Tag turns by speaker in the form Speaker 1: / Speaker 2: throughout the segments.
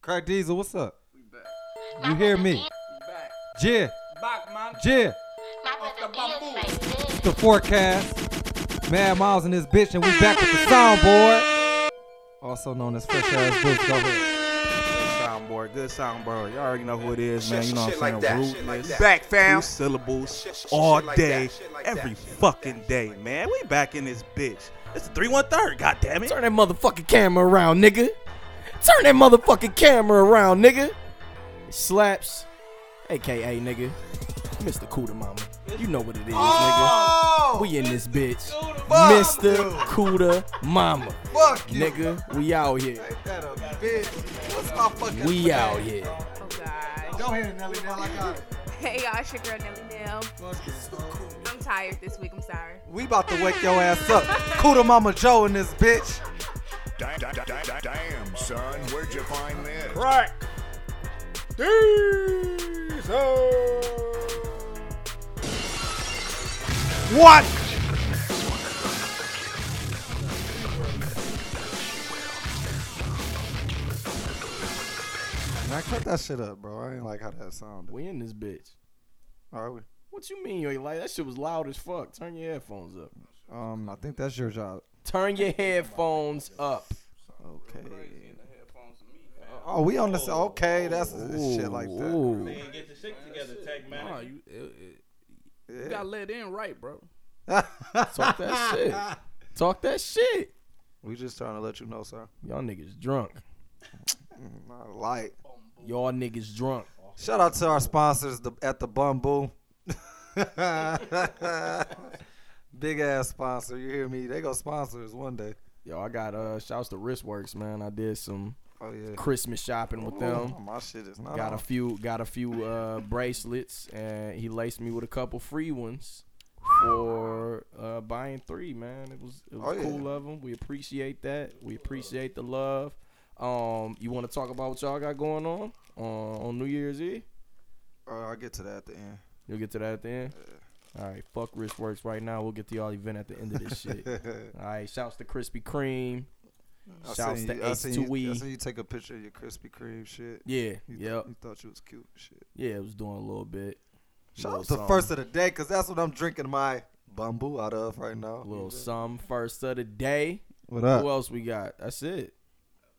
Speaker 1: Crack Diesel, what's up?
Speaker 2: We back.
Speaker 1: You hear me?
Speaker 2: We back.
Speaker 1: Yeah,
Speaker 2: Back, man.
Speaker 1: yeah.
Speaker 2: Off the bamboo.
Speaker 1: The forecast. Mad Miles in this bitch, and we back with the soundboard. Also known as Fresh Ass Boots. Go ahead.
Speaker 3: Soundboard, good soundboard. Y'all already know who it is, man.
Speaker 4: Shit,
Speaker 3: You know
Speaker 4: shit
Speaker 3: what I'm
Speaker 4: like
Speaker 3: saying?
Speaker 4: that, shit like
Speaker 3: Rootless.
Speaker 4: that.
Speaker 3: Back, fam. Two syllables
Speaker 4: Shit, shit, shit,
Speaker 3: all
Speaker 4: shit like
Speaker 3: day,
Speaker 4: that, shit like
Speaker 3: every
Speaker 4: that, shit like
Speaker 3: fucking
Speaker 4: that,
Speaker 3: day, man. We back in this bitch. It's three one third. God damn it.
Speaker 5: Turn that motherfucking camera around, nigga. Turn that motherfucking camera around, nigga. Slaps, aka nigga. Mr. Cooter Mama. You know what it is,
Speaker 4: Oh,
Speaker 5: nigga. We in this bitch. Mr. Cooter Mama.
Speaker 4: Fuck you.
Speaker 5: Nigga, we out here.
Speaker 4: Ain't that a bitch? What's my fucking
Speaker 5: We out here.
Speaker 6: Oh gosh.
Speaker 4: Go ahead, Nelly. Now I got it.
Speaker 6: Hey y'all, it's your girl Nelly Nell. I'm tired this week. I'm sorry.
Speaker 1: We about to wake your ass up. Cuda Mama Joe in this bitch.
Speaker 7: Damn, damn, son, where'd you find this?
Speaker 5: Right.
Speaker 3: What?
Speaker 1: Man, cut that shit up, bro. I ain't like how that sounded.
Speaker 5: We in this bitch.
Speaker 1: All right,
Speaker 5: What you mean you ain't like that shit was loud as fuck. Turn your headphones up.
Speaker 1: we, um, I think that's your job.
Speaker 5: Turn your headphones up.
Speaker 1: Okay.
Speaker 2: Crazy in the headphones to me, man.
Speaker 1: Oh, we on this. Okay, that's shit like that.
Speaker 5: Ooh.
Speaker 2: Man, get your shit together, Tech Man.
Speaker 5: Nah, you, it- it- you gotta let in right, bro.
Speaker 1: Talk
Speaker 5: Talk that shit. Talk that shit.
Speaker 1: We just trying to let you know, sir.
Speaker 5: Y'all niggas drunk.
Speaker 1: Not light.
Speaker 5: Y'all niggas drunk.
Speaker 1: Shout out to our sponsors the, at the Bamboo. Big ass sponsor, you hear me? They go sponsors one day.
Speaker 5: Yo, I got uh shouts to Wristworks, man. I did some
Speaker 1: Oh yeah.
Speaker 5: Christmas shopping with
Speaker 1: Oh,
Speaker 5: them.
Speaker 1: my shit is not.
Speaker 5: um, Got a
Speaker 1: on.
Speaker 5: few got a few uh bracelets and he laced me with a couple free ones for uh buying three, man. It was it was
Speaker 1: Oh, yeah.
Speaker 5: cool of them. We appreciate that. We appreciate the love. Um you wanna talk about what y'all got going on uh, on New Year's Eve?
Speaker 1: Oh, I'll get to that at the end.
Speaker 5: You'll get to that at the end. All right, fuck Rich Works right now. We'll get to y'all event at the end of this shit. All right, shouts to Krispy Kreme.
Speaker 1: I
Speaker 5: Shouts
Speaker 1: seen
Speaker 5: to
Speaker 1: you- I seen you- I
Speaker 5: H2E.
Speaker 1: seen you take a picture of your Krispy Kreme shit.
Speaker 5: Yeah,
Speaker 1: You th-
Speaker 5: yep,
Speaker 1: You thought you was cute and shit.
Speaker 5: yeah. I was doing a little bit.
Speaker 1: Shout
Speaker 5: Little
Speaker 1: out to
Speaker 5: something.
Speaker 1: first of the day, cause that's what I'm drinking my Bamboo out of right now.
Speaker 5: A little some first of the day.
Speaker 1: What up?
Speaker 5: Who else we got? That's it.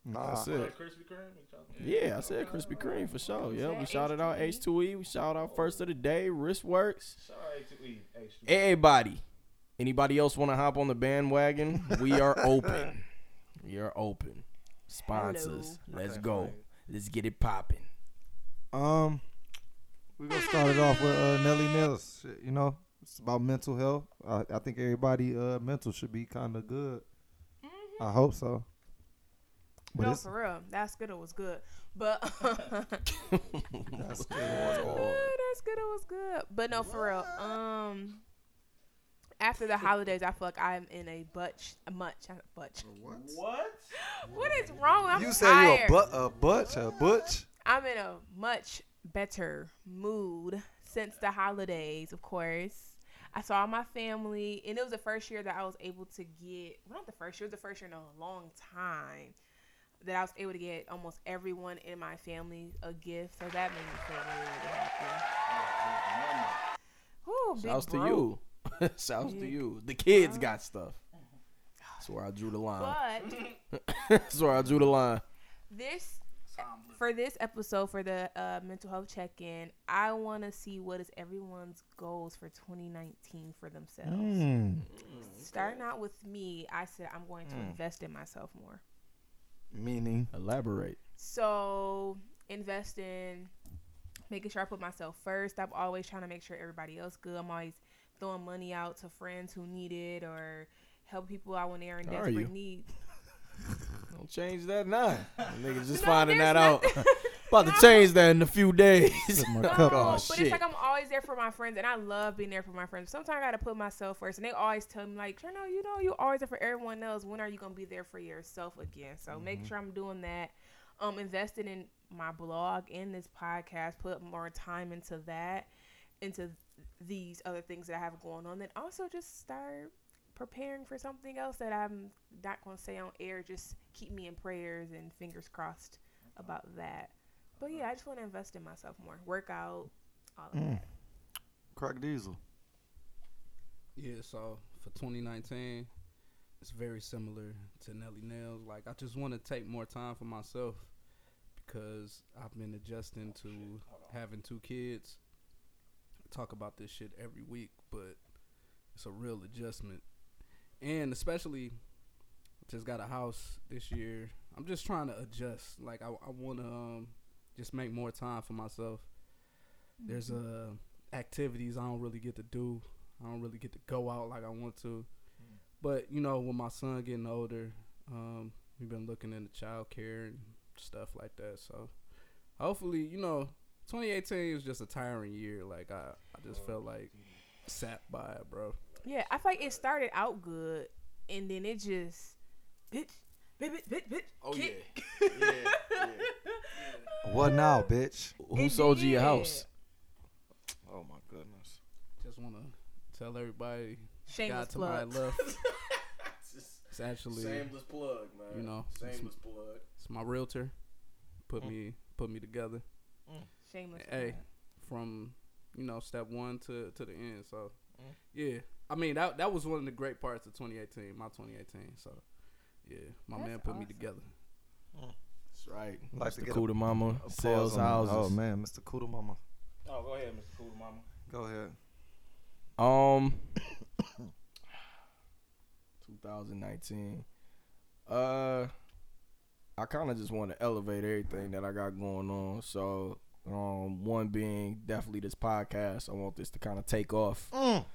Speaker 1: nah.
Speaker 5: That's it.
Speaker 2: Krispy Kreme? we talking-
Speaker 5: Yeah, I said Krispy Kreme for sure. Yeah, we
Speaker 6: Is that
Speaker 5: shouted out
Speaker 6: E.
Speaker 5: H2E. We shouted out first of the day. Wrist Works.
Speaker 2: Shout out to E. Hey, shoot.
Speaker 5: Everybody. Anybody else want to hop on the bandwagon? We are open. we are open. Sponsors. Let's go. Let's get it popping.
Speaker 1: Um, we're gonna start it off with uh, Nelly Nails. Shit, You know, it's about mental health. I, I think everybody uh mental should be kind of good. I hope so. But
Speaker 6: Mm-hmm. no,
Speaker 1: it's-
Speaker 6: for real. That's good. It was good. But
Speaker 1: that's good.
Speaker 6: that's good. It was good. But no, for real. Um, after the holidays, I feel like I'm in a butch, a much, a butch.
Speaker 2: What?
Speaker 6: What is wrong? I'm
Speaker 1: you say
Speaker 6: tired.
Speaker 1: you a but a butch a butch.
Speaker 6: I'm in a much better mood since the holidays, of course. I saw my family, and it was the first year that I was able to get, well, not the first year, it was the first year in a long time that I was able to get almost everyone in my family a gift. So that made me feel really, really happy. Whew, big
Speaker 5: Shouts to
Speaker 6: bro. Uh-huh.
Speaker 5: you. Shouts to you. The kids got stuff. That's where I drew the line.
Speaker 6: But
Speaker 5: That's where I drew the line.
Speaker 6: this for this episode for the uh, mental health check-in i want to see what is everyone's goals for 2019 for themselves
Speaker 5: Hmm.
Speaker 6: starting out with me i said i'm going to invest in myself more
Speaker 1: Meaning,
Speaker 5: Elaborate.
Speaker 6: so invest in making sure i put myself first i'm always trying to make sure everybody else good i'm always throwing money out to friends who need it or help people out when they're in
Speaker 5: How are you?
Speaker 6: desperate need
Speaker 5: Don't change that now. Niggas just
Speaker 6: No,
Speaker 5: finding
Speaker 6: there's
Speaker 5: that out.
Speaker 6: nothing-
Speaker 5: About to change that in a few days.
Speaker 1: my
Speaker 6: No,
Speaker 1: cup.
Speaker 5: Oh,
Speaker 6: but it's
Speaker 5: shit.
Speaker 6: like I'm always there for my friends, and I love being there for my friends. Sometimes I gotta put myself first, and they always tell me like, "Trino, you know, you always there for everyone else. When are you gonna be there for yourself again?" So make sure I'm doing that. Um, investing in my blog and this podcast, put more time into that, into these other things that I have going on. Then also just start preparing for something else that I'm not gonna say on air. Just keep me in prayers and fingers crossed about that. But yeah, I just want to invest in myself more. Work out, all of
Speaker 1: Mm.
Speaker 6: that.
Speaker 1: Crack Diesel.
Speaker 4: Yeah, so for 2019, it's very similar to Nelly Nails. Like, I just want to take more time for myself because I've been adjusting to having two kids. I talk about this shit every week, but it's a real adjustment. And especially, just got a house this year. I'm just trying to adjust. Like, I, I want to um, just make more time for myself. There's uh, activities I don't really get to do. I don't really get to go out like I want to. But you know, with my son getting older, um, we've been looking into child care and stuff like that. So hopefully, you know, 2018 was just a tiring year. Like I, I just felt like sapped by it, bro.
Speaker 6: Yeah, I feel like it started out good, and then it just, bitch, bitch, bitch, bitch, bitch.
Speaker 4: Oh
Speaker 6: kick.
Speaker 4: yeah,
Speaker 1: What now, bitch?
Speaker 5: Who
Speaker 6: It
Speaker 5: sold you your
Speaker 6: did.
Speaker 5: house?
Speaker 1: Oh my goodness.
Speaker 4: Just wanna tell everybody,
Speaker 6: Shameless
Speaker 4: God to
Speaker 6: plug.
Speaker 4: my left, it's actually
Speaker 5: plug, man.
Speaker 4: you know, it's,
Speaker 5: Shameless plug.
Speaker 4: it's my realtor. Put me put me together.
Speaker 6: Shameless.
Speaker 4: hey, from you know step one to to the end. So yeah, I mean that that was one of the great parts of 2018, my 2018. So yeah, my
Speaker 6: That's
Speaker 4: man put me
Speaker 6: awesome.
Speaker 4: together.
Speaker 5: That's right.
Speaker 1: Like to
Speaker 5: Mr.
Speaker 1: get a-
Speaker 5: Kuda Mama
Speaker 1: a pause
Speaker 5: sells
Speaker 1: on that.
Speaker 5: houses.
Speaker 1: Oh man, Mr. Kuda Mama.
Speaker 8: Oh, go ahead, Mr. Cool Mama.
Speaker 1: Go ahead.
Speaker 5: Um, 2019. Uh, I kind of just want to elevate everything that I got going on. So, um, one being definitely this podcast. I want this to kind of take off.
Speaker 1: Mm.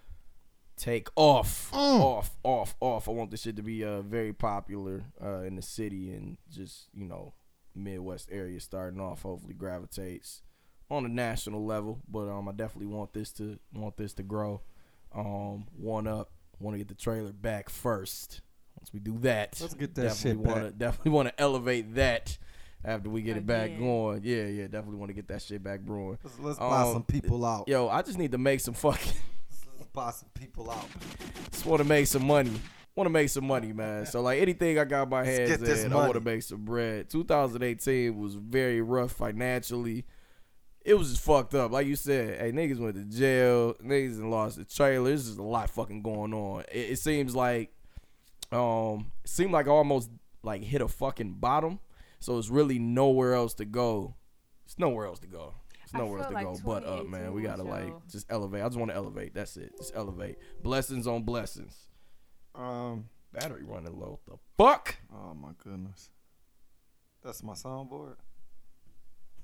Speaker 5: Take off, off, off, off. I want this shit to be uh very popular uh in the city and just you know Midwest area starting off. Hopefully gravitates on a national level, but um I definitely want this to want this to grow um one up. Want to get the trailer back first. Once we do that,
Speaker 1: Let's get that
Speaker 5: definitely
Speaker 1: shit
Speaker 5: wanna,
Speaker 1: back.
Speaker 5: Uh, Definitely want to elevate that after we get it back
Speaker 6: Again.
Speaker 5: going. Yeah, yeah, definitely want to get that shit back brewing.
Speaker 1: Let's, let's buy
Speaker 5: Um,
Speaker 1: some people out.
Speaker 5: Yo, I just need to make some fucking.
Speaker 1: Let's buy some people out.
Speaker 5: Just want to make some money. Want to make some money, man. So like anything I got my hands
Speaker 1: get this
Speaker 5: in, I want to
Speaker 1: money.
Speaker 5: make some bread. 2018 was very rough financially. It was just fucked up. Like you said, hey, niggas went to jail. Niggas and lost the trailer. There's just a lot fucking going on. It, it seems like, um, it seemed like I almost like hit a fucking bottom. So it's really nowhere else to go. It's nowhere else to go. It's
Speaker 6: I
Speaker 5: nowhere
Speaker 6: feel
Speaker 5: else to
Speaker 6: like
Speaker 5: go but up,
Speaker 6: 2018
Speaker 5: man. We gotta
Speaker 6: was
Speaker 5: like
Speaker 6: your-
Speaker 5: just elevate. I just want to elevate. That's it. Just elevate. Blessings on blessings.
Speaker 1: Um.
Speaker 5: Battery running low. The fuck?
Speaker 1: Oh my goodness. That's my soundboard.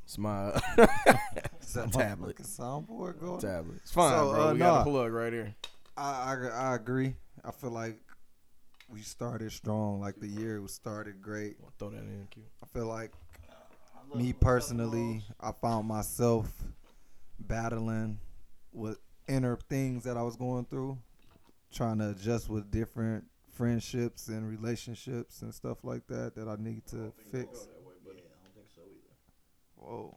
Speaker 5: It's my
Speaker 1: Is that my
Speaker 5: Tablet.
Speaker 1: fucking soundboard going?
Speaker 5: tablet. It's fine,
Speaker 1: So,
Speaker 5: bro.
Speaker 1: uh,
Speaker 5: we got
Speaker 1: nah.
Speaker 5: a plug right here.
Speaker 1: I, I I agree. I feel like we started strong. Like the year was started great.
Speaker 5: Throw that in. Q.
Speaker 1: I feel like me personally, I found myself battling with inner things that I was going through, trying to adjust with different friendships and relationships and stuff like that that I need to fix. Whoa.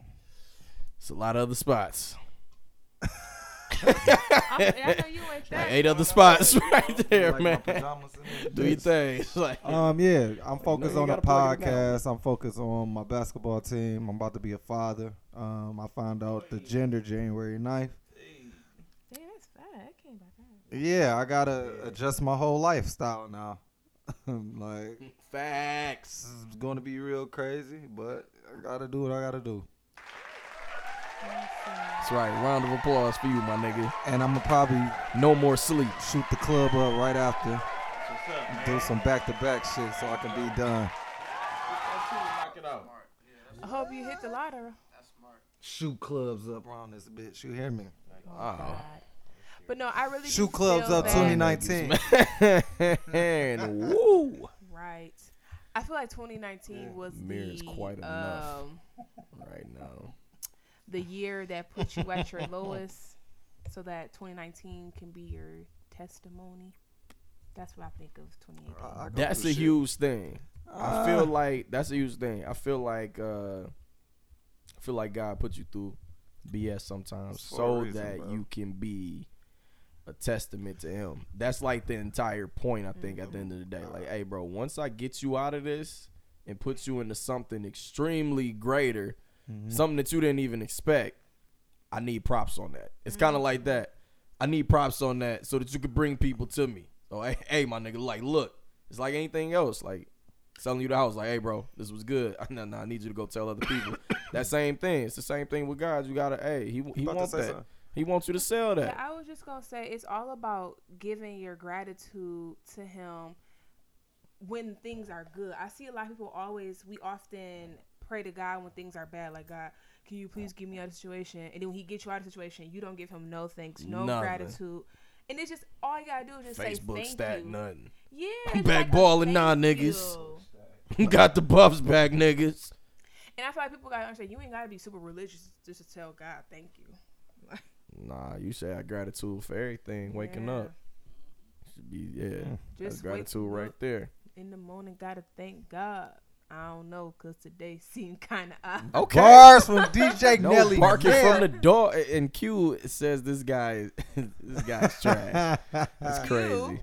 Speaker 5: It's a lot of other spots.
Speaker 6: I, Oh, I know you ain't
Speaker 5: Like
Speaker 6: that.
Speaker 5: eight other spots right there,
Speaker 1: Like my
Speaker 5: man.
Speaker 1: pajamas in
Speaker 5: Do
Speaker 1: there.
Speaker 5: your thing. It's Like,
Speaker 1: Um, yeah, I'm
Speaker 5: you
Speaker 1: focused on the
Speaker 5: gotta plug it in now.
Speaker 1: podcast. I'm focused on my basketball team. I'm about to be a father. Um, I found out the gender January 9th.
Speaker 6: Damn, that's fine. I came by that.
Speaker 1: Yeah, I gotta adjust my whole lifestyle now. like,
Speaker 5: facts.
Speaker 1: this is gonna be real crazy, but I gotta do what I gotta do.
Speaker 5: That's right. Round of applause for you, my nigga.
Speaker 1: And I'm gonna probably
Speaker 5: No more sleep.
Speaker 1: shoot the club up right after,
Speaker 8: What's up, man?
Speaker 1: do some back to back shit so I can be done.
Speaker 8: Knock it out.
Speaker 6: I hope you hit the lottery.
Speaker 1: Shoot clubs up around this bitch. You hear me?
Speaker 6: Oh, God. But no, I really do
Speaker 1: Shoot clubs
Speaker 6: feel
Speaker 1: up
Speaker 6: bad.
Speaker 1: 2019.
Speaker 5: and woo.
Speaker 6: Right. I feel like 2019 was
Speaker 5: Mirror is
Speaker 6: the
Speaker 5: quite enough.
Speaker 6: um
Speaker 5: Right now.
Speaker 6: the year that put you at your lowest, so that 2019 can be your testimony. That's what I think of 2018.
Speaker 1: I- I go
Speaker 5: That's
Speaker 1: through
Speaker 5: a
Speaker 1: shit.
Speaker 5: huge thing. I
Speaker 1: Uh.
Speaker 5: feel like that's a huge thing. I feel like uh I feel like God put you through BS sometimes
Speaker 1: For a
Speaker 5: so
Speaker 1: reason,
Speaker 5: that
Speaker 1: bro.
Speaker 5: you can be a testament to him.
Speaker 1: Mm-hmm.
Speaker 5: That's like the entire point I think at the end of the day. Like, hey bro, once I get you out of this and puts you into something extremely greater, something that you didn't even expect, I need props on that. It's
Speaker 6: Mm-hmm.
Speaker 5: kind of like that. I need props on that so that you could bring people to me. So hey, hey, my nigga, like, look, it's like anything else. Like selling you the house, like, hey, bro, this was good. no, no, I need you to go tell other people. that same thing. It's the same thing with God. You gotta, hey, he he
Speaker 1: about to
Speaker 5: wants
Speaker 1: say
Speaker 5: that.
Speaker 1: something.
Speaker 5: He wants you to sell that.
Speaker 6: Yeah, I was just gonna say it's all about giving your gratitude to him when things are good. I see a lot of people always we often pray to God when things are bad, like God, can you please give me out of the situation? And then when he gets you out of the situation, you don't give him no thanks, no
Speaker 5: Nothing.
Speaker 6: gratitude. And it's just all you gotta do is just say
Speaker 5: Facebook
Speaker 6: thank
Speaker 5: stat,
Speaker 6: you.
Speaker 5: nothing.
Speaker 6: Yeah,
Speaker 5: I'm
Speaker 6: it's
Speaker 5: back
Speaker 6: like a
Speaker 5: balling now,
Speaker 6: thank
Speaker 5: niggas.
Speaker 6: you.
Speaker 5: Got the buffs back, niggas.
Speaker 6: And I feel like people gotta understand you ain't gotta be super religious just to tell God thank you.
Speaker 5: Nah, you should have gratitude for everything. Waking
Speaker 6: Yeah.
Speaker 5: up should be yeah. That's
Speaker 6: Just wake
Speaker 5: gratitude right
Speaker 6: up.
Speaker 5: there.
Speaker 6: in the morning gotta thank God. I don't know, cause today seemed kind of odd.
Speaker 5: Okay.
Speaker 1: Bars from DJ
Speaker 5: No
Speaker 1: Nelly.
Speaker 5: barking
Speaker 1: man.
Speaker 5: from the door. And Q says this guy, this guy's trash. That's crazy.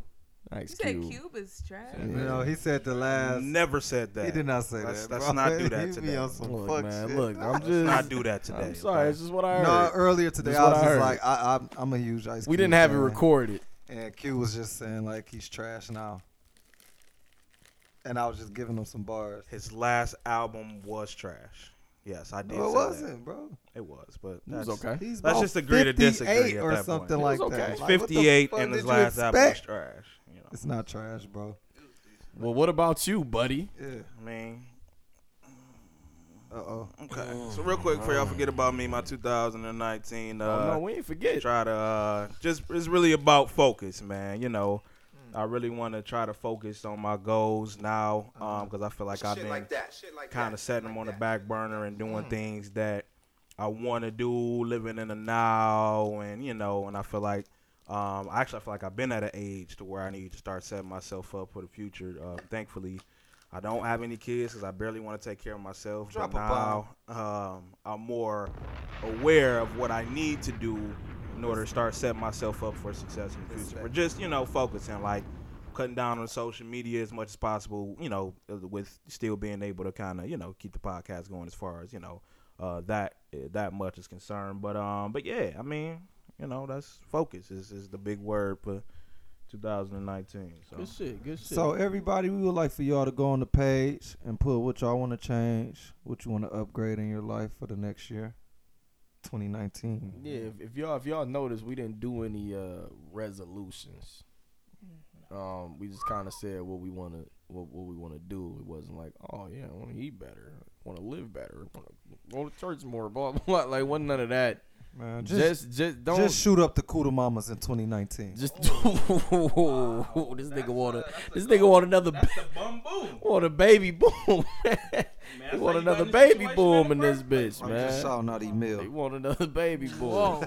Speaker 5: Thanks,
Speaker 6: You said
Speaker 5: Q.
Speaker 6: cube is trash.
Speaker 1: No, he said the last.
Speaker 3: Never said that.
Speaker 1: He did not say
Speaker 3: Let's-
Speaker 1: that.
Speaker 3: let's
Speaker 1: bro.
Speaker 3: not do that
Speaker 1: he be
Speaker 3: today.
Speaker 1: on some
Speaker 5: Look,
Speaker 1: fuck
Speaker 5: man.
Speaker 1: shit.
Speaker 5: Look, I'm just
Speaker 3: Let's not do that today.
Speaker 5: I'm sorry. It's
Speaker 3: okay?
Speaker 5: just what I heard.
Speaker 1: No, earlier today
Speaker 5: That's
Speaker 1: I
Speaker 5: what
Speaker 1: was
Speaker 5: I
Speaker 1: just
Speaker 5: heard.
Speaker 1: like, I, I'm, I'm a huge ice.
Speaker 5: we
Speaker 1: Cube
Speaker 5: didn't have it
Speaker 1: fan.
Speaker 5: recorded.
Speaker 1: And Q was just saying like he's trash now. And I was just giving him some bars.
Speaker 3: His last album was trash. Yes, I did.
Speaker 1: No, it
Speaker 3: say
Speaker 1: wasn't, bro.
Speaker 3: That. It was, but
Speaker 5: It was
Speaker 3: that's
Speaker 5: okay.
Speaker 1: He's
Speaker 3: Let's
Speaker 1: about
Speaker 3: just agree to disagree
Speaker 1: 58
Speaker 3: at
Speaker 1: or
Speaker 3: that point.
Speaker 1: something
Speaker 3: It
Speaker 1: like
Speaker 5: was
Speaker 1: that.
Speaker 5: okay.
Speaker 1: Like,
Speaker 5: He's
Speaker 1: what the
Speaker 3: 58
Speaker 1: fuck
Speaker 3: and his
Speaker 1: did you
Speaker 3: last album was
Speaker 1: expect?
Speaker 3: trash. You know,
Speaker 1: It's not trash, bro.
Speaker 5: Well, what about you, buddy?
Speaker 1: Yeah.
Speaker 3: I mean,
Speaker 1: Uh oh.
Speaker 3: okay. So real quick, before y'all forget about me, my 2019. Uh,
Speaker 5: oh, no, we ain't forget.
Speaker 3: try to uh, just it's really about focus, man. You know, I really want to try to focus on my goals now
Speaker 1: Mm-hmm.
Speaker 3: because I feel like I've been kind of setting them on the back burner and doing
Speaker 1: Mm.
Speaker 3: things that I want to do, living in the now, and you know, and I feel like. Um, actually, I feel like I've been at an age to where I need to start setting myself up for the future. Uh, thankfully, I don't have any kids because I barely want to take care of myself.
Speaker 1: Drop
Speaker 3: but
Speaker 1: a bomb.
Speaker 3: now um, I'm more aware of what I need to do in order to start setting myself up for success in the future. But just you know, focusing like cutting down on social media as much as possible. You know, uh, with still being able to kind of you know keep the podcast going as far as you know uh, that that much is concerned. But um, but yeah, I mean, you know, that's focus is is the big word for 2019. So.
Speaker 5: Good shit. Good shit.
Speaker 1: So everybody, we would like for y'all to go on the page and put what y'all want to change, what you want to upgrade in your life for the next year, 2019.
Speaker 5: Yeah, if, if y'all if y'all notice, we didn't do any uh, resolutions.
Speaker 2: Mm-hmm.
Speaker 5: Um, we just kind of said what we want to what, what we want to do. It wasn't like, oh yeah, I want to eat better, want to live better, want to go to church more, blah blah. blah. Like, wasn't none of that.
Speaker 1: Man, just just, oh.
Speaker 5: Just just, don't just,
Speaker 1: shoot up the Kuda Mamas in 2019.
Speaker 5: this nigga want to this nigga want another ba-
Speaker 2: The bamboo.
Speaker 5: want a baby boom.
Speaker 2: Man,
Speaker 5: he
Speaker 2: that's
Speaker 5: want
Speaker 2: how you
Speaker 5: another
Speaker 2: got in the
Speaker 5: baby
Speaker 2: situation
Speaker 5: boom in
Speaker 2: in the
Speaker 5: this
Speaker 2: first place.
Speaker 5: bitch,
Speaker 1: I'm
Speaker 5: man.
Speaker 1: just shouting out
Speaker 5: They
Speaker 1: email.
Speaker 5: want another baby boy.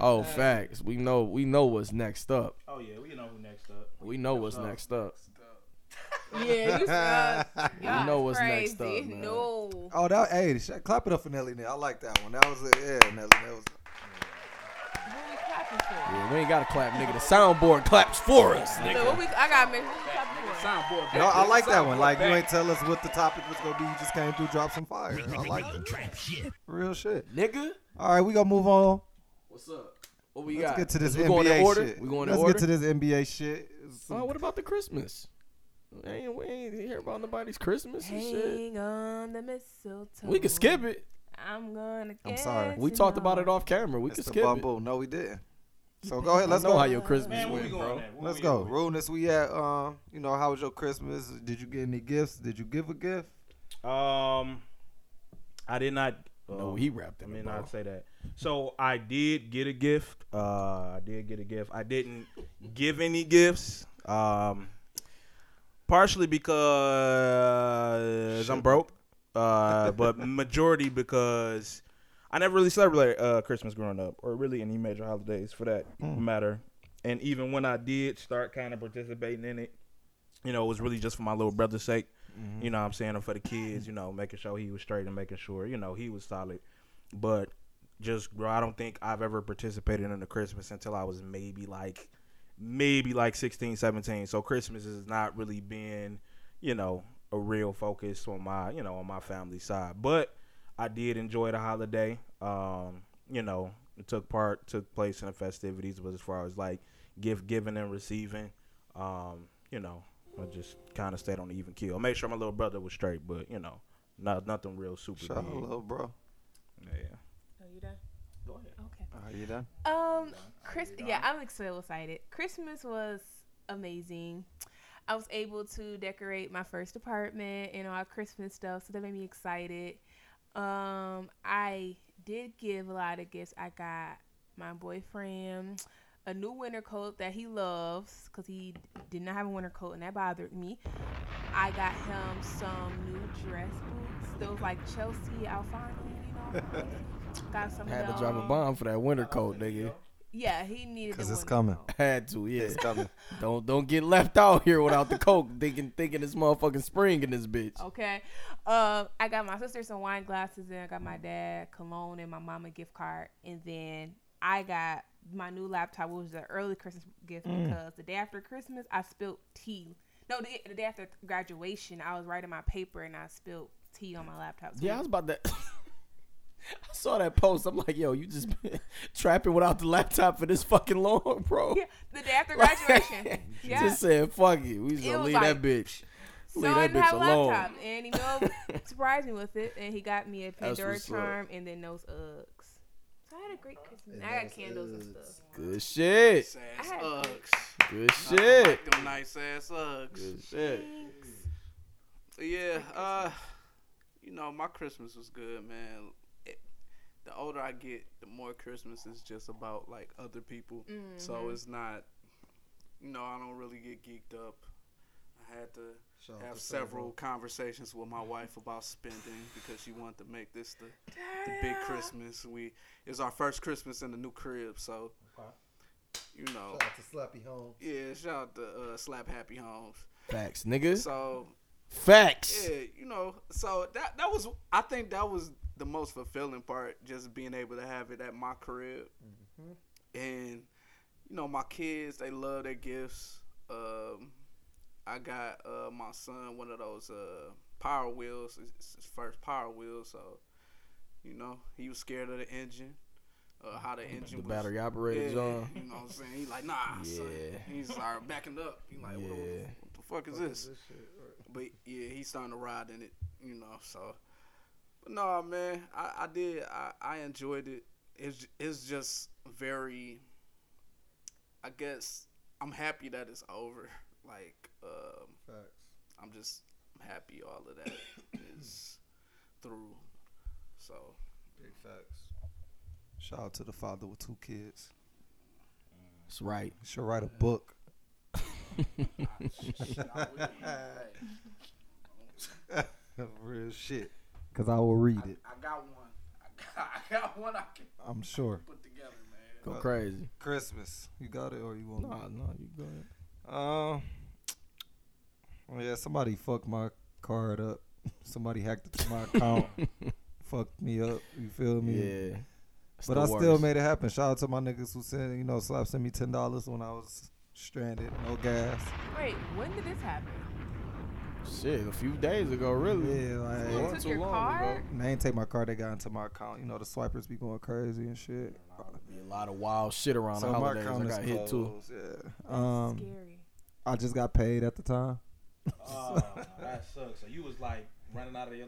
Speaker 5: oh, facts. We know we know what's next up.
Speaker 2: Oh yeah, we know who next up.
Speaker 5: We know what's next up.
Speaker 6: Yeah, you suck.
Speaker 5: You know what's
Speaker 6: crazy.
Speaker 5: next up, man.
Speaker 6: No.
Speaker 1: Oh, that hey, sh- clap it up for Nelly. Now. I like that one. That was it. Yeah, Nelly. That was.
Speaker 6: What we clapping for?
Speaker 5: Yeah, we ain't gotta clap, nigga. The soundboard claps for us,
Speaker 6: So
Speaker 5: nigga.
Speaker 6: what we, I got me. What we clapping for?
Speaker 9: Soundboard.
Speaker 1: No, I like that one. Like you ain't tell us what the topic was gonna be. You just came through, drop some fire. I like that. Real shit.
Speaker 5: Nigga,
Speaker 1: All right, we gonna move on.
Speaker 5: what's up? What we
Speaker 1: Let's
Speaker 5: got?
Speaker 1: get to this
Speaker 5: we
Speaker 1: NBA
Speaker 5: going in order?
Speaker 1: shit.
Speaker 5: We going in
Speaker 1: Let's
Speaker 5: order?
Speaker 1: get to this NBA shit.
Speaker 5: oh, what about the Christmas? We ain't, we ain't hear about nobody's Christmas and shit.
Speaker 6: Hang on the mistletoe.
Speaker 5: We can skip it.
Speaker 6: I'm gonna.
Speaker 1: I'm sorry.
Speaker 6: get
Speaker 5: We
Speaker 6: to
Speaker 5: talked
Speaker 6: know.
Speaker 5: about it off camera. We
Speaker 1: It's
Speaker 5: can
Speaker 1: the
Speaker 5: skip it.
Speaker 1: bamboo. No, we didn't. So go ahead.
Speaker 5: I
Speaker 1: Let's
Speaker 5: know
Speaker 1: go.
Speaker 5: how your Christmas
Speaker 2: Man, where we
Speaker 5: went,
Speaker 2: going
Speaker 5: bro.
Speaker 2: at? Where
Speaker 1: Let's
Speaker 2: we
Speaker 1: go.
Speaker 2: at?
Speaker 1: Rudeness. We at. Um, you know, how was your Christmas? Did you get any gifts? Did you give a gift?
Speaker 2: Um, I did not.
Speaker 5: No,
Speaker 2: um,
Speaker 5: he wrapped
Speaker 2: I
Speaker 5: it.
Speaker 2: mean,
Speaker 5: bro.
Speaker 2: I'd say that. So I did get a gift. Uh, I did get a gift. I didn't give any gifts. Um, partially because I'm broke. Uh, but majority because I never really celebrated uh, Christmas growing up, or really any major holidays for that matter. And even when I did start kind of participating in it, you know, it was really just for my little brother's sake. You know what I'm saying? And for the kids, you know, making sure he was straight and making sure, you know, he was solid. But just, bro, I don't think I've ever participated in a Christmas until I was maybe like, maybe like 16, 17. So Christmas has not really been, you know,
Speaker 3: a real focus on my you know on my family side. But I did enjoy the holiday. Um, you know, it took part took place in the festivities, but as far as like gift giving and receiving, um, you know, I just kind of stayed on the even keel. I made sure my little brother was straight, but you know, not nothing real super.
Speaker 1: Shout out,
Speaker 3: big.
Speaker 1: little bro.
Speaker 3: Yeah.
Speaker 6: Are you done? Go ahead. Okay.
Speaker 1: Are you done?
Speaker 6: Um, Chris. Yeah, I'm ex- so excited. Christmas was amazing. I was able to decorate my first apartment and all Christmas stuff, so that made me excited. Um, I did give a lot of gifts. I got my boyfriend a new winter coat that he loves because he did not have a winter coat, and that bothered me. I got him some new dress boots, those like Chelsea Alfani, you know. got some. of
Speaker 5: Had to drop a
Speaker 6: those.
Speaker 5: bomb for that winter coat, nigga.
Speaker 6: Yeah, he needed.
Speaker 1: Because
Speaker 6: the
Speaker 1: it's
Speaker 6: winter
Speaker 1: coming.
Speaker 6: coat.
Speaker 5: Had to, yeah.
Speaker 1: It's coming.
Speaker 5: Don't don't get left out here without the coke, thinking thinking it's motherfucking spring in this bitch.
Speaker 6: Okay. Um, I got my sister some wine glasses, and I got my dad cologne and my mom a gift card, and then I got my new laptop, which was an early Christmas gift
Speaker 1: Mm.
Speaker 6: because the day after Christmas I spilled tea. No, the, the day after graduation, I was writing my paper and I spilled tea on my laptop. So
Speaker 5: Yeah, I was about to. I saw that post. I'm like, yo, you just been trapping without the laptop for this fucking long, bro.
Speaker 6: yeah, the day after graduation. yeah.
Speaker 5: Just said, fuck it. We just
Speaker 6: It
Speaker 5: gonna
Speaker 6: was
Speaker 5: leave
Speaker 6: like,
Speaker 5: that bitch.
Speaker 6: So
Speaker 5: Leave
Speaker 6: I
Speaker 5: that
Speaker 6: didn't
Speaker 5: bitch
Speaker 6: have a
Speaker 5: alone.
Speaker 6: laptop, and he know, surprised me with it, and he got me a Pandora
Speaker 5: what's up.
Speaker 6: charm and then those Uggs. So I had a great Christmas. And I got candles and stuff.
Speaker 5: Good shit.
Speaker 6: I
Speaker 4: Ass
Speaker 6: had
Speaker 4: Uggs.
Speaker 5: Good
Speaker 6: Oh.
Speaker 4: I
Speaker 5: shit.
Speaker 4: like them nice ass Uggs.
Speaker 5: Good shit.
Speaker 6: Thanks.
Speaker 4: Yeah, uh, you know, my Christmas was good, man. It, the older I get, the more Christmas is just about like other people. So it's not, you know, I don't really get geeked up. I had to have several conversations with my wife about spending because she wanted to make this the, the big Christmas. We it's our first Christmas in the new crib, so you know,
Speaker 1: Shout out to Slappy Home.
Speaker 4: yeah. Shout out to uh, Slap Happy Homes.
Speaker 5: Facts, nigga.
Speaker 4: So
Speaker 5: Facts.
Speaker 4: yeah, you know, so that that was I think that was the most fulfilling part, just being able to have it at my crib,
Speaker 5: Mm-hmm.
Speaker 4: and you know, my kids they love their gifts. Um, I got uh, my son one of those uh, Power Wheels, it's- it's his first Power Wheel, so you know he was scared of the engine, uh, how the engine
Speaker 5: The
Speaker 4: was.
Speaker 5: battery operated, John.
Speaker 4: You know what I'm saying? He's like, nah, son.
Speaker 5: Yeah.
Speaker 4: He's like backing up. He's like, what,
Speaker 5: Yeah.
Speaker 4: what the fuck is this? But yeah, he's starting to ride in it, you know. So, but no, man, I, I did. I, I enjoyed it. It's it's just very. I guess I'm happy that it's over. Like, um, I'm just happy all of that is through. So
Speaker 1: Big facts. Shout out to the father with two kids.
Speaker 5: That's right.
Speaker 1: He should write a book. Real shit. Cause I will read it.
Speaker 4: I got one. I got, I got one I can
Speaker 1: I'm sure.
Speaker 4: put together, man.
Speaker 5: Go crazy.
Speaker 1: Christmas. You got it or you want?
Speaker 5: Uh, Nah, nah, you go ahead.
Speaker 1: Um. well, yeah, somebody fucked my card up. Somebody hacked into my account. fucked me up. You feel me?
Speaker 5: Yeah. It's
Speaker 1: But
Speaker 5: the
Speaker 1: I still
Speaker 5: worst.
Speaker 1: made it happen. Shout out to my niggas who sent, you know, slap sent me ten dollars when I was stranded, no gas.
Speaker 6: Wait, when did this happen?
Speaker 5: shit a few days ago, really.
Speaker 1: Yeah,
Speaker 6: They
Speaker 1: like
Speaker 5: Wasn't
Speaker 6: took
Speaker 5: too
Speaker 6: your
Speaker 5: long
Speaker 6: car?
Speaker 5: ago.
Speaker 1: and they ain't take my card. They got into my account. You know, the swipers be going crazy and shit.
Speaker 5: Be A lot of wild shit around
Speaker 1: So
Speaker 5: the
Speaker 1: my
Speaker 5: holidays. I
Speaker 1: account is
Speaker 5: got hit too.
Speaker 1: closed. Yeah. Um,
Speaker 6: Scary.
Speaker 1: I just got paid at the time.
Speaker 3: Oh, that sucks. So you was like running out of your.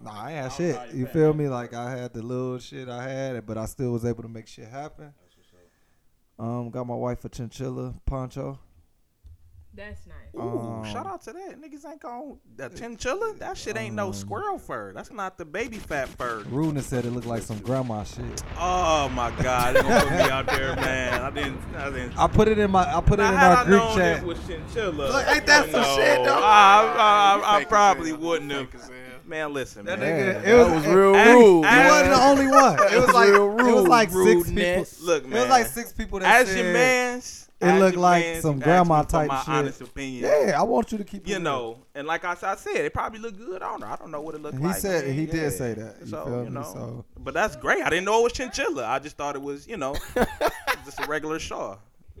Speaker 1: Nah, I ain't had
Speaker 3: I don't know how
Speaker 1: shit.
Speaker 3: you
Speaker 1: You
Speaker 3: pay.
Speaker 1: feel me? Like I had the little shit I had, but I still was able to make shit happen. Um, got my wife a chinchilla poncho.
Speaker 6: That's nice.
Speaker 3: Ooh,
Speaker 1: Um,
Speaker 3: shout out to that. Niggas ain't gon' that chinchilla. That shit ain't no
Speaker 1: um,
Speaker 3: squirrel fur. That's not the baby fat fur.
Speaker 1: Rudin said it looked like some grandma shit.
Speaker 3: Oh my god, they gonna put me out there, man. I didn't. I didn't.
Speaker 1: I put it in my. I put it
Speaker 3: Now,
Speaker 1: in
Speaker 3: had
Speaker 1: our
Speaker 3: I
Speaker 1: group
Speaker 3: known
Speaker 1: chat.
Speaker 3: it was chinchilla,
Speaker 1: Look, ain't that
Speaker 3: you
Speaker 1: some
Speaker 3: know,
Speaker 1: shit, though?
Speaker 3: I, I, I, I
Speaker 4: Fake as
Speaker 3: probably
Speaker 4: hell.
Speaker 3: wouldn't
Speaker 4: Fake
Speaker 3: have.
Speaker 4: as hell.
Speaker 3: Man, listen,
Speaker 1: That
Speaker 3: man.
Speaker 1: nigga, it
Speaker 5: That
Speaker 1: was,
Speaker 5: was
Speaker 1: it-
Speaker 5: real
Speaker 3: Hey,
Speaker 5: rude.
Speaker 1: He
Speaker 3: hey.
Speaker 1: wasn't the only one. It was like
Speaker 5: Real
Speaker 1: it was like six people.
Speaker 5: rudeness.
Speaker 3: Look, man.
Speaker 1: It was like six people that
Speaker 3: as
Speaker 1: said,
Speaker 3: your man's,
Speaker 1: It
Speaker 3: as
Speaker 1: looked
Speaker 3: your
Speaker 1: like
Speaker 3: mans,
Speaker 1: some
Speaker 3: you asked
Speaker 1: grandma
Speaker 3: me for
Speaker 1: type
Speaker 3: my
Speaker 1: shit.
Speaker 3: honest opinion.
Speaker 1: "Yeah, I want you to keep." it
Speaker 3: You
Speaker 1: real."
Speaker 3: know, and like I, s- I said, it probably looked good on her. I don't know what it looked
Speaker 1: He
Speaker 3: like.
Speaker 1: said
Speaker 3: man.
Speaker 1: he
Speaker 3: Yeah.
Speaker 1: did say that. You
Speaker 3: so
Speaker 1: feel
Speaker 3: you
Speaker 1: me?
Speaker 3: know,
Speaker 1: So
Speaker 3: but that's great. I didn't know it was chinchilla. I just thought it was you know just a regular shaw.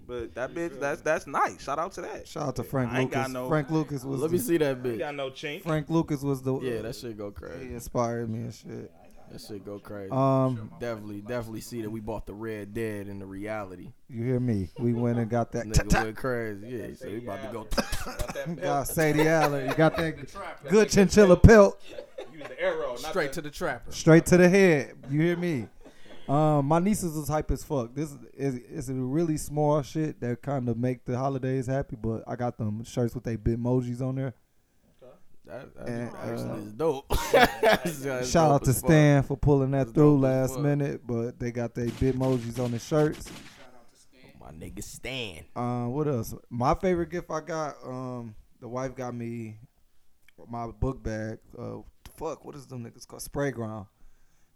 Speaker 2: But that bitch, that's that's nice. Shout out to that.
Speaker 1: Shout out to Frank
Speaker 2: I ain't got
Speaker 1: Lucas.
Speaker 2: no-
Speaker 1: Frank Lucas was
Speaker 5: Let me
Speaker 1: the-
Speaker 5: see that
Speaker 2: You
Speaker 5: bitch.
Speaker 2: got no chink.
Speaker 1: Frank Lucas was the
Speaker 5: Yeah, that shit go crazy.
Speaker 1: he inspired me and shit.
Speaker 5: That shit go crazy.
Speaker 1: Um,
Speaker 5: definitely, definitely see that we bought the Red Dead in the reality.
Speaker 1: you hear me? We went and got that.
Speaker 5: Nigga went crazy. Yeah, so we about to go.
Speaker 1: Got Sadie Allen. You got that good chinchilla pelt
Speaker 2: Use the arrow, not
Speaker 9: Straight to the trapper.
Speaker 1: straight to the head. You hear me? Um, my nieces was hype as fuck. This is it's a really small shit that kind of make the holidays happy. But I got them shirts with they emojis on there.
Speaker 5: That, that
Speaker 1: And,
Speaker 5: actually
Speaker 1: uh,
Speaker 5: is dope. That's
Speaker 1: Shout
Speaker 5: dope
Speaker 1: out to
Speaker 5: as fuck.
Speaker 1: Stan for pulling that
Speaker 5: That's
Speaker 1: through
Speaker 5: dope as
Speaker 1: last
Speaker 5: fuck.
Speaker 1: minute, but they got they emojis on the shirts.
Speaker 5: My nigga Stan.
Speaker 1: Uh, what else? My favorite gift I got. Um, the wife got me my book bag. Uh, fuck, what is them niggas called? Spray ground.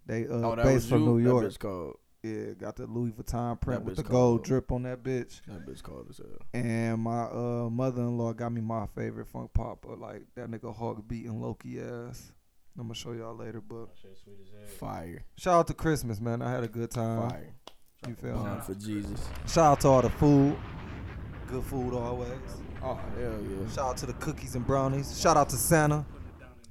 Speaker 1: They uh,
Speaker 5: Oh, that
Speaker 1: based
Speaker 5: was
Speaker 1: from
Speaker 5: you?
Speaker 1: New
Speaker 5: That
Speaker 1: York.
Speaker 5: bitch called.
Speaker 1: Yeah, got the Louis Vuitton print
Speaker 5: That
Speaker 1: with the
Speaker 5: bitch cold.
Speaker 1: gold drip on that bitch.
Speaker 5: That bitch called as hell.
Speaker 1: And my uh, mother-in-law got me my favorite funk pop, uh, like that nigga Hawk beating Loki ass. I'm gonna show y'all later, but
Speaker 5: Fire,
Speaker 1: shout out to Christmas, man. I had a good time.
Speaker 5: fire.
Speaker 1: You feel me?
Speaker 5: Bomb for Jesus.
Speaker 1: Shout out to all the food. Good food always.
Speaker 5: Oh hell yeah.
Speaker 1: Shout out to the cookies and brownies. Shout out to Santa.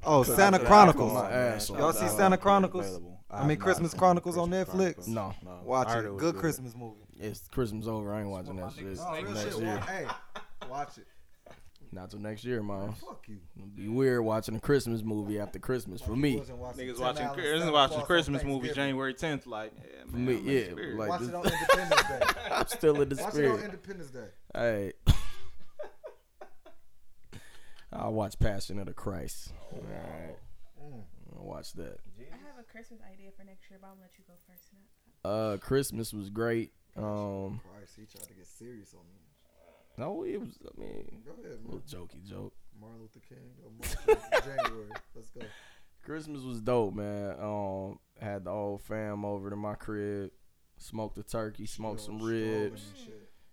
Speaker 1: Oh, Santa
Speaker 2: Shout out to
Speaker 1: Chronicles.
Speaker 5: My ass
Speaker 1: Y'all
Speaker 5: off.
Speaker 1: see
Speaker 2: Available.
Speaker 1: Santa Chronicles?
Speaker 2: Available.
Speaker 1: I
Speaker 2: have
Speaker 1: mean,
Speaker 2: not
Speaker 1: Christmas
Speaker 2: seen
Speaker 1: Chronicles on
Speaker 2: Christmas
Speaker 1: Netflix.
Speaker 2: Chronicles.
Speaker 5: No,
Speaker 1: Watch
Speaker 2: I heard
Speaker 1: it.
Speaker 2: was
Speaker 1: Good Christmas movie.
Speaker 5: it's Christmas over. I ain't watching that shit.
Speaker 1: Oh,
Speaker 5: Next year,
Speaker 1: Hey, watch it.
Speaker 5: not till next year, Miles.
Speaker 1: Fuck you.
Speaker 5: It'd be weird watching a Christmas movie after Christmas for me.
Speaker 2: Niggas watching, niggas watching Christmas movies January 10th. Like, yeah, man,
Speaker 5: me,
Speaker 2: I'm in
Speaker 5: yeah,
Speaker 2: spirit.
Speaker 5: like-
Speaker 1: Watch it on Independence Day.
Speaker 5: I'm still in the
Speaker 1: Watch it on
Speaker 5: spirit.
Speaker 1: Independence Day.
Speaker 5: Hey. I'll watch Passion of the Christ. All right. I'm gonna watch that.
Speaker 6: I have a Christmas idea for next year, but I'll let you go first.
Speaker 5: Uh Christmas was great. Um
Speaker 1: Christ, he tried to get serious on me.
Speaker 5: no, it was I mean
Speaker 1: Go ahead,
Speaker 5: a
Speaker 1: man.
Speaker 5: little jokey joke.
Speaker 1: Martin Luther King. Or Martin Luther January. Let's go.
Speaker 5: Christmas was dope, man. Um had the old fam over to my crib, smoked a turkey, smoked some ribs.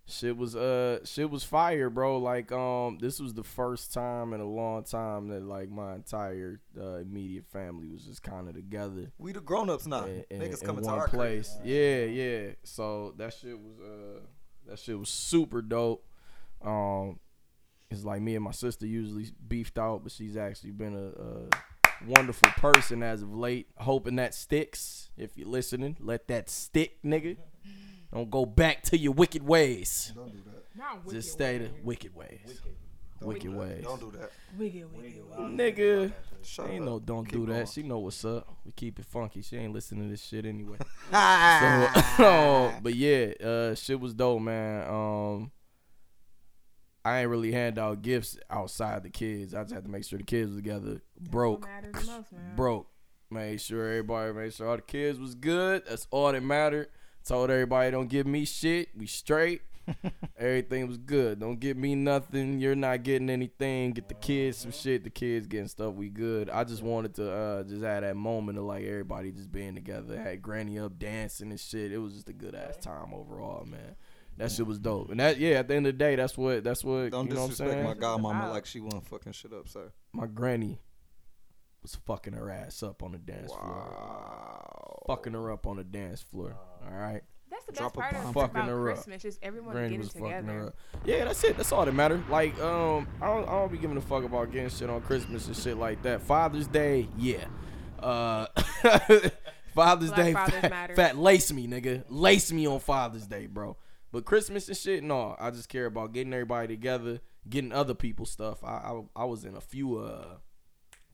Speaker 5: Shit was uh shit was fire, bro. Like um this was the first time in a long time that like my entire uh, immediate family was just kind of together.
Speaker 1: We the grown ups now.
Speaker 5: in, in-
Speaker 1: Niggas
Speaker 5: in
Speaker 1: coming to
Speaker 5: one
Speaker 1: our place.
Speaker 5: place. Yeah, yeah. So that shit was uh that shit was super dope. Um it's like me and my sister usually beefed out, but she's actually been a, a wonderful person as of late. Hoping that sticks. If you're listening, let that stick, nigga. Don't go back to your wicked ways.
Speaker 1: Don't do that.
Speaker 6: Not wicked.
Speaker 5: Just stay the wicked ways. Wicked, ways.
Speaker 1: Don't do that.
Speaker 6: Wicked, wicked, wicked.
Speaker 5: Nigga,
Speaker 1: Shut
Speaker 5: ain't
Speaker 1: up.
Speaker 5: no don't
Speaker 1: Keep
Speaker 5: do that.
Speaker 1: going.
Speaker 5: She know what's up. We keep it funky. She ain't listening to this shit anyway. so, oh, but yeah, uh, shit was dope, man. Um, I ain't really hand out gifts outside the kids. I just had to make sure the kids was together. Broke,
Speaker 6: That's what matters the most, man.
Speaker 5: broke. Made sure everybody made sure all the kids was good. That's all that mattered. Told everybody don't give me shit. We straight. Everything was good. Don't give me nothing. You're not getting anything. Get the kids some shit. The kids getting stuff. We good. I just wanted to uh just have that moment of like everybody just being together. Had granny up dancing and shit. It was just a good ass time overall, man. That shit was dope. And that yeah, at the end of the day, that's what that's what
Speaker 1: Don't
Speaker 5: you know what I'm
Speaker 1: disrespect
Speaker 5: saying.
Speaker 1: my
Speaker 5: My,
Speaker 1: godmama like she wasn't fucking shit up, sir.
Speaker 5: granny was fucking her ass up on the dance floor.
Speaker 1: Wow.
Speaker 5: Fucking her up on the dance floor. All right.
Speaker 6: That's the
Speaker 1: Drop
Speaker 6: best
Speaker 1: a
Speaker 6: part
Speaker 1: bomb.
Speaker 6: of
Speaker 5: Fucking
Speaker 6: about
Speaker 5: her up.
Speaker 6: Christmas. Just everyone
Speaker 5: Granny
Speaker 6: getting
Speaker 5: was fucking her
Speaker 6: together.
Speaker 5: up. Yeah, that's it. That's all that matter. Like, um, I don't, I don't be giving a fuck about getting shit on Christmas and shit like that. Father's Day, yeah. Uh, Father's
Speaker 6: Black
Speaker 5: Day,
Speaker 6: Fathers
Speaker 5: fat,
Speaker 6: Matter.
Speaker 5: fat lace me, nigga, lace me on Father's Day, bro. But Christmas and shit, no. I just care about getting everybody together, getting other people's stuff. I, I, I was in a few, uh,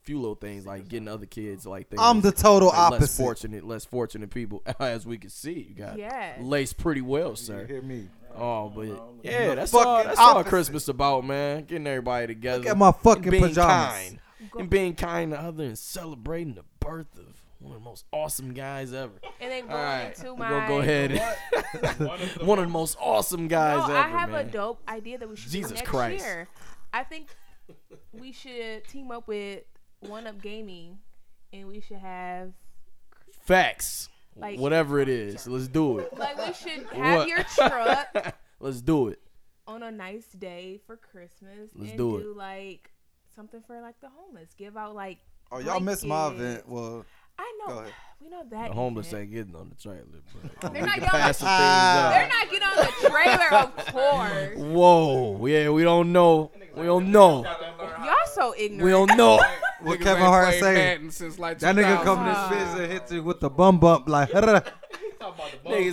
Speaker 5: few little things like getting other kids like things.
Speaker 1: I'm the total
Speaker 5: like, Less
Speaker 1: opposite.
Speaker 5: fortunate, less fortunate people, as we can see. You got
Speaker 6: Yes.
Speaker 5: laced pretty well, sir.
Speaker 1: You hear me?
Speaker 5: Oh, but yeah, that's
Speaker 1: fucking
Speaker 5: all. That's all
Speaker 1: opposite.
Speaker 5: Christmas about, man. Getting everybody together.
Speaker 1: Look at my fucking
Speaker 5: and being
Speaker 1: pajamas.
Speaker 5: kind and being kind to others and celebrating the birth of one of the most awesome guys ever.
Speaker 6: And then
Speaker 5: All
Speaker 6: going
Speaker 5: right,
Speaker 6: into
Speaker 5: we'll
Speaker 6: my
Speaker 5: go, go ahead. one of the most awesome guys
Speaker 6: No,
Speaker 5: ever.
Speaker 6: Oh, I have
Speaker 5: man.
Speaker 6: a dope idea that we should
Speaker 5: Jesus
Speaker 6: do next
Speaker 5: Christ.
Speaker 6: year. I think we should team up with One Up Gaming, and we should have
Speaker 5: Facts.
Speaker 6: Like-
Speaker 5: Whatever it is, let's do it.
Speaker 6: like we should have
Speaker 5: What?
Speaker 6: your truck
Speaker 5: Let's do it.
Speaker 6: on a nice day for Christmas
Speaker 5: Let's
Speaker 6: and
Speaker 5: do
Speaker 6: do,
Speaker 5: it.
Speaker 6: like something for like the homeless. Give out like
Speaker 1: Oh, y'all missed my
Speaker 6: Blanket.
Speaker 1: event. Well,
Speaker 6: I
Speaker 1: Go
Speaker 6: know
Speaker 1: ahead.
Speaker 6: we know know that.
Speaker 5: The homeless
Speaker 6: event.
Speaker 5: ain't getting on the trailer, bro.
Speaker 6: They're not
Speaker 5: You
Speaker 6: young.
Speaker 5: pass the things
Speaker 6: They're
Speaker 5: up.
Speaker 6: not getting on the trailer, of course.
Speaker 5: Whoa, yeah, we don't know. We don't know.
Speaker 6: Y'all so ignorant.
Speaker 5: We don't know.
Speaker 1: What
Speaker 4: Niggas
Speaker 1: Kevin
Speaker 4: ain't
Speaker 1: Hart
Speaker 4: played
Speaker 1: say?
Speaker 4: Madden since like
Speaker 1: That nigga
Speaker 4: 2000.
Speaker 1: come to fizz and hit you with the bum bump like.
Speaker 5: Niggas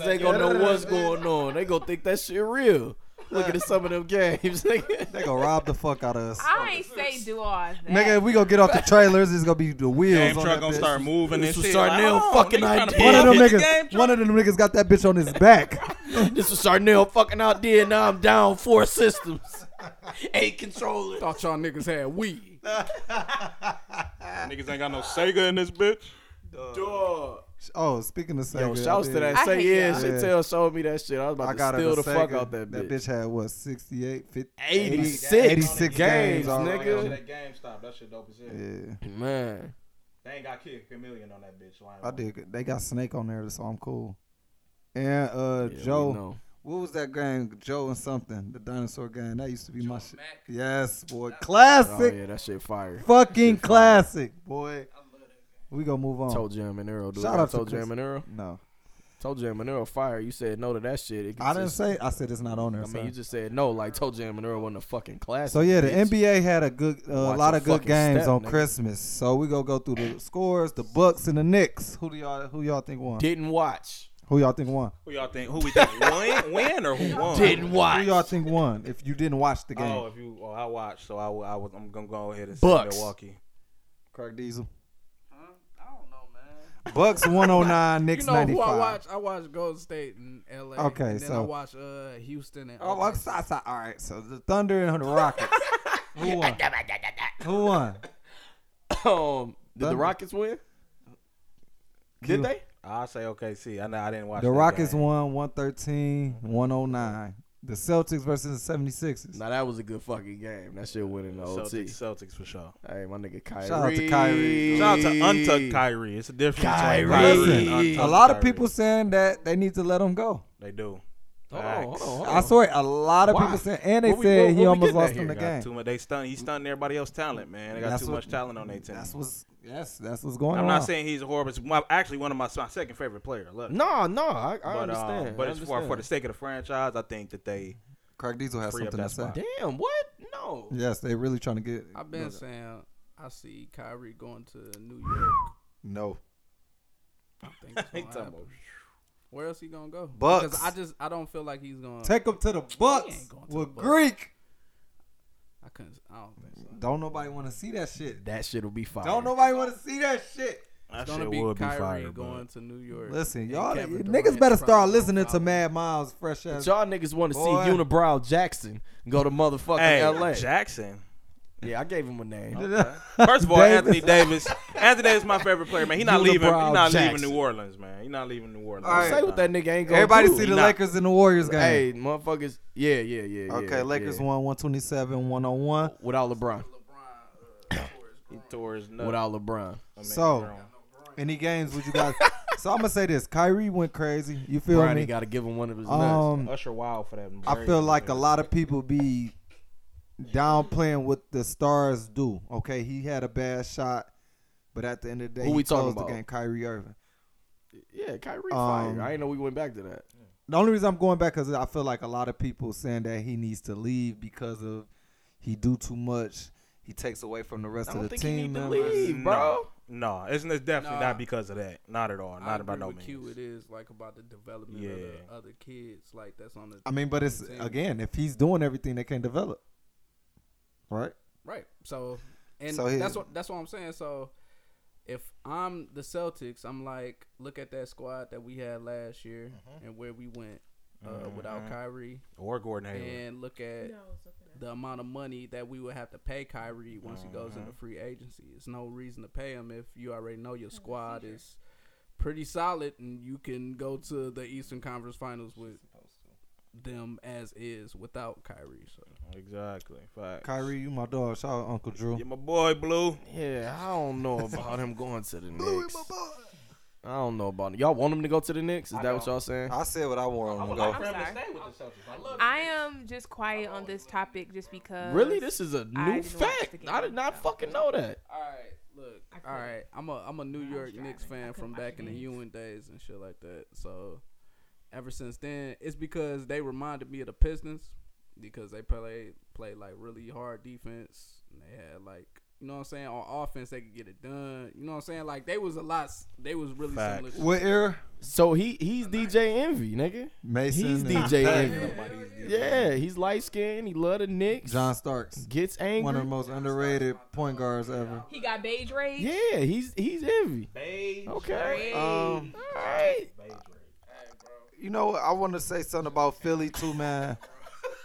Speaker 5: ain't gonna know what's going on. They gonna think that shit real. Looking at some of them games. nigga.
Speaker 1: They gonna rob the fuck out of us.
Speaker 6: I ain't say do all that.
Speaker 1: Nigga, if we gonna get off the trailers, it's gonna be the wheels
Speaker 3: Game
Speaker 1: on
Speaker 3: truck
Speaker 1: that
Speaker 3: gonna
Speaker 1: bitch.
Speaker 3: start moving and
Speaker 5: This was
Speaker 3: shit.
Speaker 5: Sarnell fucking
Speaker 3: niggas tryna
Speaker 5: idea.
Speaker 3: pull
Speaker 1: One of
Speaker 3: up
Speaker 1: them
Speaker 3: in the game
Speaker 1: niggas,
Speaker 3: truck.
Speaker 1: one of them niggas got that bitch on his back.
Speaker 5: this is Sarnell fucking out there. Now I'm down four systems, eight controllers.
Speaker 4: Thought y'all niggas had weed.
Speaker 3: Niggas ain't got no Sega in this bitch.
Speaker 1: oh, speaking of Sega,
Speaker 5: Yo, shouts
Speaker 1: I
Speaker 5: to
Speaker 1: did-
Speaker 5: that.
Speaker 6: I
Speaker 5: Say
Speaker 6: hate
Speaker 5: yeah,
Speaker 6: y'all.
Speaker 5: shit.
Speaker 1: Yeah.
Speaker 5: Tell showed me that shit. I was about
Speaker 1: I
Speaker 5: to
Speaker 1: got
Speaker 5: steal
Speaker 1: it.
Speaker 5: the fuck out that
Speaker 1: That bitch
Speaker 5: bitch.
Speaker 1: had what 68, 50,
Speaker 5: 86
Speaker 1: 86
Speaker 5: games,
Speaker 1: games,
Speaker 5: nigga.
Speaker 1: nigga.
Speaker 10: That GameStop, that shit dope as hell.
Speaker 1: Yeah,
Speaker 5: Man,
Speaker 10: They ain't got Kid Chameleon on that bitch. So I, ain't
Speaker 1: I
Speaker 10: wrong.
Speaker 1: did. good. They got Snake on there, so I'm cool. And uh,
Speaker 5: Yeah, we
Speaker 1: Joe,
Speaker 5: know.
Speaker 1: what was that game? Joe and something, the dinosaur game. That used to be my shit. Yes, boy, classic,
Speaker 5: Oh yeah, that shit fire.
Speaker 1: fucking classic, boy. We gonna move on.
Speaker 5: Told Jam and Earl. Dude.
Speaker 1: Shout
Speaker 5: I
Speaker 1: out to
Speaker 5: told
Speaker 1: Chris.
Speaker 5: Jam and Earl.
Speaker 1: No,
Speaker 5: Told Jam and Earl fire. You said no to that shit. It
Speaker 1: I didn't
Speaker 5: just-
Speaker 1: say. I said it's not on there.
Speaker 5: I
Speaker 1: so.
Speaker 5: mean, you just said no. Like told Jam and Earl wasn't a fucking classic.
Speaker 1: So yeah, the
Speaker 5: bitch.
Speaker 1: NBA had a good, a
Speaker 5: Watch
Speaker 1: lot
Speaker 5: your
Speaker 1: of good
Speaker 5: fucking
Speaker 1: games
Speaker 5: step,
Speaker 1: on
Speaker 5: nigga.
Speaker 1: Christmas. So we gonna go through the scores, the Bucks and the Knicks. Who do y'all, who y'all think won?
Speaker 5: didn't watch.
Speaker 1: Who y'all think won?
Speaker 3: Who y'all think? Who we think win, win or who won?
Speaker 5: Didn't
Speaker 1: Who
Speaker 5: watch.
Speaker 1: y'all think won? If you didn't watch the game,
Speaker 3: Oh, if you, oh, I watched, so I, wa- I was, I'm gonna go ahead and say
Speaker 5: Bucks.
Speaker 3: Milwaukee.
Speaker 1: Kirk Diesel.
Speaker 4: I don't know, man.
Speaker 1: Bucks 109, Knicks
Speaker 4: you know
Speaker 1: 95.
Speaker 4: who I watch? I watch Golden State and L.A.
Speaker 1: Okay,
Speaker 4: and then I
Speaker 1: so-
Speaker 4: watch uh, Houston and.
Speaker 1: Oh, I'm
Speaker 4: Oklahoma.
Speaker 1: sorry, sorry. All right, so the Thunder and the Rockets. who won? who won?
Speaker 5: Um, did the
Speaker 1: Thunder.
Speaker 5: Rockets win? Did they?
Speaker 3: I say OKC. I know I didn't watch.
Speaker 1: The
Speaker 3: that
Speaker 1: Rockets
Speaker 3: game.
Speaker 1: won 113, 109. The Celtics versus the 76ers.
Speaker 5: Now that was a good fucking game. That shit went in the OT.
Speaker 3: Celtics, Celtics for sure.
Speaker 5: Hey, my nigga Kyrie.
Speaker 1: Shout out to Kyrie.
Speaker 3: Shout out to Untucked Kyrie. It's a difference.
Speaker 5: Kyrie.
Speaker 3: between Kyrie and
Speaker 5: Listen,
Speaker 1: A
Speaker 3: untucked
Speaker 1: lot of
Speaker 3: Kyrie.
Speaker 1: people saying that they need to let him go.
Speaker 3: They do.
Speaker 5: Hold on, hold on, hold on.
Speaker 1: I saw it. A lot of
Speaker 5: Why?
Speaker 1: people saying, and they
Speaker 5: What we-
Speaker 1: said
Speaker 5: what- what
Speaker 1: he
Speaker 5: we
Speaker 1: almost
Speaker 5: getting at
Speaker 1: lost
Speaker 5: here?
Speaker 1: him the
Speaker 3: Got
Speaker 1: game.
Speaker 3: too much. They stunned. He stunned everybody else's talent, man. They got
Speaker 1: That's
Speaker 3: too
Speaker 1: what-
Speaker 3: much talent on their team.
Speaker 1: That's what's yes. That's what's going
Speaker 3: I'm
Speaker 1: on.
Speaker 3: not saying he's horrible. It's my, actually one of my, my second favorite player. I Love him.
Speaker 5: No, no, I, I
Speaker 3: but, um,
Speaker 5: understand.
Speaker 3: but
Speaker 5: I
Speaker 3: it's for for the
Speaker 5: understand.
Speaker 3: sake of the franchise. I think that they
Speaker 1: Craig Diesel has
Speaker 3: Free up
Speaker 1: something to
Speaker 3: that
Speaker 1: say.
Speaker 3: spot.
Speaker 5: Damn, what? No.
Speaker 1: Yes, they really trying to get.
Speaker 4: I've been saying I see Kyrie going to New York.
Speaker 1: no.
Speaker 4: I think it's gonna happen. Where else he gonna go?
Speaker 1: Bucks.
Speaker 4: Because I just I don't feel like he's gonna.
Speaker 1: Take him to the
Speaker 4: He
Speaker 1: Bucks
Speaker 4: ain't going to
Speaker 1: with
Speaker 4: the Bucks.
Speaker 1: Greek.
Speaker 4: I couldn't. I don't think so.
Speaker 1: Don't nobody want to see that shit.
Speaker 5: That shit will be fire.
Speaker 1: Don't nobody want to see that shit.
Speaker 3: that
Speaker 4: It's gonna
Speaker 3: shit
Speaker 4: be
Speaker 3: would
Speaker 4: Kyrie
Speaker 3: be fire.
Speaker 4: going to New York.
Speaker 1: Listen,
Speaker 4: and
Speaker 1: y'all
Speaker 4: Kevin
Speaker 1: niggas
Speaker 4: Durant
Speaker 1: better start
Speaker 4: probably
Speaker 1: listening
Speaker 4: gonna
Speaker 1: to
Speaker 4: follow.
Speaker 1: Mad Miles fresh
Speaker 5: But
Speaker 1: ass.
Speaker 5: y'all niggas want to see
Speaker 1: Boy.
Speaker 5: Unibrow Jackson go to motherfucking
Speaker 3: but- Hey,
Speaker 5: L.A.
Speaker 3: Jackson.
Speaker 5: yeah, I gave him a name.
Speaker 3: First of all,
Speaker 1: Davis.
Speaker 3: Anthony Davis. Anthony Davis is my favorite player, man. He not
Speaker 5: Unibrow
Speaker 3: leaving. He not
Speaker 5: Jackson.
Speaker 3: leaving New Orleans, man. He not leaving New Orleans.
Speaker 1: All right.
Speaker 5: Say what that nigga ain't going
Speaker 1: Everybody
Speaker 5: do.
Speaker 1: see
Speaker 3: He
Speaker 1: the
Speaker 3: not-
Speaker 1: Lakers and the Warriors game.
Speaker 5: Hey, motherfuckers. Yeah, yeah, yeah. yeah,
Speaker 1: okay,
Speaker 5: yeah,
Speaker 1: Lakers won 127, 101.
Speaker 5: Without LeBron.
Speaker 3: He tore his nut.
Speaker 5: Without LeBron.
Speaker 3: I mean,
Speaker 1: So-
Speaker 3: girl.
Speaker 1: Any games would you guys? so I'm gonna say this: Kyrie went crazy. You feel
Speaker 5: Bronny
Speaker 1: me?
Speaker 5: got to give him one of his nuts.
Speaker 1: um,
Speaker 3: Usher Wild for that.
Speaker 1: I feel like a lot of people be downplaying what the stars do. Okay, he had a bad shot, but at the end of the day,
Speaker 5: Who
Speaker 1: he
Speaker 5: we talking
Speaker 1: closed
Speaker 5: about?
Speaker 1: the game. Kyrie Irving.
Speaker 5: Yeah, Kyrie
Speaker 1: um,
Speaker 5: fire. I didn't know we went back to that.
Speaker 1: The only reason I'm going back is I feel like a lot of people saying that he needs to leave because of he do too much. He takes away from the rest
Speaker 5: I
Speaker 1: of
Speaker 5: don't
Speaker 1: the
Speaker 5: think he
Speaker 1: team
Speaker 5: need to
Speaker 1: members.
Speaker 5: leave, bro.
Speaker 3: No, it's, it's definitely
Speaker 4: Nah.
Speaker 3: not because of that. Not at all.
Speaker 4: I
Speaker 3: Not
Speaker 4: agree
Speaker 3: about no
Speaker 4: with Q.
Speaker 3: means.
Speaker 4: It is like about the development of
Speaker 3: Yeah.
Speaker 4: the other kids, like that's on the
Speaker 1: I mean, but it's
Speaker 4: Team.
Speaker 1: again, if he's doing everything, they can develop, right?
Speaker 4: right. So, and
Speaker 1: So he-
Speaker 4: that's what that's what I'm saying. So, if I'm the Celtics, I'm like, look at that squad that we had last year
Speaker 1: Mm-hmm.
Speaker 4: and where we went uh, without Kyrie,
Speaker 3: Or Gordon Hayward.
Speaker 4: and look at the amount of money that we would have to pay Kyrie once
Speaker 1: Mm-hmm.
Speaker 4: he goes into free agency. It's no reason to pay him if you already know your squad is pretty solid and you can go to the Eastern Conference Finals with them as is without Kyrie. So
Speaker 3: Exactly. Facts.
Speaker 1: Kyrie, you my dog. Shout out Uncle Drew.
Speaker 3: Yeah, my boy Blue.
Speaker 5: Yeah, I don't know about him going to the Knicks. I don't know about it. Y'all want him to go to the Knicks? Is that what y'all saying?
Speaker 1: I said what I want him to
Speaker 6: I'm
Speaker 1: go.
Speaker 6: sorry. I am just quiet on this topic just because.
Speaker 5: Uh, Really? This is a new
Speaker 6: didn't watch the
Speaker 5: fact.
Speaker 6: game.
Speaker 5: I did not fucking know that.
Speaker 4: all right, look,
Speaker 6: I
Speaker 4: all right, I'm a I'm a New York Knicks fan from back in the Ewing days and shit like that. So ever since then, it's because they reminded me of the Pistons because they play play like really hard defense. And they had like you know what I'm saying on offense they could get it done. You know what I'm saying like they was a lot. s- They was really similar. to-
Speaker 1: What era?
Speaker 5: So he he's DJ Envy, nigga.
Speaker 1: Mason.
Speaker 5: He's
Speaker 1: and
Speaker 5: DJ Envy.
Speaker 4: Nobody's defense.
Speaker 5: Yeah, he's light skinned. He love the Knicks.
Speaker 1: John Starks.
Speaker 5: gets angry.
Speaker 1: One of the most underrated point guards ever.
Speaker 6: He got beige rage.
Speaker 5: yeah, he's he's Envy. Okay.
Speaker 1: Um,
Speaker 5: All right.
Speaker 1: you know what? I want to say something about Philly too, man.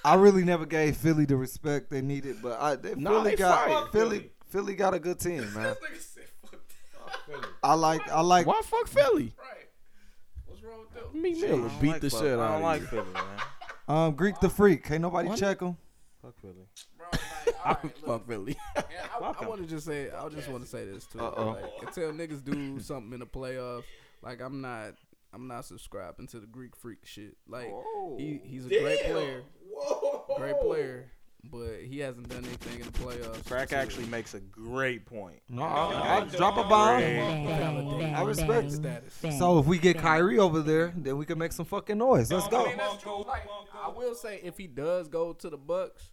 Speaker 1: I really never gave Philly the respect they needed, but I they,
Speaker 5: Nah,
Speaker 1: Philly
Speaker 5: they
Speaker 1: got
Speaker 5: fire.
Speaker 1: Philly Philly got a good team, man. I like I like
Speaker 5: Why fuck Philly?
Speaker 4: What's wrong with them?
Speaker 5: Me Miller beat the shit out
Speaker 3: I don't
Speaker 5: of
Speaker 3: like
Speaker 5: you.
Speaker 3: Philly, man.
Speaker 1: um Greek the Freak. Can't nobody check him.
Speaker 3: Fuck Philly.
Speaker 4: Bro, like, all right, look,
Speaker 5: Fuck Philly.
Speaker 4: and I, I want to just say, I just want to say this too.
Speaker 1: Uh-oh.
Speaker 4: Like, until niggas do something in the playoffs, like I'm not, I'm not subscribing to the Greek freak shit. Like he, he's a great player, great player, but he hasn't done anything in the playoffs.
Speaker 3: Crack
Speaker 4: to
Speaker 3: actually makes a great point.
Speaker 1: No, I, I drop a bomb.
Speaker 4: validate
Speaker 1: I respect it.
Speaker 4: status.
Speaker 1: So if we get Kyrie over there, then we can make some fucking noise. Let's go.
Speaker 4: Like, I will say, if he does go to the Bucks,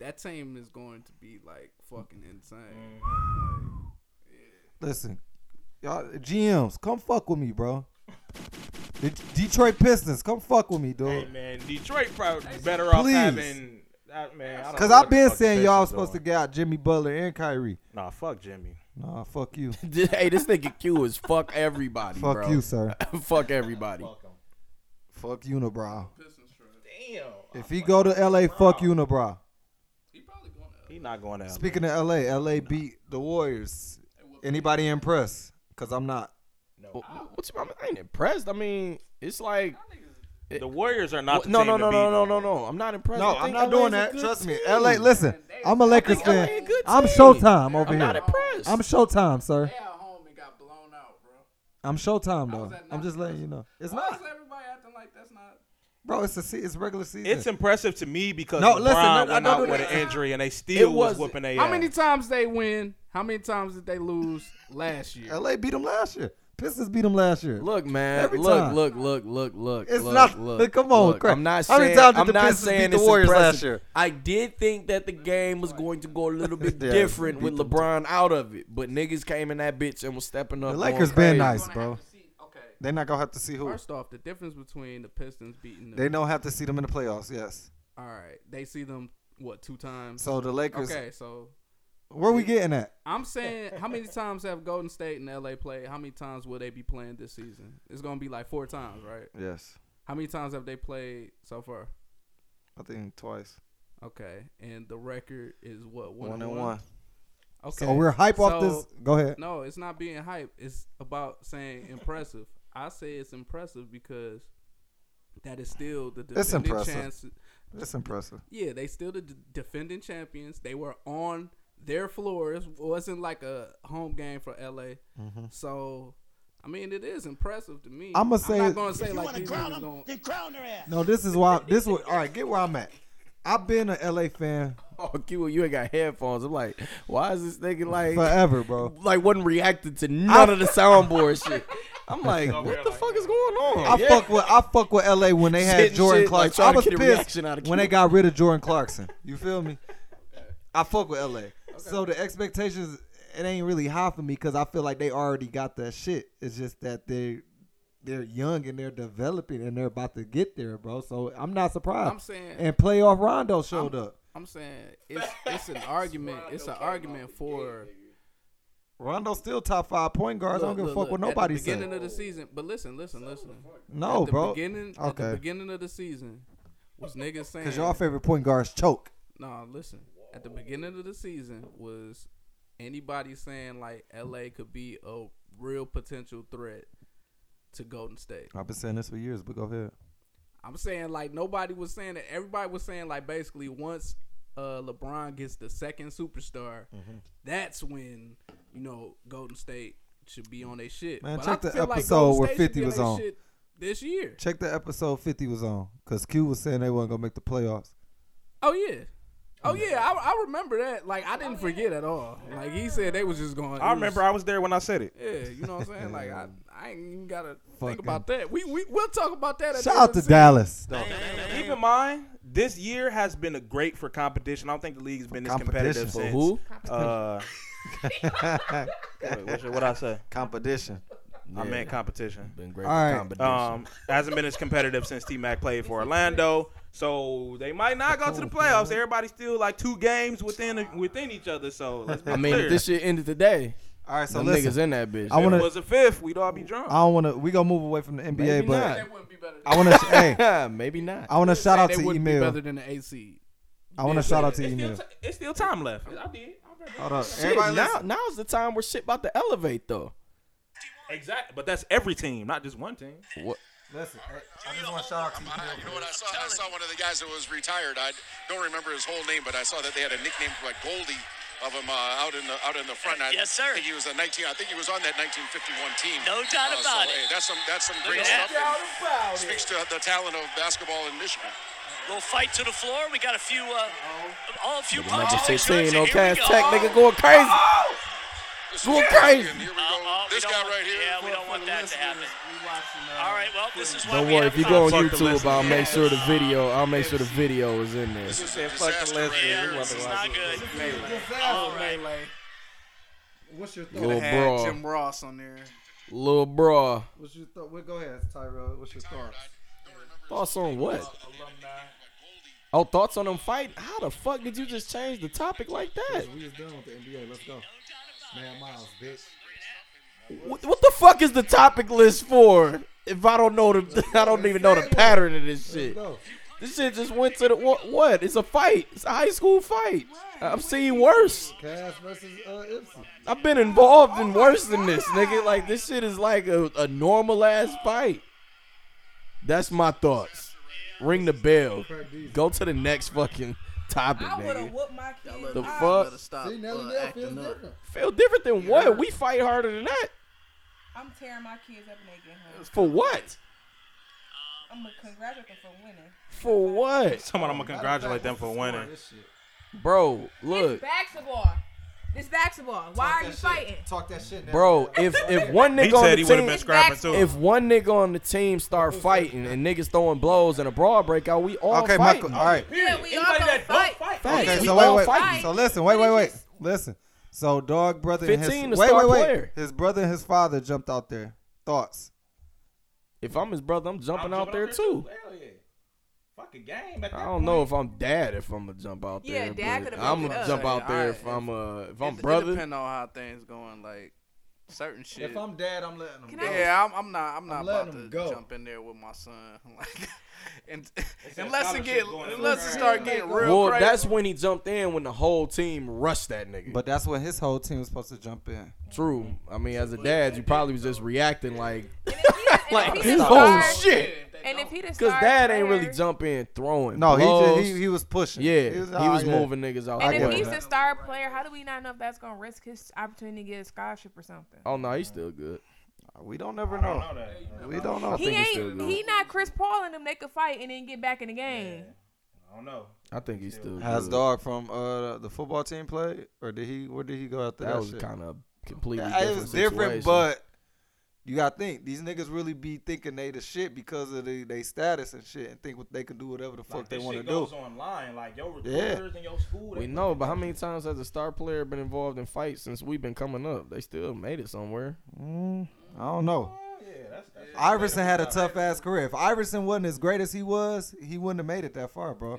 Speaker 4: that team is going to be like fucking insane.
Speaker 1: Listen, y'all GMs, come fuck with me, bro. The Detroit Pistons, come fuck with me,
Speaker 3: Hey
Speaker 1: dude.
Speaker 3: man, Detroit probably better off
Speaker 1: Please.
Speaker 3: having. I, man, I don't
Speaker 1: Cause
Speaker 3: know
Speaker 1: I've
Speaker 3: what the
Speaker 1: been
Speaker 3: fuck
Speaker 1: saying y'all
Speaker 3: Pistons
Speaker 1: supposed to
Speaker 3: doing.
Speaker 1: get out Jimmy Butler and Kyrie.
Speaker 3: Nah, fuck Jimmy.
Speaker 1: Nah, fuck you,
Speaker 5: hey, this nigga Q is fuck everybody,
Speaker 1: fuck
Speaker 5: bro.
Speaker 1: you, sir.
Speaker 5: fuck everybody.
Speaker 1: Fuck Unibrow.
Speaker 3: Damn.
Speaker 1: If he go to LA, fuck Unibrow.
Speaker 4: He probably going to.
Speaker 3: He not going out.
Speaker 1: Speaking of LA, LA beat the Warriors. Anybody impressed? Cause I'm not.
Speaker 5: What's your I ain't impressed. I mean, it's like
Speaker 3: the Warriors are not.
Speaker 5: Wha-
Speaker 3: the
Speaker 5: no,
Speaker 3: team
Speaker 5: no,
Speaker 3: to
Speaker 5: no,
Speaker 3: beat.
Speaker 5: no, no, no, no. I'm not impressed.
Speaker 1: No,
Speaker 5: I
Speaker 1: I'm
Speaker 5: think
Speaker 1: not
Speaker 5: LA 's
Speaker 1: doing
Speaker 5: a
Speaker 1: that.
Speaker 5: good
Speaker 1: Trust me.
Speaker 5: team.
Speaker 1: LA, listen, I'm a Lakers
Speaker 5: LA
Speaker 1: fan.
Speaker 5: a good
Speaker 1: I'm
Speaker 5: team.
Speaker 1: Showtime over
Speaker 5: I'm not
Speaker 1: here.
Speaker 5: impressed.
Speaker 1: I'm Showtime, sir.
Speaker 4: They at home and got blown out, bro.
Speaker 1: I'm Showtime though.
Speaker 4: that
Speaker 1: I'm
Speaker 4: not
Speaker 1: just letting you know. It's
Speaker 4: Why
Speaker 1: not,
Speaker 4: is everybody acting like that's not?
Speaker 1: bro. It's a se- it's regular season.
Speaker 3: It's impressive to me because
Speaker 1: No,
Speaker 3: LeBron
Speaker 1: listen, no,
Speaker 3: went
Speaker 1: no, no,
Speaker 3: out
Speaker 1: no,
Speaker 3: with
Speaker 1: no.
Speaker 3: an injury and they still was
Speaker 5: wasn't.
Speaker 3: whooping their
Speaker 4: How
Speaker 3: ass.
Speaker 4: many times they win? How many times did they lose last year?
Speaker 1: LA beat them last year. Pistons beat them last year.
Speaker 5: Look, man.
Speaker 1: Every
Speaker 5: look,
Speaker 1: time.
Speaker 5: look, look, look, look.
Speaker 1: It's
Speaker 5: look,
Speaker 1: not-
Speaker 5: Look,
Speaker 1: come on,
Speaker 5: look.
Speaker 1: Craig.
Speaker 5: I'm not
Speaker 1: How
Speaker 5: saying.
Speaker 1: many times did
Speaker 5: I'm
Speaker 1: the
Speaker 5: not
Speaker 1: Pistons
Speaker 5: saying
Speaker 1: beat the
Speaker 5: it's
Speaker 1: Warriors
Speaker 5: impressive.
Speaker 1: last year?
Speaker 5: I did think that the game was going to go a little bit
Speaker 1: Yeah,
Speaker 5: different
Speaker 1: beat
Speaker 5: with
Speaker 1: them.
Speaker 5: LeBron out of it, but niggas came in that bitch and was stepping up.
Speaker 1: the
Speaker 5: going
Speaker 1: Lakers been
Speaker 5: crazy.
Speaker 1: nice, bro.
Speaker 4: Okay.
Speaker 1: They're not gonna have to see who.
Speaker 4: First off, the difference between the Pistons beating them.
Speaker 1: They don't have to see them in the playoffs. Yes.
Speaker 4: all right, they see them what two times?
Speaker 1: So the Lakers.
Speaker 4: okay, so
Speaker 1: Where we getting at?
Speaker 4: I'm saying how many times have Golden State and LA played? How many times will they be playing this season? It's gonna be like four times, right?
Speaker 1: Yes.
Speaker 4: How many times have they played so far?
Speaker 1: I think twice.
Speaker 4: Okay, and the record is what one,
Speaker 1: One,
Speaker 4: and
Speaker 1: and
Speaker 4: one.
Speaker 1: one.
Speaker 4: Okay,
Speaker 1: So we're hype off
Speaker 4: So-
Speaker 1: this. Go ahead.
Speaker 4: No, it's not being hype. It's about saying impressive. I say it's impressive because that is still the
Speaker 1: It's
Speaker 4: defending
Speaker 1: impressive.
Speaker 4: chance.
Speaker 1: That's impressive.
Speaker 4: Yeah, they still the d- defending champions. They were on their floor. It wasn't like a home game for LA. So, I mean, it is impressive to me.
Speaker 1: Mm-hmm. I'ma say-
Speaker 4: I'm not gonna say like these niggas gonna.
Speaker 1: No, this is why. This was all right. Get where I'm at. I've been an LA fan
Speaker 5: Oh, Q, you ain't got headphones. I'm like, why is this nigga like
Speaker 1: forever, bro.
Speaker 5: like wasn't reacting to none of the soundboard shit? I'm like, what the fuck is going on?
Speaker 1: I
Speaker 5: Yeah.
Speaker 1: fuck with I fuck with LA when they had
Speaker 5: Shit and
Speaker 1: Jordan
Speaker 5: shit, like
Speaker 1: Clarkson.
Speaker 5: trying
Speaker 1: I
Speaker 5: to
Speaker 1: was
Speaker 5: get a
Speaker 1: pissed
Speaker 5: reaction out of
Speaker 1: when they
Speaker 5: Q.
Speaker 1: got rid of Jordan Clarkson. You feel me? I fuck with LA. So the expectations it ain't really high for me because I feel like they already got that shit. It's just that they they're young and they're developing and they're about to get there, bro. So I'm not surprised.
Speaker 4: I'm saying-
Speaker 1: and playoff Rondo showed up.
Speaker 4: I'm saying it's it's an argument. It's an argument for.
Speaker 1: Rondo still top five point guards. I don't give a
Speaker 4: Look,
Speaker 1: fuck
Speaker 4: look,
Speaker 1: what nobody
Speaker 4: At the beginning
Speaker 1: said.
Speaker 4: of the season, but listen, listen, listen.
Speaker 1: No,
Speaker 4: at the
Speaker 1: bro.
Speaker 4: Beginning, At the
Speaker 1: Okay,
Speaker 4: beginning of the season, was niggas saying.
Speaker 1: because y'all favorite point guards choke.
Speaker 4: No, listen. At the beginning of the season, was anybody saying like LA could be a real potential threat to Golden State?
Speaker 1: I've been saying this for years, but go ahead.
Speaker 4: I'm saying like nobody was saying that. Everybody was saying like basically once uh, LeBron gets the second superstar,
Speaker 1: Mm-hmm.
Speaker 4: that's when you know Golden State should be on their shit.
Speaker 1: Man,
Speaker 4: But
Speaker 1: check
Speaker 4: I
Speaker 1: the
Speaker 4: feel like
Speaker 1: episode
Speaker 4: Golden
Speaker 1: where
Speaker 4: State should
Speaker 1: 50
Speaker 4: be
Speaker 1: was
Speaker 4: their
Speaker 1: on.
Speaker 4: shit this year.
Speaker 1: Check the episode 50 was on because Q was saying they wasn't going to make the playoffs.
Speaker 4: Oh yeah, Oh yeah, I, I remember that. Like I didn't forget at all. Like he said, they was just going.
Speaker 3: Oh, I remember I was there when I said it.
Speaker 4: Yeah, you know what I'm saying. Like I, I ain't even gotta think about that. We we we'll talk about that. At
Speaker 1: Shout
Speaker 4: the
Speaker 1: out
Speaker 4: end
Speaker 1: to
Speaker 4: of the season.
Speaker 1: Dallas. though.
Speaker 3: Keep in mind, this year has been a great for competition. I don't think the league's been this competitive
Speaker 1: competition. For
Speaker 3: since.
Speaker 5: Who?
Speaker 3: Uh, wait, what should- what'd I say?
Speaker 1: Competition.
Speaker 3: I meant competition.
Speaker 5: Been great
Speaker 1: All right.
Speaker 3: Um, hasn't been as competitive since T Mac played for Orlando. So they might not go to the playoffs. Everybody's still like two games within within each other. So let's be
Speaker 5: I mean,
Speaker 3: clear.
Speaker 5: if this shit ended today,
Speaker 1: All right, Um, so
Speaker 5: them
Speaker 1: listen.
Speaker 5: niggas in that bitch.
Speaker 1: I
Speaker 3: if
Speaker 1: wanna-
Speaker 3: it was a fifth, we'd all be drunk.
Speaker 1: I don't want to. We gonna move away from the NBA,
Speaker 5: Maybe
Speaker 1: but
Speaker 5: not.
Speaker 4: That wouldn't be better.
Speaker 1: I want to. hey,
Speaker 5: Maybe not.
Speaker 1: I want to shout out
Speaker 4: They
Speaker 1: to
Speaker 4: wouldn't be
Speaker 1: email.
Speaker 4: better than the AC.
Speaker 1: I want to shout out to
Speaker 3: it's, still
Speaker 1: email.
Speaker 3: t- it's still time left. I did.
Speaker 1: Hold up,
Speaker 5: Shit,
Speaker 1: everybody.
Speaker 5: now,
Speaker 1: listen.
Speaker 5: now's the time where shit about to elevate though.
Speaker 3: Exactly. But that's every team, not just one team.
Speaker 1: Listen, I just want to shout out to email.
Speaker 10: You know what I saw? I saw one of the guys that was retired. I don't remember his whole name, but I saw that they had a nickname like Goldie of him uh, out in the out in the front. I
Speaker 11: Yes, sir.
Speaker 10: think he was a 19. I think he was on that 1951 team.
Speaker 11: No doubt
Speaker 10: Uh, so,
Speaker 11: about it.
Speaker 10: hey, that's some that's some great
Speaker 11: at
Speaker 10: stuff. and Speaks to the talent of basketball in Michigan.
Speaker 11: Little fight to the floor. We got a few, uh, all a few
Speaker 5: Number
Speaker 11: punches.
Speaker 5: 16
Speaker 11: Oh,
Speaker 5: on
Speaker 11: Here we
Speaker 5: Cash
Speaker 11: go. Oh!
Speaker 5: Tech, nigga going crazy.
Speaker 10: This
Speaker 5: Going
Speaker 10: is-
Speaker 5: crazy.
Speaker 10: and here we go.
Speaker 11: Uh-oh, Uh, we
Speaker 10: this
Speaker 11: don't
Speaker 10: guy
Speaker 11: want-
Speaker 10: right here.
Speaker 11: Yeah, we don't want that to happen. All right, well, this is why
Speaker 5: Don't
Speaker 11: we
Speaker 5: worry,
Speaker 11: have
Speaker 5: if you go on
Speaker 11: content.
Speaker 5: YouTube, I'll make sure the video, I'll make sure the video is in there.
Speaker 10: This is
Speaker 3: Yeah,
Speaker 10: a
Speaker 3: fuck the
Speaker 10: disaster
Speaker 3: Lakers.
Speaker 10: right
Speaker 11: Yeah,
Speaker 10: here.
Speaker 11: this is not good. All right.
Speaker 12: What's your thought?
Speaker 5: Little bra,
Speaker 12: Tim Ross on there.
Speaker 5: little bra.
Speaker 1: What's your thought? Well, go ahead, Tyrell. What's your thoughts?
Speaker 5: Thoughts on what? Oh, thoughts on them fight? How the fuck did you just change the topic like that?
Speaker 1: We just done with the NBA. Let's go. Man, Miles, bitch.
Speaker 5: What, what the fuck is the topic list for? If I don't know the, I don't even know the pattern of this shit.
Speaker 1: Go.
Speaker 5: This shit just went to the what? what? It's a fight. It's a high school fight. I've seen worse.
Speaker 1: Cass versus uh, Ipsy.
Speaker 5: I've been involved in worse than this, nigga. Like this shit is like a, a normal ass fight. That's my thoughts. Ring the bell. Go to the next fucking topic,
Speaker 6: I would have
Speaker 5: nigga.
Speaker 6: whooped my kid.
Speaker 5: The
Speaker 6: I-
Speaker 5: fuck?
Speaker 4: Better stop
Speaker 1: See, Nelly
Speaker 4: uh,
Speaker 1: Nell feels
Speaker 4: acting up.
Speaker 1: different.
Speaker 5: Feel different than what? We fight harder than that.
Speaker 6: I'm tearing my kids up and they get home.
Speaker 5: For what?
Speaker 6: I'm gonna congratulate them for winning.
Speaker 5: For what?
Speaker 3: Someone I'm gonna congratulate them for winning.
Speaker 1: This shit.
Speaker 5: Bro, look.
Speaker 6: It's basketball. It's basketball. Why
Speaker 1: Talk
Speaker 6: are
Speaker 1: that
Speaker 6: you
Speaker 1: shit.
Speaker 6: fighting?
Speaker 1: Talk that shit, Nelly.
Speaker 5: Bro, if if one
Speaker 3: He
Speaker 5: nigga on the
Speaker 3: said he would
Speaker 5: team
Speaker 3: have been scrapping
Speaker 6: Back-
Speaker 3: too.
Speaker 5: if one nigga on the team start fighting and niggas throwing blows and a brawl breakout, we all
Speaker 1: Okay,
Speaker 5: fighting.
Speaker 1: Michael. All right.
Speaker 6: Yeah,
Speaker 3: Anybody
Speaker 6: we all gonna
Speaker 3: that don't
Speaker 6: fight.
Speaker 3: fight.
Speaker 5: Facts.
Speaker 1: Okay,
Speaker 5: We
Speaker 1: so wait,
Speaker 5: all
Speaker 1: wait.
Speaker 5: fighting.
Speaker 1: So listen, wait,
Speaker 6: What
Speaker 1: wait,
Speaker 6: did
Speaker 1: wait.
Speaker 6: you s-
Speaker 1: Listen. So dog brother and his
Speaker 5: 15 to
Speaker 1: wait,
Speaker 5: star
Speaker 1: wait, wait.
Speaker 5: player.
Speaker 1: His brother and his father jumped out there. Thoughts?
Speaker 5: If I'm his brother, I'm jumping out there too.
Speaker 3: Hell yeah. Fucking game at that
Speaker 5: I don't know if I'm dad if I'm gonna jump out
Speaker 6: Yeah,
Speaker 5: there.
Speaker 6: dad
Speaker 5: but
Speaker 6: could've
Speaker 5: I'm
Speaker 6: picked it
Speaker 5: gonna
Speaker 6: up.
Speaker 5: jump out there if
Speaker 4: Alright,
Speaker 5: I'm uh if I'm
Speaker 4: It- It
Speaker 5: brother.
Speaker 4: depends on how things going. Like certain shit.
Speaker 1: dad, I'm letting him
Speaker 6: Can I-
Speaker 4: yeah, I'm, I'm not. I'm not
Speaker 1: letting
Speaker 4: about to
Speaker 1: him go.
Speaker 4: jump in there with my son. Like, and
Speaker 3: that
Speaker 4: unless
Speaker 3: scholarship
Speaker 4: it get,
Speaker 3: going
Speaker 4: unless it
Speaker 3: somewhere.
Speaker 4: start getting real
Speaker 5: well,
Speaker 4: crazy.
Speaker 5: that's when he jumped in when the whole team rushed that nigga.
Speaker 1: But that's when his whole team was supposed to jump in.
Speaker 5: True. I mean, as a dad, you probably was just reacting like,
Speaker 6: And
Speaker 5: like
Speaker 6: if he the
Speaker 5: oh
Speaker 6: star-
Speaker 5: shit,
Speaker 6: And if he just
Speaker 5: because
Speaker 6: because
Speaker 5: dad ain't really jump in throwing.
Speaker 1: No,
Speaker 5: blows.
Speaker 1: he, just, he he was pushing.
Speaker 5: yeah, he was,
Speaker 1: ah, yeah.
Speaker 5: moving niggas out.
Speaker 1: I
Speaker 6: And
Speaker 5: the
Speaker 1: get
Speaker 6: if
Speaker 5: way.
Speaker 6: he's
Speaker 1: that.
Speaker 6: a star player, how do we not know if that's gonna risk his opportunity to get a scholarship or something?
Speaker 5: Oh no, he's still good.
Speaker 1: We don't ever know. We don't know.
Speaker 5: I
Speaker 6: He
Speaker 5: think he's still
Speaker 6: ain't.
Speaker 5: good.
Speaker 6: He not Chris Paul and them. They could fight and then get back in the game.
Speaker 3: I don't know.
Speaker 5: I think he's still.
Speaker 1: Has
Speaker 5: good.
Speaker 1: dog from uh the football team played, or did he? Where did he go after that?
Speaker 5: That was
Speaker 1: shit?
Speaker 5: kind of completely
Speaker 1: Yeah,
Speaker 5: different.
Speaker 1: it was different,
Speaker 5: situation.
Speaker 1: but you gotta think these niggas really be thinking they the shit because of the, they status and shit, and think what they can do whatever the fuck
Speaker 3: Like,
Speaker 1: they
Speaker 3: this
Speaker 1: want to
Speaker 3: shit
Speaker 1: do.
Speaker 3: goes online, like your
Speaker 1: Yeah.
Speaker 3: recruiters and your school. they
Speaker 5: we know. But how many times has a star player been involved in fights since we've been coming up? They still made it somewhere.
Speaker 1: Mm, I don't know.
Speaker 3: Yeah, that's, that's
Speaker 1: Iverson had a tough ass career. If Iverson wasn't as great as he was, he wouldn't have made it that far, bro.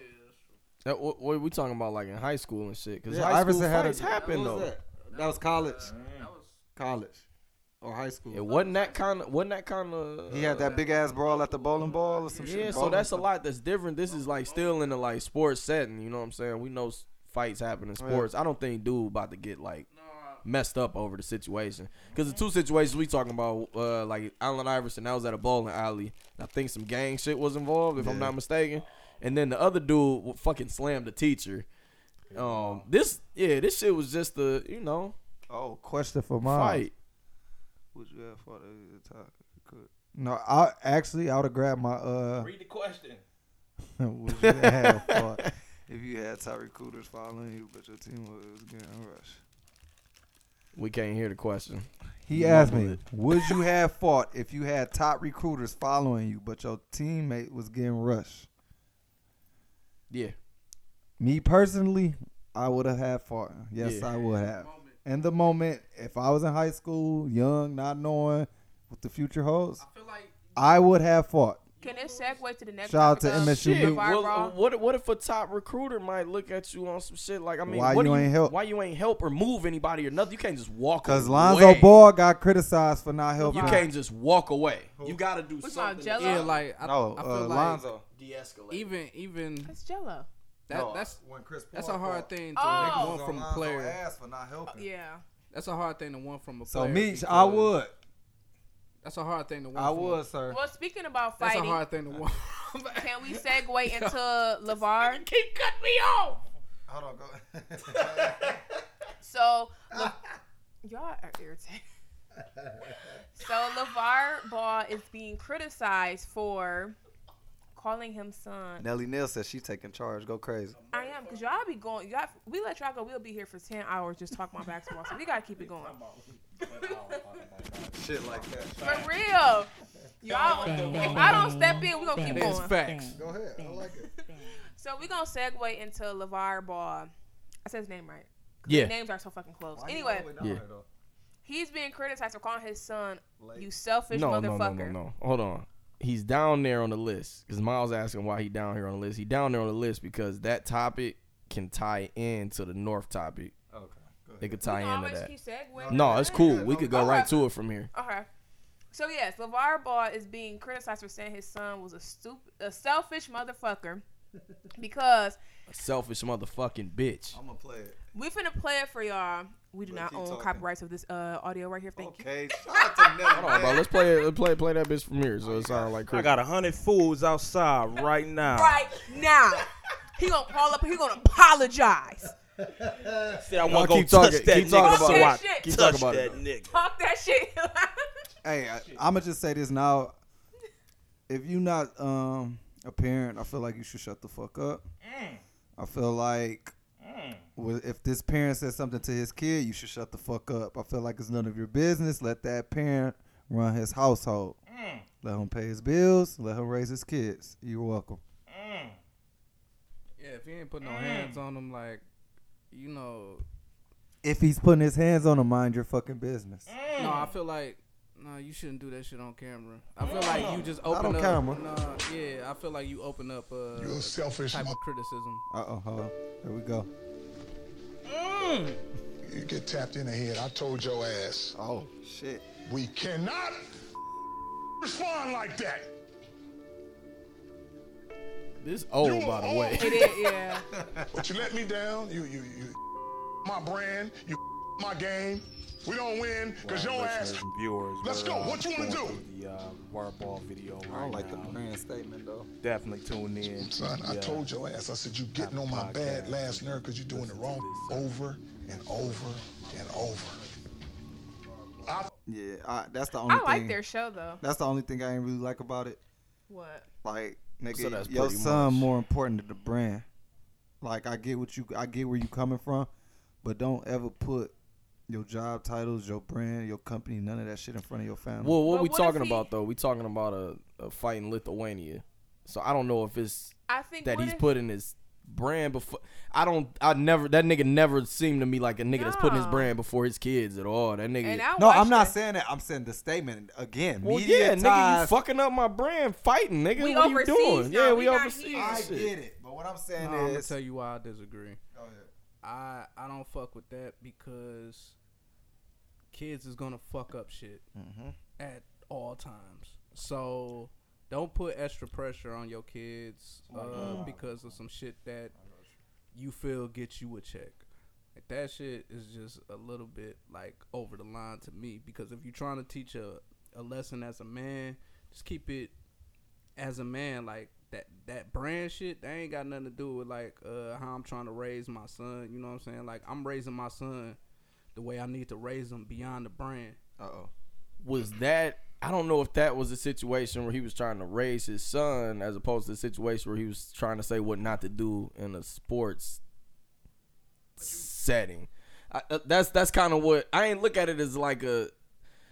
Speaker 5: That, what, what we talking about, like in high school and shit? Because
Speaker 1: Yeah,
Speaker 5: high
Speaker 1: Iverson
Speaker 5: school
Speaker 1: had
Speaker 5: fights
Speaker 1: a,
Speaker 5: happen
Speaker 1: what was
Speaker 5: though.
Speaker 1: That? That was college, college, or high
Speaker 5: It
Speaker 1: school.
Speaker 5: wasn't that kind of. Wasn't that kind of.
Speaker 1: He had that big ass brawl at the bowling ball or some shit.
Speaker 5: Yeah, so
Speaker 1: Bowling
Speaker 5: that's a
Speaker 1: ball.
Speaker 5: lot that's different. This is like still in the like sports setting. You know what I'm saying? We know s- fights happen in sports. I don't think dude about to get like messed up over the situation because the two situations we talking about, uh, like Allen Iverson, that was at a bowling alley. I think some gang shit was involved, if I'm not mistaken. And then the other dude w- fucking slammed the teacher. Um, this yeah, this shit was just the you know
Speaker 1: Oh, question for mom.
Speaker 5: fight.
Speaker 1: Would you have fought at the top? if you could? No, I actually I would have grabbed my uh.
Speaker 3: Read the question.
Speaker 1: would you have fought if you had Tyreek Cooters following you, but your team was getting rushed.
Speaker 5: We can't hear the question.
Speaker 1: He asked me, "Would you have fought if you had top recruiters following you, but your teammate was getting rushed?"
Speaker 5: Yeah.
Speaker 1: Me personally, I would have had fought. Yes,
Speaker 5: Yeah.
Speaker 1: I would have. In the moment, if I was in high school, young, not knowing what the future holds,
Speaker 4: I feel like
Speaker 1: I would have fought.
Speaker 6: Can it segue to the next?
Speaker 1: Shout out to
Speaker 6: topic Uh, of
Speaker 1: MSU
Speaker 6: the
Speaker 1: Luke.
Speaker 6: Fire
Speaker 5: Well,
Speaker 6: Brawl?
Speaker 5: what what if a top recruiter might look at you on some shit like I mean,
Speaker 1: Why
Speaker 5: what do
Speaker 1: you ain't help?
Speaker 5: Why you ain't help or move anybody or nothing? You can't just walk.
Speaker 1: Because
Speaker 5: away.
Speaker 1: Lonzo Ball got criticized for not helping.
Speaker 5: You can't just walk away. You gotta do
Speaker 6: What's
Speaker 5: something.
Speaker 6: on
Speaker 5: to
Speaker 6: Jello?
Speaker 4: yeah, like I,
Speaker 1: No,
Speaker 4: I feel
Speaker 1: uh,
Speaker 4: like
Speaker 1: Lonzo.
Speaker 5: De-escalate.
Speaker 4: even even
Speaker 6: That's Jello.
Speaker 4: that that's
Speaker 1: when Chris
Speaker 4: that's a hard thing to
Speaker 6: Oh.
Speaker 4: want from a player.
Speaker 1: for not helping.
Speaker 6: Yeah.
Speaker 4: That's a hard thing to want from a
Speaker 1: So
Speaker 4: player.
Speaker 1: Meech, I
Speaker 4: because-
Speaker 1: would,
Speaker 4: That's a hard thing to want.
Speaker 1: I
Speaker 4: from a-
Speaker 1: would, sir.
Speaker 6: Well, speaking about
Speaker 4: That's
Speaker 6: fighting,
Speaker 4: a hard thing to want.
Speaker 6: can we segue into Levar?
Speaker 4: Keep cutting me off.
Speaker 1: Hold on, go.
Speaker 6: So, Le- y'all are irritating. so, LeVar Ball is being criticized for calling him son.
Speaker 1: Nellie Neal says she taking charge. Go crazy.
Speaker 6: I am, because y'all be going, y'all, we let y'all go, we'll be here for 10 hours just talking about basketball, so we got to keep it going.
Speaker 1: Shit like that.
Speaker 6: For real. Y'all, if I don't step in, we're going to keep
Speaker 4: It's
Speaker 6: going.
Speaker 4: facts.
Speaker 1: Go ahead. I like it.
Speaker 6: So, we're going to segue into LeVar Ball. I said his name right. 'Cause
Speaker 5: Yeah.
Speaker 6: Names are so fucking close. Anyway,
Speaker 5: Yeah.
Speaker 6: he's being criticized for calling his son,
Speaker 1: Like-
Speaker 6: you selfish
Speaker 5: no, no, no,
Speaker 6: motherfucker.
Speaker 5: no, no. Hold on. He's down there on the list because Miles asking why he down here on the list. He down there on the list because that topic can tie in to the North topic.
Speaker 1: Okay. Go
Speaker 5: It could
Speaker 6: We
Speaker 5: tie
Speaker 6: can
Speaker 5: into
Speaker 6: always
Speaker 5: that.
Speaker 6: keep segueing.
Speaker 5: No, it's cool. We could go
Speaker 6: Okay.
Speaker 5: right to it from here.
Speaker 6: Okay. So yes, LeVar Ball is being criticized for saying his son was a stupid, a selfish motherfucker, because
Speaker 5: A selfish motherfucking bitch.
Speaker 1: I'm gonna play it.
Speaker 6: we finna play it for y'all. We do
Speaker 1: But
Speaker 6: not
Speaker 1: keep
Speaker 6: own
Speaker 1: talking.
Speaker 6: copyrights of this uh, audio right here. Thank
Speaker 1: Okay. Shout out to Nelly.
Speaker 5: Hold on, bro. Let's play it. Let's play play that bitch from here. So it sounds
Speaker 3: I
Speaker 5: like Chris.
Speaker 3: got a hundred fools outside right now.
Speaker 6: you. Right now, he gonna call up and he gonna apologize.
Speaker 3: See, I
Speaker 5: Y'all
Speaker 3: want to go
Speaker 5: keep
Speaker 3: touch
Speaker 5: talking-
Speaker 3: that
Speaker 5: keep
Speaker 3: nigga.
Speaker 5: talking
Speaker 6: about
Speaker 3: so
Speaker 6: it.
Speaker 3: I
Speaker 6: Shit.
Speaker 5: Keep
Speaker 3: touch
Speaker 5: talking about
Speaker 3: that
Speaker 5: it.
Speaker 3: nigga.
Speaker 6: Talk that shit.
Speaker 1: Hey, I, am gonna just say this now. If you not um a parent, I feel like you should shut the fuck up.
Speaker 6: Mm.
Speaker 1: I feel like wh- if this parent says something to his kid, you should shut the fuck up. I feel like it's none of your business. Let that parent run his household.
Speaker 6: Mm.
Speaker 1: Let him pay his bills. Let him raise his kids. You're welcome.
Speaker 4: Yeah, if you ain't put no
Speaker 6: Mm.
Speaker 4: hands on them, like you know,
Speaker 1: If he's putting his hands on him, mind your fucking business.
Speaker 6: Mm.
Speaker 4: No, I feel like no, you shouldn't do that shit on camera. I feel like
Speaker 6: Mm.
Speaker 4: you just open
Speaker 1: on
Speaker 4: up.
Speaker 1: camera.
Speaker 4: Nah, yeah, I feel like you open up uh,
Speaker 11: You a selfish.
Speaker 4: type of criticism.
Speaker 1: Uh oh, hold on. Here we go.
Speaker 11: You get tapped in the head. I told your ass
Speaker 1: Oh shit.
Speaker 11: we cannot respond like that.
Speaker 5: This old, by the way.
Speaker 6: it is, yeah.
Speaker 11: But you let me down. You you you my brand. You my game. We don't win because your ass.
Speaker 3: Listeners, viewers,
Speaker 11: Let's
Speaker 3: we're,
Speaker 11: go.
Speaker 3: uh,
Speaker 11: What you wanna
Speaker 3: going
Speaker 11: do?
Speaker 3: through The uh, Wireball video
Speaker 1: I don't
Speaker 3: right
Speaker 1: like the
Speaker 3: now.
Speaker 1: parent statement though.
Speaker 3: Definitely tune in.
Speaker 11: Son, I
Speaker 3: Yeah.
Speaker 11: told your ass. I said you getting on my bad last nerve because you doing the wrong over and over and over. I
Speaker 1: Yeah, I, that's the only.
Speaker 6: I like
Speaker 1: thing.
Speaker 6: their show though.
Speaker 1: That's the only thing I ain't really like about it.
Speaker 6: What?
Speaker 1: Like, nigga,
Speaker 5: So that's
Speaker 1: your
Speaker 5: pretty
Speaker 1: son
Speaker 5: much-
Speaker 1: more important than the brand. Like, I get what you, I get where you coming from, but don't ever put your job titles, your brand, your company, none of that shit in front of your family.
Speaker 5: Well, what
Speaker 6: But
Speaker 5: we
Speaker 6: what if
Speaker 5: talking
Speaker 6: he-
Speaker 5: about though? We talking about a, a fight in Lithuania. So I don't know if it's
Speaker 6: I think
Speaker 5: that
Speaker 6: what
Speaker 5: he's
Speaker 6: if-
Speaker 5: putting his brand before. I don't. I never. That nigga never seemed to me like a nigga that's putting his
Speaker 6: No.
Speaker 5: brand before his kids at all. That nigga.
Speaker 6: And I
Speaker 1: no, I'm
Speaker 6: watched
Speaker 1: not
Speaker 6: it.
Speaker 1: saying that. I'm saying the statement again.
Speaker 5: well,
Speaker 1: media
Speaker 5: yeah, nigga, you
Speaker 1: ties-
Speaker 5: fucking up my brand fighting, nigga.
Speaker 6: We
Speaker 5: what are you
Speaker 6: overseas
Speaker 5: doing?
Speaker 6: now,
Speaker 5: yeah,
Speaker 6: we
Speaker 5: we
Speaker 6: not
Speaker 5: overseas.
Speaker 6: here.
Speaker 5: and
Speaker 1: I
Speaker 5: shit.
Speaker 1: get it, but what I'm saying
Speaker 4: No, I'm gonna
Speaker 1: is,
Speaker 4: tell you why I disagree.
Speaker 1: Go ahead.
Speaker 4: I I don't fuck with that because kids is gonna fuck up shit at all times. So don't put extra pressure on your kids uh, because of some shit that you feel gets you a check. Like that shit is just a little bit like over the line to me because if you're trying to teach a a lesson as a man, just keep it as a man, like that that brand shit, that ain't got nothing to do with like uh how I'm trying to raise my son. You know what I'm saying? Like I'm raising my son the way I need to raise him beyond the brand.
Speaker 1: uh oh,
Speaker 5: Was that I don't know if that was a situation where he was trying to raise his son as opposed to a situation where he was trying to say what not to do in a sports setting. I, uh, that's that's kind of what I ain't look at it as like a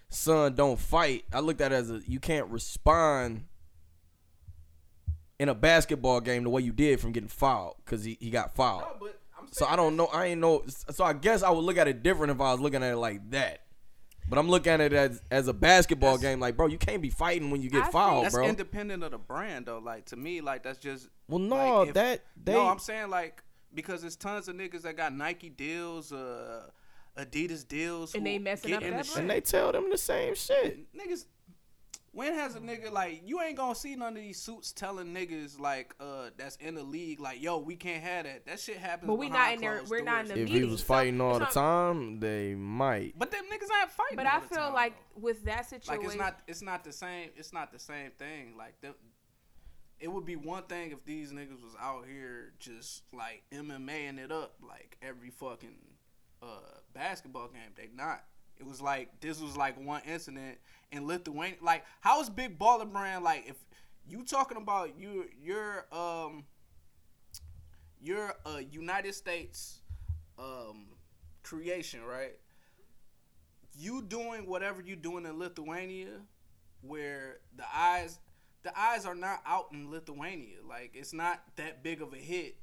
Speaker 5: son don't fight. I looked at it as a you can't respond in a basketball game the way you did from getting fouled because he, he got fouled.
Speaker 4: No, but I'm
Speaker 5: so
Speaker 4: saying
Speaker 5: I don't know. I ain't know. So I guess I would look at it different if I was looking at it like that. But I'm looking at it as as a basketball game. Like, bro, you can't be fighting when you get
Speaker 6: I
Speaker 5: fouled,
Speaker 6: think-
Speaker 4: that's
Speaker 5: bro.
Speaker 4: independent of the brand though. Like to me, like that's just
Speaker 5: Well, no,
Speaker 4: like, if-
Speaker 5: that- they-
Speaker 4: no. I'm saying like because there's tons of niggas that got Nike deals, uh, Adidas deals,
Speaker 6: And
Speaker 4: who
Speaker 6: they messing
Speaker 4: get
Speaker 6: up
Speaker 4: in
Speaker 6: that
Speaker 4: the
Speaker 6: brand?
Speaker 5: and they tell them the same shit.
Speaker 4: shit. niggas. When has a nigga like you ain't gonna see none of these suits telling niggas like uh that's in the league like yo we can't have that that shit happens.
Speaker 6: But we
Speaker 4: behind
Speaker 6: not in there-
Speaker 4: closed
Speaker 6: we're not in
Speaker 4: doors.
Speaker 6: the-
Speaker 5: If he
Speaker 6: meeting,
Speaker 5: was
Speaker 6: so-
Speaker 5: fighting all
Speaker 6: so-
Speaker 5: the time, they might.
Speaker 4: But them niggas ain't fighting.
Speaker 6: But
Speaker 4: all
Speaker 6: I
Speaker 4: the
Speaker 6: feel
Speaker 4: time,
Speaker 6: like
Speaker 4: though.
Speaker 6: with that situation,
Speaker 4: like it's not it's not the same it's not the same thing like the, it would be one thing if these niggas was out here just like MMAing it up like every fucking uh, basketball game they not it was like this was like one incident in Lithuania like how is Big Baller Brand like if you talking about you your um your uh United States um creation right you doing whatever you doing in Lithuania, where the eyes the eyes are not out in Lithuania. Like it's not that big of a hit.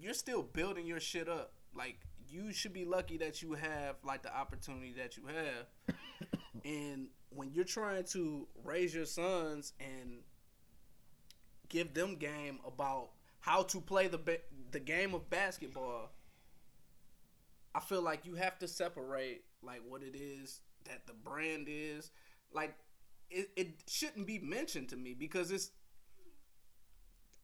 Speaker 4: You're still building your shit up. Like you should be lucky that you have like the opportunity that you have. and when you're trying to raise your sons and give them game about how to play the ba- the game of basketball, I feel like you have to separate like what it is that the brand is. Like it, it shouldn't be mentioned to me because it's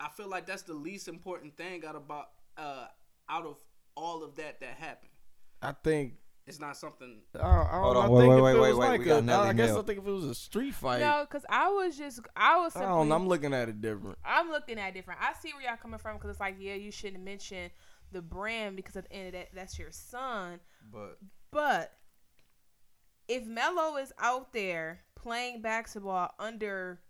Speaker 4: I feel like that's the least important thing out about uh out of all of that that happened.
Speaker 5: I think.
Speaker 4: It's not something
Speaker 5: I, I,
Speaker 1: Hold
Speaker 5: don't- I
Speaker 1: on, wait,
Speaker 5: think
Speaker 1: wait,
Speaker 5: if
Speaker 1: wait,
Speaker 5: it
Speaker 1: wait,
Speaker 5: was
Speaker 1: wait,
Speaker 5: like
Speaker 1: we
Speaker 5: a-
Speaker 1: got another
Speaker 5: I guess
Speaker 1: nail.
Speaker 5: I think if it was a street fight,
Speaker 6: no, because I was just I was
Speaker 5: I
Speaker 6: simply
Speaker 5: don't, know, I'm looking at it different.
Speaker 6: I'm looking at it different. I see where y'all coming from because it's like, yeah, you shouldn't mention the brand because at the end of that, that's your son.
Speaker 1: But
Speaker 6: But if Melo is out there playing basketball under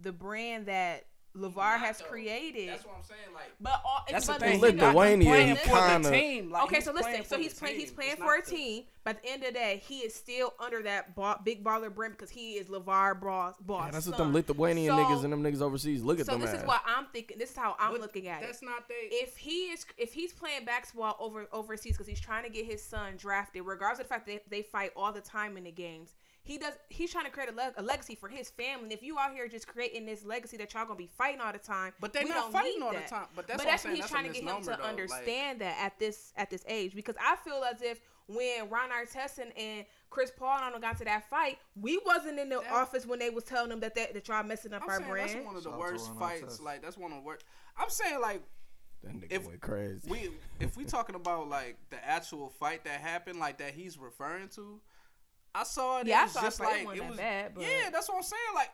Speaker 6: the brand that LeVar has created,
Speaker 4: That's what I'm saying. Like
Speaker 6: but all,
Speaker 4: that's
Speaker 6: but
Speaker 4: the thing.
Speaker 6: you know-
Speaker 5: Lithuania
Speaker 4: playing
Speaker 5: is
Speaker 4: for the
Speaker 5: kinda-
Speaker 4: team. Like,
Speaker 6: okay,
Speaker 4: he's
Speaker 6: so listen.
Speaker 4: playing
Speaker 6: So
Speaker 4: for
Speaker 6: he's
Speaker 4: the
Speaker 6: playing. He's
Speaker 4: team.
Speaker 6: playing
Speaker 4: It's
Speaker 6: for a
Speaker 4: not the-
Speaker 6: team. But at the end of the day, he is still under that ball, big baller brand because he is Levar Braw's boss.
Speaker 5: Yeah, that's what
Speaker 6: son.
Speaker 5: them Lithuanian
Speaker 6: So-
Speaker 5: niggas and them niggas overseas look at
Speaker 6: So
Speaker 5: them
Speaker 6: this
Speaker 5: ass.
Speaker 6: is what I'm thinking. This is how I'm
Speaker 4: But
Speaker 6: looking at it.
Speaker 4: That's not they.
Speaker 6: if he is if he's playing basketball over overseas because he's trying to get his son drafted, regardless of the fact that they, they fight all the time in the games, he does he's trying to create a, leg, a legacy for his family. And if you out here just creating this legacy that y'all gonna be fighting all the time,
Speaker 4: But they
Speaker 6: we
Speaker 4: not
Speaker 6: don't
Speaker 4: fighting
Speaker 6: need
Speaker 4: all the
Speaker 6: that.
Speaker 4: time. But that's what I'm saying.
Speaker 6: he's
Speaker 4: That's a
Speaker 6: trying to get him to
Speaker 4: misnomer, though. Like-
Speaker 6: understand that at this at this age because I feel as if when Ron Arteston and Chris Paul and all them got to that fight, we wasn't in the office when they was telling them that that, that y'all messing up
Speaker 4: I'm
Speaker 6: our
Speaker 4: saying
Speaker 6: brand.
Speaker 4: that's one of the
Speaker 1: Shout out to
Speaker 4: worst
Speaker 1: Ron
Speaker 4: fights.
Speaker 1: Artest.
Speaker 4: Like that's one of the worst. I'm saying like
Speaker 5: that nigga
Speaker 4: if-
Speaker 5: went crazy.
Speaker 4: we if we talking about like the actual fight that happened, like that he's referring to, I saw it.
Speaker 6: Yeah, I
Speaker 4: it was
Speaker 6: saw it,
Speaker 4: just
Speaker 6: but it
Speaker 4: like
Speaker 6: wasn't that
Speaker 4: was.
Speaker 6: bad, but-
Speaker 4: Yeah, that's what I'm saying. Like,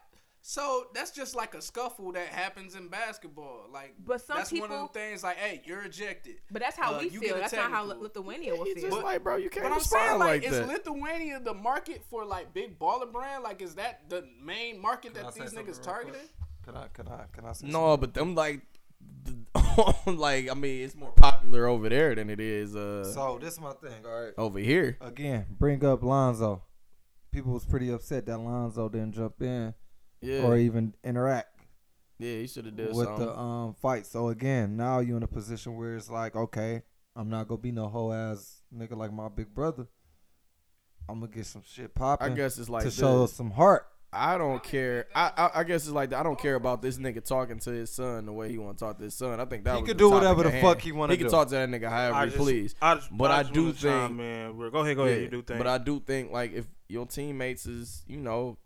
Speaker 4: so that's just like a scuffle that happens in basketball. Like,
Speaker 6: But some
Speaker 4: that's one
Speaker 6: people-
Speaker 4: of the things. Like, hey, you're ejected.
Speaker 6: But that's how
Speaker 4: Uh,
Speaker 6: we
Speaker 4: you get
Speaker 6: feel.
Speaker 4: a
Speaker 6: That's not how
Speaker 4: technical.
Speaker 6: Lithuania will
Speaker 5: It's
Speaker 6: feel.
Speaker 5: just like, bro, you
Speaker 4: But
Speaker 5: can't
Speaker 4: I'm saying,
Speaker 5: respond
Speaker 4: like,
Speaker 5: like,
Speaker 4: is
Speaker 5: that.
Speaker 4: Lithuania the market for like big baller brand? Like, is that the main market
Speaker 1: Can I
Speaker 4: that
Speaker 1: say
Speaker 4: these
Speaker 1: something real
Speaker 4: niggas
Speaker 1: quick?
Speaker 4: targeting?
Speaker 1: can I can I can I say
Speaker 5: no, but them like, like I mean, it's more popular over there than it is uh
Speaker 1: something? So this is my thing. All right.
Speaker 5: over here.
Speaker 1: Again, bring up Lonzo. People was pretty upset that Lonzo didn't jump in
Speaker 5: Yeah,
Speaker 1: or even interact
Speaker 5: yeah, you should have done
Speaker 1: with
Speaker 5: something.
Speaker 1: the um fight. So again, now you're in a position where it's like, okay, I'm not gonna be no whole ass nigga like my big brother. I'm gonna get some shit
Speaker 5: I
Speaker 1: popping.
Speaker 5: guess it's like
Speaker 1: to
Speaker 5: this.
Speaker 1: show some heart.
Speaker 5: I don't care. I, I I guess it's like I don't care about this nigga talking to his son the way he want to talk to his son. I think that
Speaker 1: He
Speaker 5: was
Speaker 1: could
Speaker 5: the
Speaker 1: do
Speaker 5: topic
Speaker 1: whatever
Speaker 5: at
Speaker 1: the
Speaker 5: hand.
Speaker 1: fuck he wanna
Speaker 5: He can
Speaker 1: do.
Speaker 5: talk to that nigga however he please.
Speaker 3: I just,
Speaker 5: But I
Speaker 3: just
Speaker 5: do
Speaker 3: wanna chime
Speaker 5: think-
Speaker 3: in. real- Go ahead, go ahead.
Speaker 5: Yeah,
Speaker 3: You do think,
Speaker 5: But I do think like if your teammates is you know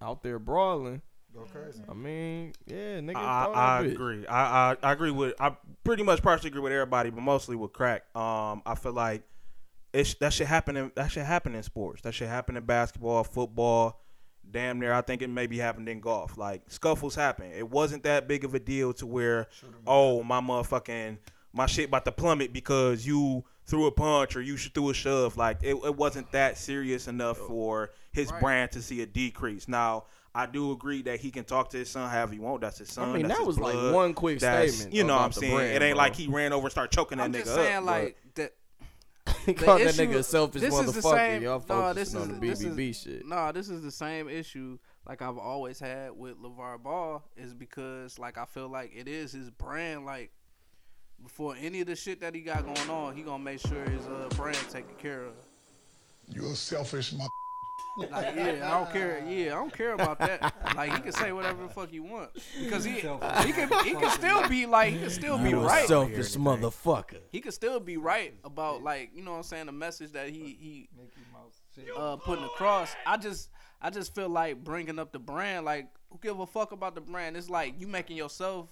Speaker 5: out there brawling,
Speaker 1: Go crazy.
Speaker 5: I mean, yeah, nigga,
Speaker 3: I,
Speaker 5: throw
Speaker 3: I
Speaker 5: that bitch.
Speaker 3: agree. I, I I agree with I pretty much partially agree with everybody, but mostly with crack. Um, I feel like it's that should happen. In, that should happen in sports. That should happen in basketball, football. Damn near, I think it maybe happened in golf. Like scuffles happen. It wasn't that big of a deal to where oh my motherfucking my shit about to plummet because you threw a punch or you sh- threw a shove. Like it, it wasn't that serious enough for his brand to see a decrease. Now, I do agree that he can talk to his son however he want. That's his son.
Speaker 5: I mean,
Speaker 3: that's
Speaker 5: that
Speaker 3: his
Speaker 5: was
Speaker 3: blood.
Speaker 5: like one quick
Speaker 3: That's-
Speaker 5: statement.
Speaker 3: You know what
Speaker 5: about
Speaker 3: I'm
Speaker 5: the
Speaker 3: saying?
Speaker 5: brand,
Speaker 3: it ain't
Speaker 5: bro.
Speaker 3: like he ran over and started choking that
Speaker 4: I'm
Speaker 3: nigga
Speaker 4: just saying,
Speaker 3: up. but-
Speaker 4: like that.
Speaker 5: he
Speaker 4: the
Speaker 5: called that
Speaker 4: issue-
Speaker 5: nigga a selfish
Speaker 4: this is the
Speaker 5: motherfucker.
Speaker 4: same-
Speaker 5: Y'all
Speaker 4: no,
Speaker 5: focusing
Speaker 4: this
Speaker 5: on the
Speaker 4: is- this is-
Speaker 5: BBB shit.
Speaker 4: No, this is the same issue like I've always had with LeVar Ball is because like I feel like it is his brand like before any of the shit that he got going on, he gonna make sure his uh, brand taken care of.
Speaker 7: You a selfish mother.
Speaker 4: Like yeah, I don't care. Yeah, I don't care about that. Like he can say whatever the fuck he want because he he can he can still be like he can still be
Speaker 5: You a
Speaker 4: right.
Speaker 5: selfish motherfucker.
Speaker 4: He can still be right about like you know what I'm saying the message that he he uh, putting across. I just I just feel like bringing up the brand. Like who give a fuck about the brand? It's like you making yourself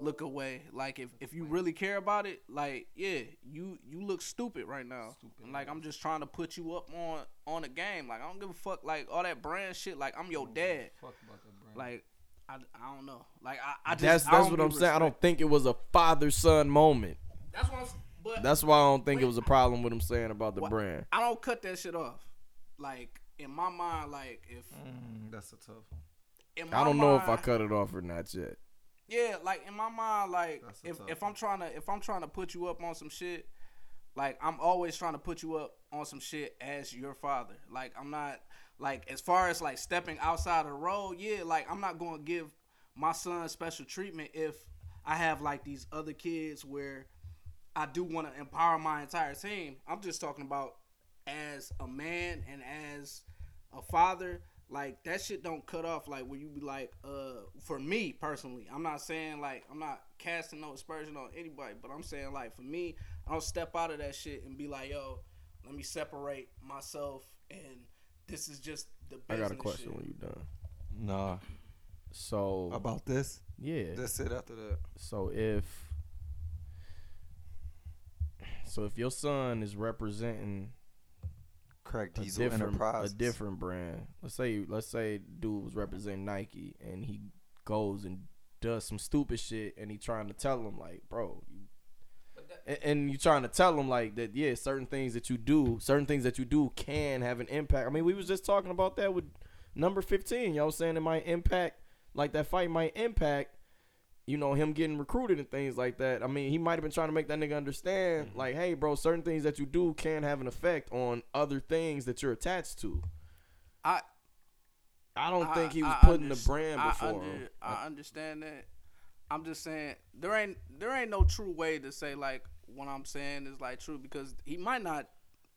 Speaker 4: look away. Like if, if you really care about it, like yeah, you you look stupid right now. And, like I'm just trying to put you up on on the game. Like I don't give a fuck. Like all that brand shit. Like I'm your dad. Like I, I don't know. Like I, I just
Speaker 5: That's
Speaker 4: I
Speaker 5: that's
Speaker 4: don't
Speaker 5: what
Speaker 4: be
Speaker 5: I'm saying. I
Speaker 4: respect-
Speaker 5: don't think it was a father son moment.
Speaker 4: That's what I'm. s- But
Speaker 5: That's why I don't think it was a problem with him saying about the
Speaker 4: Wha-
Speaker 5: brand.
Speaker 4: I don't cut that shit off. Like in my mind, like if
Speaker 1: Mm, That's a tough one.
Speaker 4: in my
Speaker 5: I don't know if I
Speaker 4: mind-
Speaker 5: cut it off or not yet.
Speaker 4: Yeah, like in my mind, like
Speaker 1: That's a
Speaker 4: if
Speaker 1: tough
Speaker 4: if I'm trying to if I'm trying to put you up on some shit, like I'm always trying to put you up on some shit as your father. Like I'm not like as far as like stepping outside the role, yeah, like I'm not going to give my son special treatment if I have like these other kids where I do want to empower my entire team. I'm just talking about as a man and as a father. Like that shit don't cut off. Like where you be like, uh, for me personally, I'm not saying like I'm not casting no aspersion on anybody, but I'm saying like for me, I don't step out of that shit and be like, yo, let me separate myself and this is just the
Speaker 5: I
Speaker 4: business.
Speaker 5: got a question
Speaker 4: shit.
Speaker 5: when you done.
Speaker 1: Nah.
Speaker 5: So
Speaker 1: About this?
Speaker 5: yeah.
Speaker 1: That's it after that.
Speaker 5: So if so if your son is representing
Speaker 1: Crack
Speaker 5: a
Speaker 1: Diesel
Speaker 5: different
Speaker 1: Enterprise.
Speaker 5: a different brand, let's say let's say dude was representing Nike and he goes and does some stupid shit and he trying to tell him like, bro, you, and, and you trying to tell him like that yeah, certain things that you do, certain things that you do can have an impact. I mean, we was just talking about that with number 15, y'all was saying it might impact like that fight might impact you know, him getting recruited and things like that. I mean, he might have been trying to make that nigga understand,
Speaker 4: Mm-hmm.
Speaker 5: like, hey, bro, certain things that you do can have an effect on other things that you're attached to.
Speaker 4: I-
Speaker 5: I don't think he was
Speaker 4: I
Speaker 5: putting
Speaker 4: underst-
Speaker 5: the brand
Speaker 4: I
Speaker 5: before
Speaker 4: under-
Speaker 5: him.
Speaker 4: I understand that. I'm just saying there ain't there ain't no true way to say like what I'm saying is like true because he might not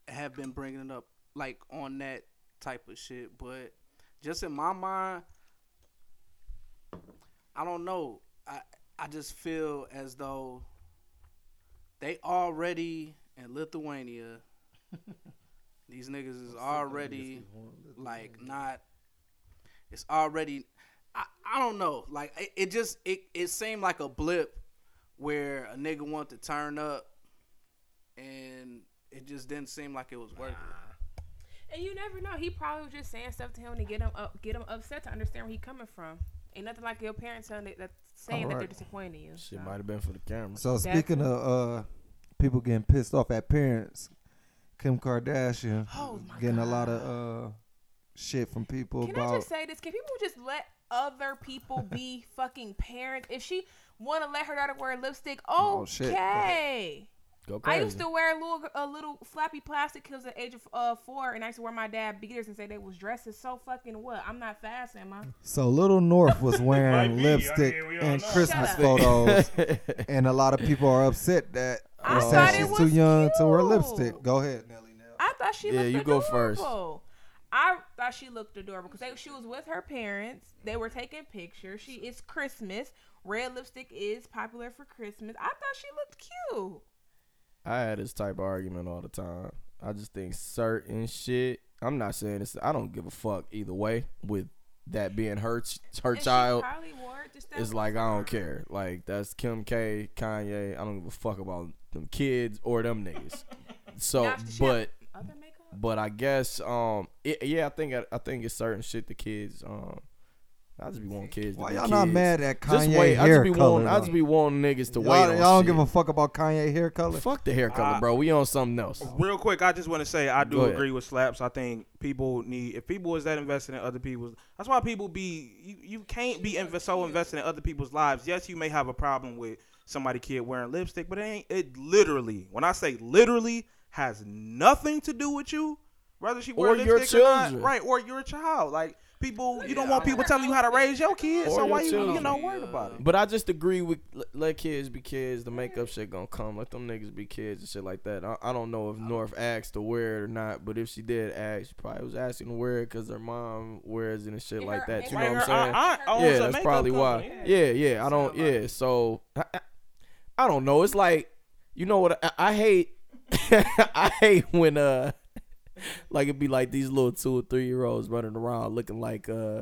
Speaker 4: have been bringing it up like on that type of shit, but just in my mind, I don't know. I I just feel as though they already in Lithuania. these niggas is already like not. It's already. I, I don't know. Like it, it just it it seemed like a blip where a nigga wanted to turn up, and it just didn't seem like it was working.
Speaker 6: And you never know. He probably was just saying stuff to him to get him up, get him upset to understand where he coming from. Ain't nothing like your parents telling that, that saying that they're
Speaker 1: Alright.
Speaker 6: disappointed in you.
Speaker 5: Shit
Speaker 6: so.
Speaker 5: might have been for the camera.
Speaker 1: So
Speaker 6: That's-
Speaker 1: speaking of uh, people getting pissed off at parents, Kim Kardashian
Speaker 6: Oh my
Speaker 1: getting a lot of uh, shit from people
Speaker 6: Can I
Speaker 1: about
Speaker 6: just say this? Can people just let other people be fucking parents? If she want to let her daughter wear lipstick,
Speaker 1: Oh, shit.
Speaker 6: okay.
Speaker 5: Go
Speaker 6: I
Speaker 5: crazy.
Speaker 6: used to wear a little, a little flappy plastic because at the age of uh, four, and I used to wear my dad beaters and say they was dresses. So fucking what? I'm not fast, am I?
Speaker 1: So Little North was wearing
Speaker 3: Might be. I
Speaker 1: lipstick
Speaker 3: mean, we all
Speaker 1: and
Speaker 3: know.
Speaker 1: Christmas
Speaker 6: Shut
Speaker 1: photos, and a lot of people are upset that
Speaker 6: I
Speaker 1: they
Speaker 6: thought
Speaker 1: said
Speaker 6: it
Speaker 1: she's
Speaker 6: was
Speaker 1: too young to wear lipstick.
Speaker 6: cute.
Speaker 1: Go ahead, Nelly.
Speaker 6: I thought she
Speaker 5: Yeah,
Speaker 6: looked
Speaker 5: you go first.
Speaker 6: adorable. I thought she looked adorable because she was with her parents. They were taking pictures. She it's Christmas. Red lipstick is popular for Christmas. I thought she looked cute.
Speaker 5: I had this type of argument all the time. I just think certain shit. I'm not saying this. I don't give a fuck either way with that being her ch- her
Speaker 6: And she
Speaker 5: child.
Speaker 6: probably wore it to stuff.
Speaker 5: It's like I don't care. Like that's Kim K, Kanye. I don't give a fuck about them kids or them niggas. So,
Speaker 6: Now, she have
Speaker 5: oh, but
Speaker 6: other makeup.
Speaker 5: but I guess um it, yeah I think I, I think it's certain shit the kids um I just be wanting kids. To
Speaker 1: Why
Speaker 5: be
Speaker 1: y'all not
Speaker 5: kids.
Speaker 1: mad at Kanye
Speaker 5: Just wait. I
Speaker 1: hair
Speaker 5: just be
Speaker 1: color?
Speaker 5: wanting. I
Speaker 1: though?
Speaker 5: just be wanting niggas to
Speaker 1: y'all,
Speaker 5: wait. on
Speaker 1: y'all don't
Speaker 5: shit.
Speaker 1: give a fuck about Kanye hair color.
Speaker 5: Fuck the hair color,
Speaker 3: Uh,
Speaker 5: bro. We on something else.
Speaker 3: Real quick, I just want to say I
Speaker 5: Go
Speaker 3: do
Speaker 5: ahead.
Speaker 3: agree with slaps. I think people need if people is that invested in other people's. That's why people be you, you can't be inv- so invested in other people's lives. Yes, you may have a problem with somebody kid wearing lipstick, but it ain't it literally. When I say literally, has nothing to do with you, whether she wear
Speaker 5: Or your
Speaker 3: lipstick or not,
Speaker 5: children.
Speaker 3: right? Or your child, like. People, you don't want people telling you how to raise your kids,
Speaker 5: Or
Speaker 3: so
Speaker 5: your
Speaker 3: why you you
Speaker 5: children.
Speaker 3: know worried about it?
Speaker 5: But I just agree with l- let kids be kids. The makeup shit gonna come. Let them niggas be kids and shit like that. I, I don't know if North asked to wear it or not, but if she did ask, she probably was asking to wear it because her mom wears it and shit
Speaker 6: And
Speaker 5: like
Speaker 6: her- and
Speaker 5: that. You know
Speaker 6: her
Speaker 5: what I'm saying?
Speaker 3: aunt owns
Speaker 5: yeah,
Speaker 3: a
Speaker 5: that's
Speaker 3: makeup
Speaker 5: probably
Speaker 3: company.
Speaker 5: why. Yeah, yeah. I don't. Yeah, so I, I, I don't know. It's like you know what I, I hate. I hate when uh, like it'd be like these little two or three year olds running around looking like uh,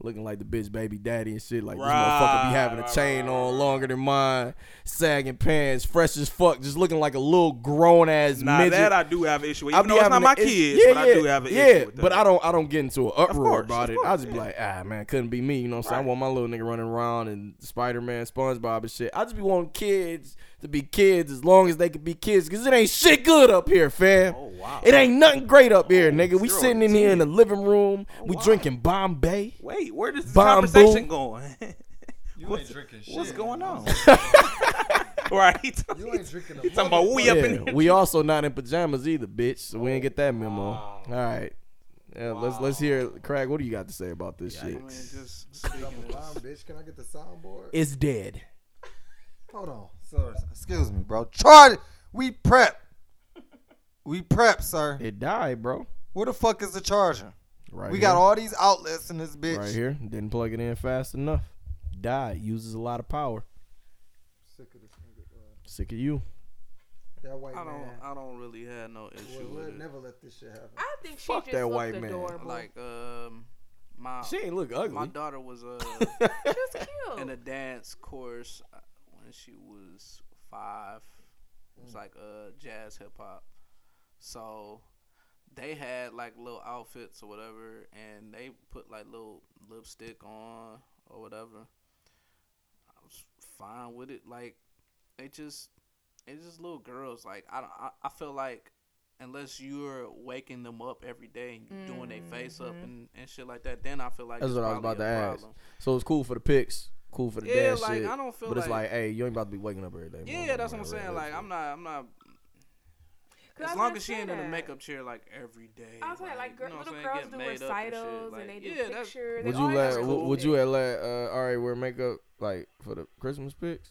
Speaker 5: looking like the bitch baby daddy and shit. Like this motherfucker be having a chain on longer than mine, sagging pants, fresh as fuck, just looking like a little grown ass
Speaker 3: Nah,
Speaker 5: midget.
Speaker 3: that I do have an issue with.
Speaker 5: I
Speaker 3: Even
Speaker 5: be
Speaker 3: though it's not
Speaker 5: having
Speaker 3: my
Speaker 5: an issue-
Speaker 3: kids,
Speaker 5: yeah,
Speaker 3: but
Speaker 5: yeah,
Speaker 3: I do have an
Speaker 5: yeah,
Speaker 3: issue with that.
Speaker 5: but I don't, I don't get into an uproar
Speaker 3: course,
Speaker 5: about
Speaker 3: of
Speaker 5: it.
Speaker 3: course,
Speaker 5: I just be
Speaker 3: yeah.
Speaker 5: like, ah, man, couldn't be me. You know, what I'm saying I want my little nigga running around and Spider Man, SpongeBob and shit. I just be wanting kids to be kids as long as they can be kids, cause it ain't shit good up here, fam. Oh wow, it ain't nothing great up
Speaker 3: Oh,
Speaker 5: here, nigga. We sitting in here in the living room, we drinking Bombay.
Speaker 3: Wait, where does this
Speaker 5: Bamboo.
Speaker 3: conversation going?
Speaker 13: You ain't drinking shit.
Speaker 3: What's going on? right. He talk-
Speaker 13: You ain't drinking a
Speaker 3: he talking about we up in
Speaker 5: Yeah,
Speaker 3: here. Oh,
Speaker 5: we also not in pajamas either, bitch. So we ain't get that memo. All right. Yeah, let's let's hear Craig. What do you got to say about this shit?
Speaker 1: bitch, can I get the soundboard?
Speaker 5: It's dead.
Speaker 1: Hold on, sir. Excuse me, bro. Charlie, we prep. We prep, sir.
Speaker 5: It died, bro.
Speaker 1: Where the fuck is the charger?
Speaker 5: Right.
Speaker 1: We
Speaker 5: here.
Speaker 1: got all these outlets in this bitch.
Speaker 5: right here. Didn't plug it in fast enough. Died. Uses a lot of power.
Speaker 1: Sick of this nigga, bro.
Speaker 5: Sick of you.
Speaker 1: That white
Speaker 4: I don't.
Speaker 1: man.
Speaker 4: I don't really have no issue
Speaker 1: We'll, we'll
Speaker 4: with it.
Speaker 1: never let this shit happen.
Speaker 6: I think she
Speaker 5: Fuck
Speaker 6: just
Speaker 5: that
Speaker 6: looked
Speaker 5: white man.
Speaker 6: adorable.
Speaker 4: Like um, my
Speaker 5: She ain't look
Speaker 4: my
Speaker 5: ugly.
Speaker 4: daughter was uh
Speaker 6: She's cute.
Speaker 4: in a dance course uh, when she was five. It
Speaker 5: Mm.
Speaker 4: was like uh jazz hip hop. So they had like little outfits or whatever, and they put like little lipstick on or whatever. I was fine with it. Like they just, it's just little girls. Like I don't, I, I feel like unless you're waking them up every day and you doing their face up and, and shit like that, then I feel like
Speaker 5: That's
Speaker 4: it's
Speaker 5: what I was about to
Speaker 4: probably a
Speaker 5: ask.
Speaker 4: problem.
Speaker 5: So it's cool for the pics. Cool for the
Speaker 4: Yeah,
Speaker 5: dance
Speaker 4: like,
Speaker 5: shit.
Speaker 4: I don't feel
Speaker 5: but it's
Speaker 4: like-
Speaker 5: like, hey, you ain't about to be waking up every day.
Speaker 4: Yeah, that's what I'm saying. Like I'm not, I'm not.
Speaker 6: 'Cause I
Speaker 4: As
Speaker 6: was
Speaker 4: long
Speaker 6: gonna
Speaker 4: as she
Speaker 6: say
Speaker 4: ain't in the
Speaker 6: that.
Speaker 4: makeup chair like every day.
Speaker 6: I was like, like
Speaker 4: you
Speaker 6: gir-
Speaker 4: know what
Speaker 6: little
Speaker 4: I'm
Speaker 6: girls
Speaker 4: saying,
Speaker 6: do
Speaker 4: get made up and shit,
Speaker 6: recitals and they do
Speaker 4: yeah, Oh, that's-
Speaker 6: pictures.
Speaker 5: Would
Speaker 6: they
Speaker 5: you
Speaker 6: always
Speaker 5: let?
Speaker 6: have
Speaker 5: w-
Speaker 6: cool
Speaker 5: Would you
Speaker 6: pics.
Speaker 5: have let uh, Ari wear makeup like for the Christmas pics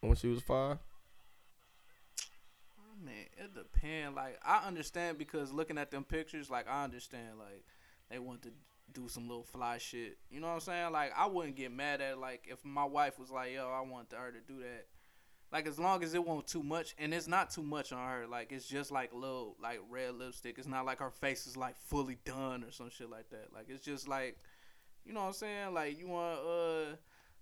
Speaker 5: when she was five?
Speaker 4: I mean, it depends. Like I understand because looking at them pictures, like I understand, like they want to do some little fly shit. You know what I'm saying? Like I wouldn't get mad at like if my wife was like, "Yo, I want her to do that." Like as long as it won't too much, and it's not too much on her. Like it's just like little like red lipstick. It's not like her face is like fully done or some shit like that. Like it's just like, you know what I'm saying? Like you want uh.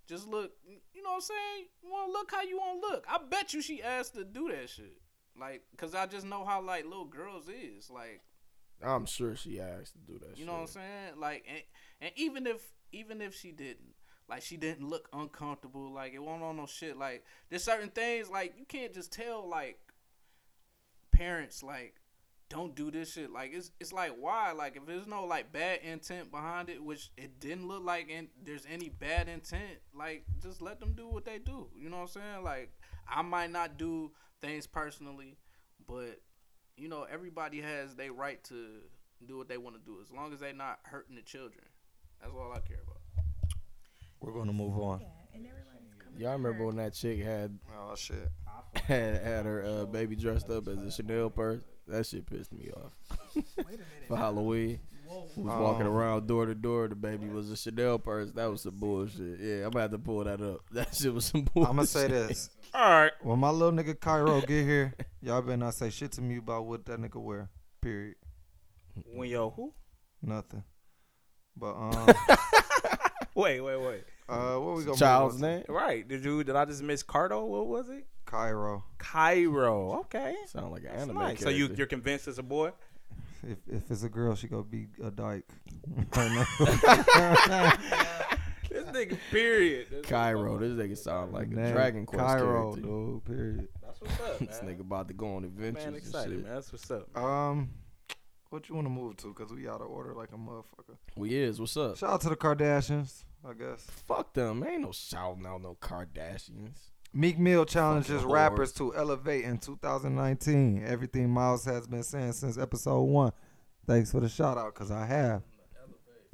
Speaker 4: Just look, you know what I'm saying? You want to look how you want to look. I bet you she asked to do that shit. Like, cause I just know how like little girls is. Like,
Speaker 5: I'm sure she asked to do that.
Speaker 4: you know what I'm saying? Like, and, and even if even if she didn't, like, she didn't look uncomfortable. Like, it wasn't on no shit. Like, there's certain things like you can't just tell like parents like don't do this shit. Like, it's it's like why? Like, if there's no like bad intent behind it, which it didn't look like, and there's any bad intent, like, just let them do what they do. You know what I'm saying? Like, I might not do things personally, but you know, everybody has their right to do what they want to do as long as they not hurting the children. That's all I care about.
Speaker 1: We're gonna move on.
Speaker 5: Y'all remember when that chick had
Speaker 1: Oh shit.
Speaker 5: had, had her uh, baby dressed up as a Chanel purse? That shit pissed me off. For Halloween, we was walking
Speaker 2: Um,
Speaker 5: around door to door. The baby was a Chanel purse. That was some bullshit. Yeah, I'm gonna have to pull that up. That shit was some bullshit.
Speaker 1: I'm gonna say this.
Speaker 3: All right.
Speaker 1: When my little nigga Cairo get here, y'all better not say shit to me about what that nigga wear. Period.
Speaker 3: When yo who?
Speaker 1: Nothing. But um,
Speaker 3: Wait, wait, wait.
Speaker 1: uh, what we gonna
Speaker 5: Child's
Speaker 1: move on to?
Speaker 5: name
Speaker 3: Right, the dude. Did I just miss Cardo? What was it?
Speaker 1: Cairo.
Speaker 3: Cairo. Okay.
Speaker 5: sound like an
Speaker 3: That's
Speaker 5: anime.
Speaker 3: nice. So you
Speaker 5: character.
Speaker 3: you're convinced it's a boy?
Speaker 1: If if it's a girl, she gonna be a dyke.
Speaker 2: nigga, period. That's
Speaker 5: Cairo. This nigga sound like a
Speaker 1: Name
Speaker 5: Dragon Quest
Speaker 1: Cairo,
Speaker 5: character.
Speaker 1: dude. Period.
Speaker 2: what's up, man.
Speaker 5: This nigga about to go on adventures.
Speaker 2: Man,
Speaker 5: and
Speaker 2: excited,
Speaker 5: shit.
Speaker 2: man. That's what's up.
Speaker 1: Um, what you want to move to? Cause we out of order like a motherfucker.
Speaker 5: We is. What's up?
Speaker 1: Shout out to the Kardashians, I guess.
Speaker 5: Fuck them. Ain't no shouting out no Kardashians.
Speaker 1: Meek Mill challenges
Speaker 5: Fucking whores.
Speaker 1: rappers to elevate in 2019. Everything Miles has been saying since episode one. Thanks for the shout out, cause I have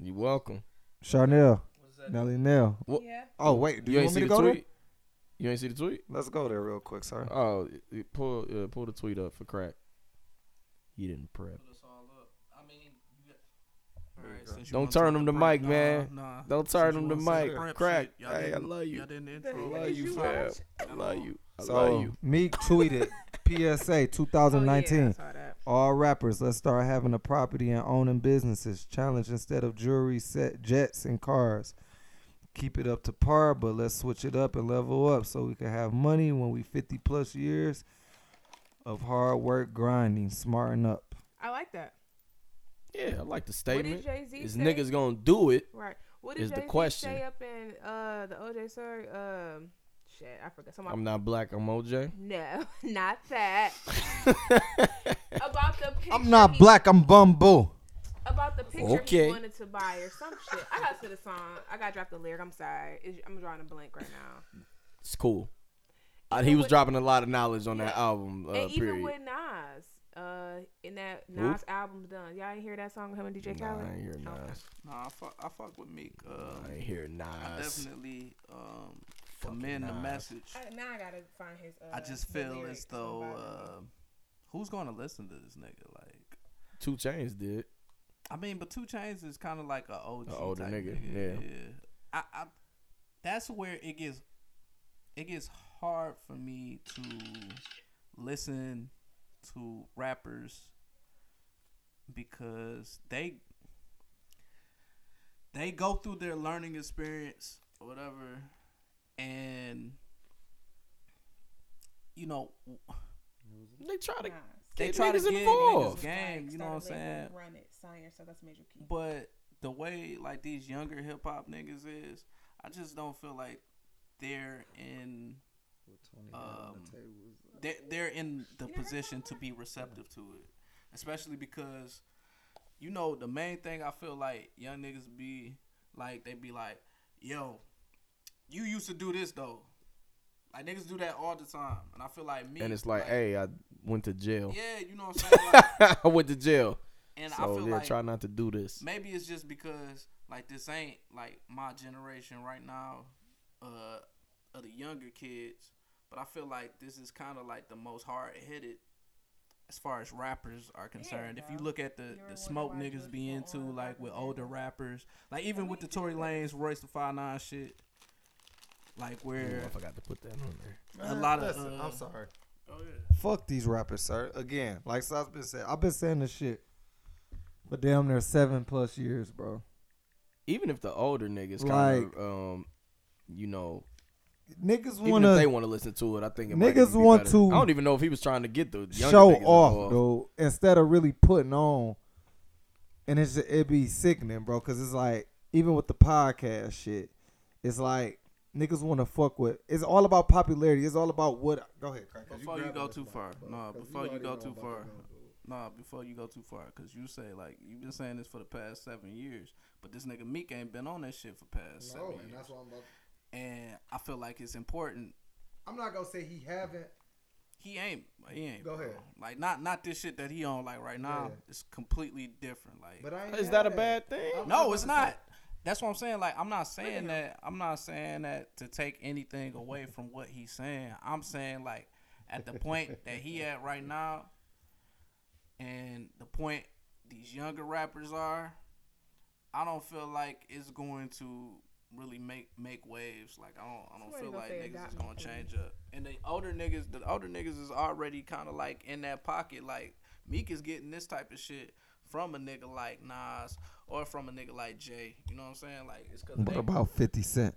Speaker 5: You welcome.
Speaker 1: Charnel, Nelly Nell.
Speaker 5: What?
Speaker 6: Yeah.
Speaker 1: Oh wait, do you,
Speaker 5: ain't
Speaker 1: want me
Speaker 5: see
Speaker 1: to
Speaker 5: the
Speaker 1: go
Speaker 5: tweet?
Speaker 1: there?
Speaker 5: You ain't see the tweet?
Speaker 1: Let's go there real quick, sorry.
Speaker 5: Oh, it- it- pull uh, pull the tweet up for crack. You didn't prep. Don't turn him the mic, man.
Speaker 4: Nah.
Speaker 5: Don't turn him
Speaker 4: Since you
Speaker 5: the
Speaker 4: wanna say
Speaker 5: mic.
Speaker 4: prep
Speaker 5: Crack.
Speaker 4: shit, y'all
Speaker 5: Hey, I
Speaker 4: didn't-
Speaker 5: love you.
Speaker 4: Y'all didn't
Speaker 6: The
Speaker 4: intro.
Speaker 6: heck
Speaker 5: love
Speaker 6: did
Speaker 5: you,
Speaker 6: watch?
Speaker 5: I love you. I love
Speaker 1: So
Speaker 5: you.
Speaker 1: Meek tweeted PSA
Speaker 6: Oh, yeah, I
Speaker 1: 2019.
Speaker 6: saw that.
Speaker 1: All rappers, let's start having a property and owning businesses. Challenge instead of jewelry, set jets and cars. Keep it up to par, but let's switch it up and level up so we can have money when we 50 plus years of hard work, grinding, smarting up.
Speaker 6: I like that.
Speaker 5: Yeah, I like the
Speaker 6: What
Speaker 5: statement.
Speaker 6: did Jay Z
Speaker 5: Is
Speaker 6: say?
Speaker 5: niggas gonna do it?
Speaker 6: Right. What did
Speaker 5: is the
Speaker 6: Jay-Z
Speaker 5: question.
Speaker 6: say up in uh, the OJ story? Um, shit, I forgot. Somebody.
Speaker 5: I'm not black. I'm OJ.
Speaker 6: No, not that. about the picture.
Speaker 1: I'm not
Speaker 6: he-
Speaker 1: black, I'm bamboo.
Speaker 6: About the picture
Speaker 5: Okay.
Speaker 6: he wanted to buy or some shit. I got to the song. I got to drop the lyric. I'm sorry. It's, I'm drawing a blank right now.
Speaker 5: It's cool. Uh, he was
Speaker 6: with-
Speaker 5: dropping a lot of knowledge on that
Speaker 6: Yeah.
Speaker 5: album. Uh,
Speaker 6: and even
Speaker 5: period.
Speaker 6: with Nas, uh, in that
Speaker 5: Who?
Speaker 6: Nas album done, y'all ain't hear that song with him and DJ
Speaker 5: nah,
Speaker 6: Khaled. Oh,
Speaker 5: I ain't hear Nas.
Speaker 6: Okay.
Speaker 4: Nah, I fuck, I fuck with Meek. Um,
Speaker 5: I ain't hear
Speaker 4: I
Speaker 5: Nas.
Speaker 4: definitely um, commend the
Speaker 5: Nas.
Speaker 4: message.
Speaker 6: I, now I gotta find his. Uh,
Speaker 4: I just
Speaker 6: the
Speaker 4: feel
Speaker 6: lyrics
Speaker 4: as though
Speaker 6: and vibe.
Speaker 4: uh, who's going to listen to this nigga? Like,
Speaker 5: Two Chains did.
Speaker 4: I mean, but Two Chains is kind of like a OG
Speaker 5: A older
Speaker 4: type
Speaker 5: nigga, yeah.
Speaker 4: I, I, that's where it gets, it gets hard for me to listen to rappers because they, they go through their learning experience or whatever, and you know
Speaker 5: They try to.
Speaker 6: Nas.
Speaker 4: they
Speaker 5: Get
Speaker 4: try to
Speaker 5: niggas
Speaker 4: get
Speaker 5: involved.
Speaker 4: niggas game. You know what I'm
Speaker 6: Started late,
Speaker 4: saying?
Speaker 6: Run it, sign yourself. That's a major key.
Speaker 4: But the way like these younger hip hop niggas is, I just don't feel like they're in um, they're, they're in the position to be receptive to it, especially because you know the main thing I feel like young niggas be like they be like, yo, you used to do this though. Like niggas do that all the time, and I feel like me.
Speaker 5: And it's like, hey, I went to jail.
Speaker 4: yeah, you know what I'm saying. Like,
Speaker 5: I went to jail.
Speaker 4: and I
Speaker 5: So
Speaker 4: feel
Speaker 5: yeah,
Speaker 4: like
Speaker 5: try not to do this.
Speaker 4: maybe it's just because like this ain't like my generation right now uh of the younger kids but i feel like this is kind of like the most hard-headed as far as rappers are concerned if you
Speaker 6: bro.
Speaker 4: look at the
Speaker 6: were
Speaker 4: the
Speaker 6: wondering
Speaker 4: smoke
Speaker 6: why you was
Speaker 4: niggas be
Speaker 6: so
Speaker 4: into
Speaker 6: on
Speaker 4: like
Speaker 6: about
Speaker 4: with
Speaker 6: the
Speaker 4: older
Speaker 6: Bama.
Speaker 4: rappers like even with the tory lanes royce the 5-9 shit like
Speaker 5: Ooh,
Speaker 4: where
Speaker 5: I forgot to put that on there.
Speaker 4: a lot of
Speaker 1: Listen,
Speaker 4: uh,
Speaker 1: I'm sorry. Fuck these rappers, sir. Again, like I've been saying, I've been saying this shit for damn near seven plus years, bro.
Speaker 5: Even if the older niggas kind
Speaker 1: Like-
Speaker 5: of, um, you know,
Speaker 1: Niggas
Speaker 5: even
Speaker 1: wanna
Speaker 5: if they want to listen to it, I think it might
Speaker 1: Niggas
Speaker 5: even be
Speaker 1: want
Speaker 5: better.
Speaker 1: to
Speaker 5: I don't even know if he was trying to get the younger
Speaker 1: show
Speaker 5: niggas
Speaker 1: off,
Speaker 5: involved.
Speaker 1: though, instead of really putting on. And it's it be sickening, bro, because it's like even with the podcast shit, it's like niggas want to fuck with. It's all about popularity. It's all about what. Go ahead, Craig, 'cause
Speaker 4: before you,
Speaker 1: grabbing
Speaker 4: go
Speaker 1: this
Speaker 4: too
Speaker 1: mic,
Speaker 4: far
Speaker 1: bro,
Speaker 4: no
Speaker 1: 'cause
Speaker 4: before you
Speaker 1: already
Speaker 4: go
Speaker 1: know
Speaker 4: too
Speaker 1: about
Speaker 4: far
Speaker 1: the gun.
Speaker 4: Nah, before you go too far, because you say like you've been saying this for the past seven years, but this nigga Meek ain't been on that shit for past
Speaker 1: No,
Speaker 4: seven years.
Speaker 1: and that's what I'm about.
Speaker 4: and I feel like it's important.
Speaker 1: I'm not gonna say he haven't.
Speaker 4: He ain't, he ain't.
Speaker 1: Go
Speaker 4: bro.
Speaker 1: ahead.
Speaker 4: Like not not this shit that he on like right now.
Speaker 1: Yeah.
Speaker 4: It's completely different. Like
Speaker 1: But I ain't
Speaker 5: Is
Speaker 1: mad
Speaker 5: that a
Speaker 1: at
Speaker 5: bad
Speaker 1: it.
Speaker 5: thing?
Speaker 1: I'm
Speaker 4: no,
Speaker 1: about
Speaker 4: it's
Speaker 1: to
Speaker 4: not.
Speaker 1: say-
Speaker 4: That's what I'm saying. Like I'm not saying that. I'm not saying that to take anything away from what he's saying. I'm saying like at the point that he at right now, and the point these younger rappers are, I don't feel like it's going to really make make waves. Like I don't I don't
Speaker 6: Somebody
Speaker 4: feel
Speaker 6: gonna
Speaker 4: like
Speaker 6: say
Speaker 4: niggas
Speaker 6: adopt
Speaker 4: is
Speaker 6: me,
Speaker 4: gonna
Speaker 6: please.
Speaker 4: change up. And the older niggas, the older niggas is already kind of like in that pocket. Like Meek is getting this type of shit from a nigga like Nas or from a nigga like Jay. You know what I'm saying? Like it's because
Speaker 1: What about Fifty Cent?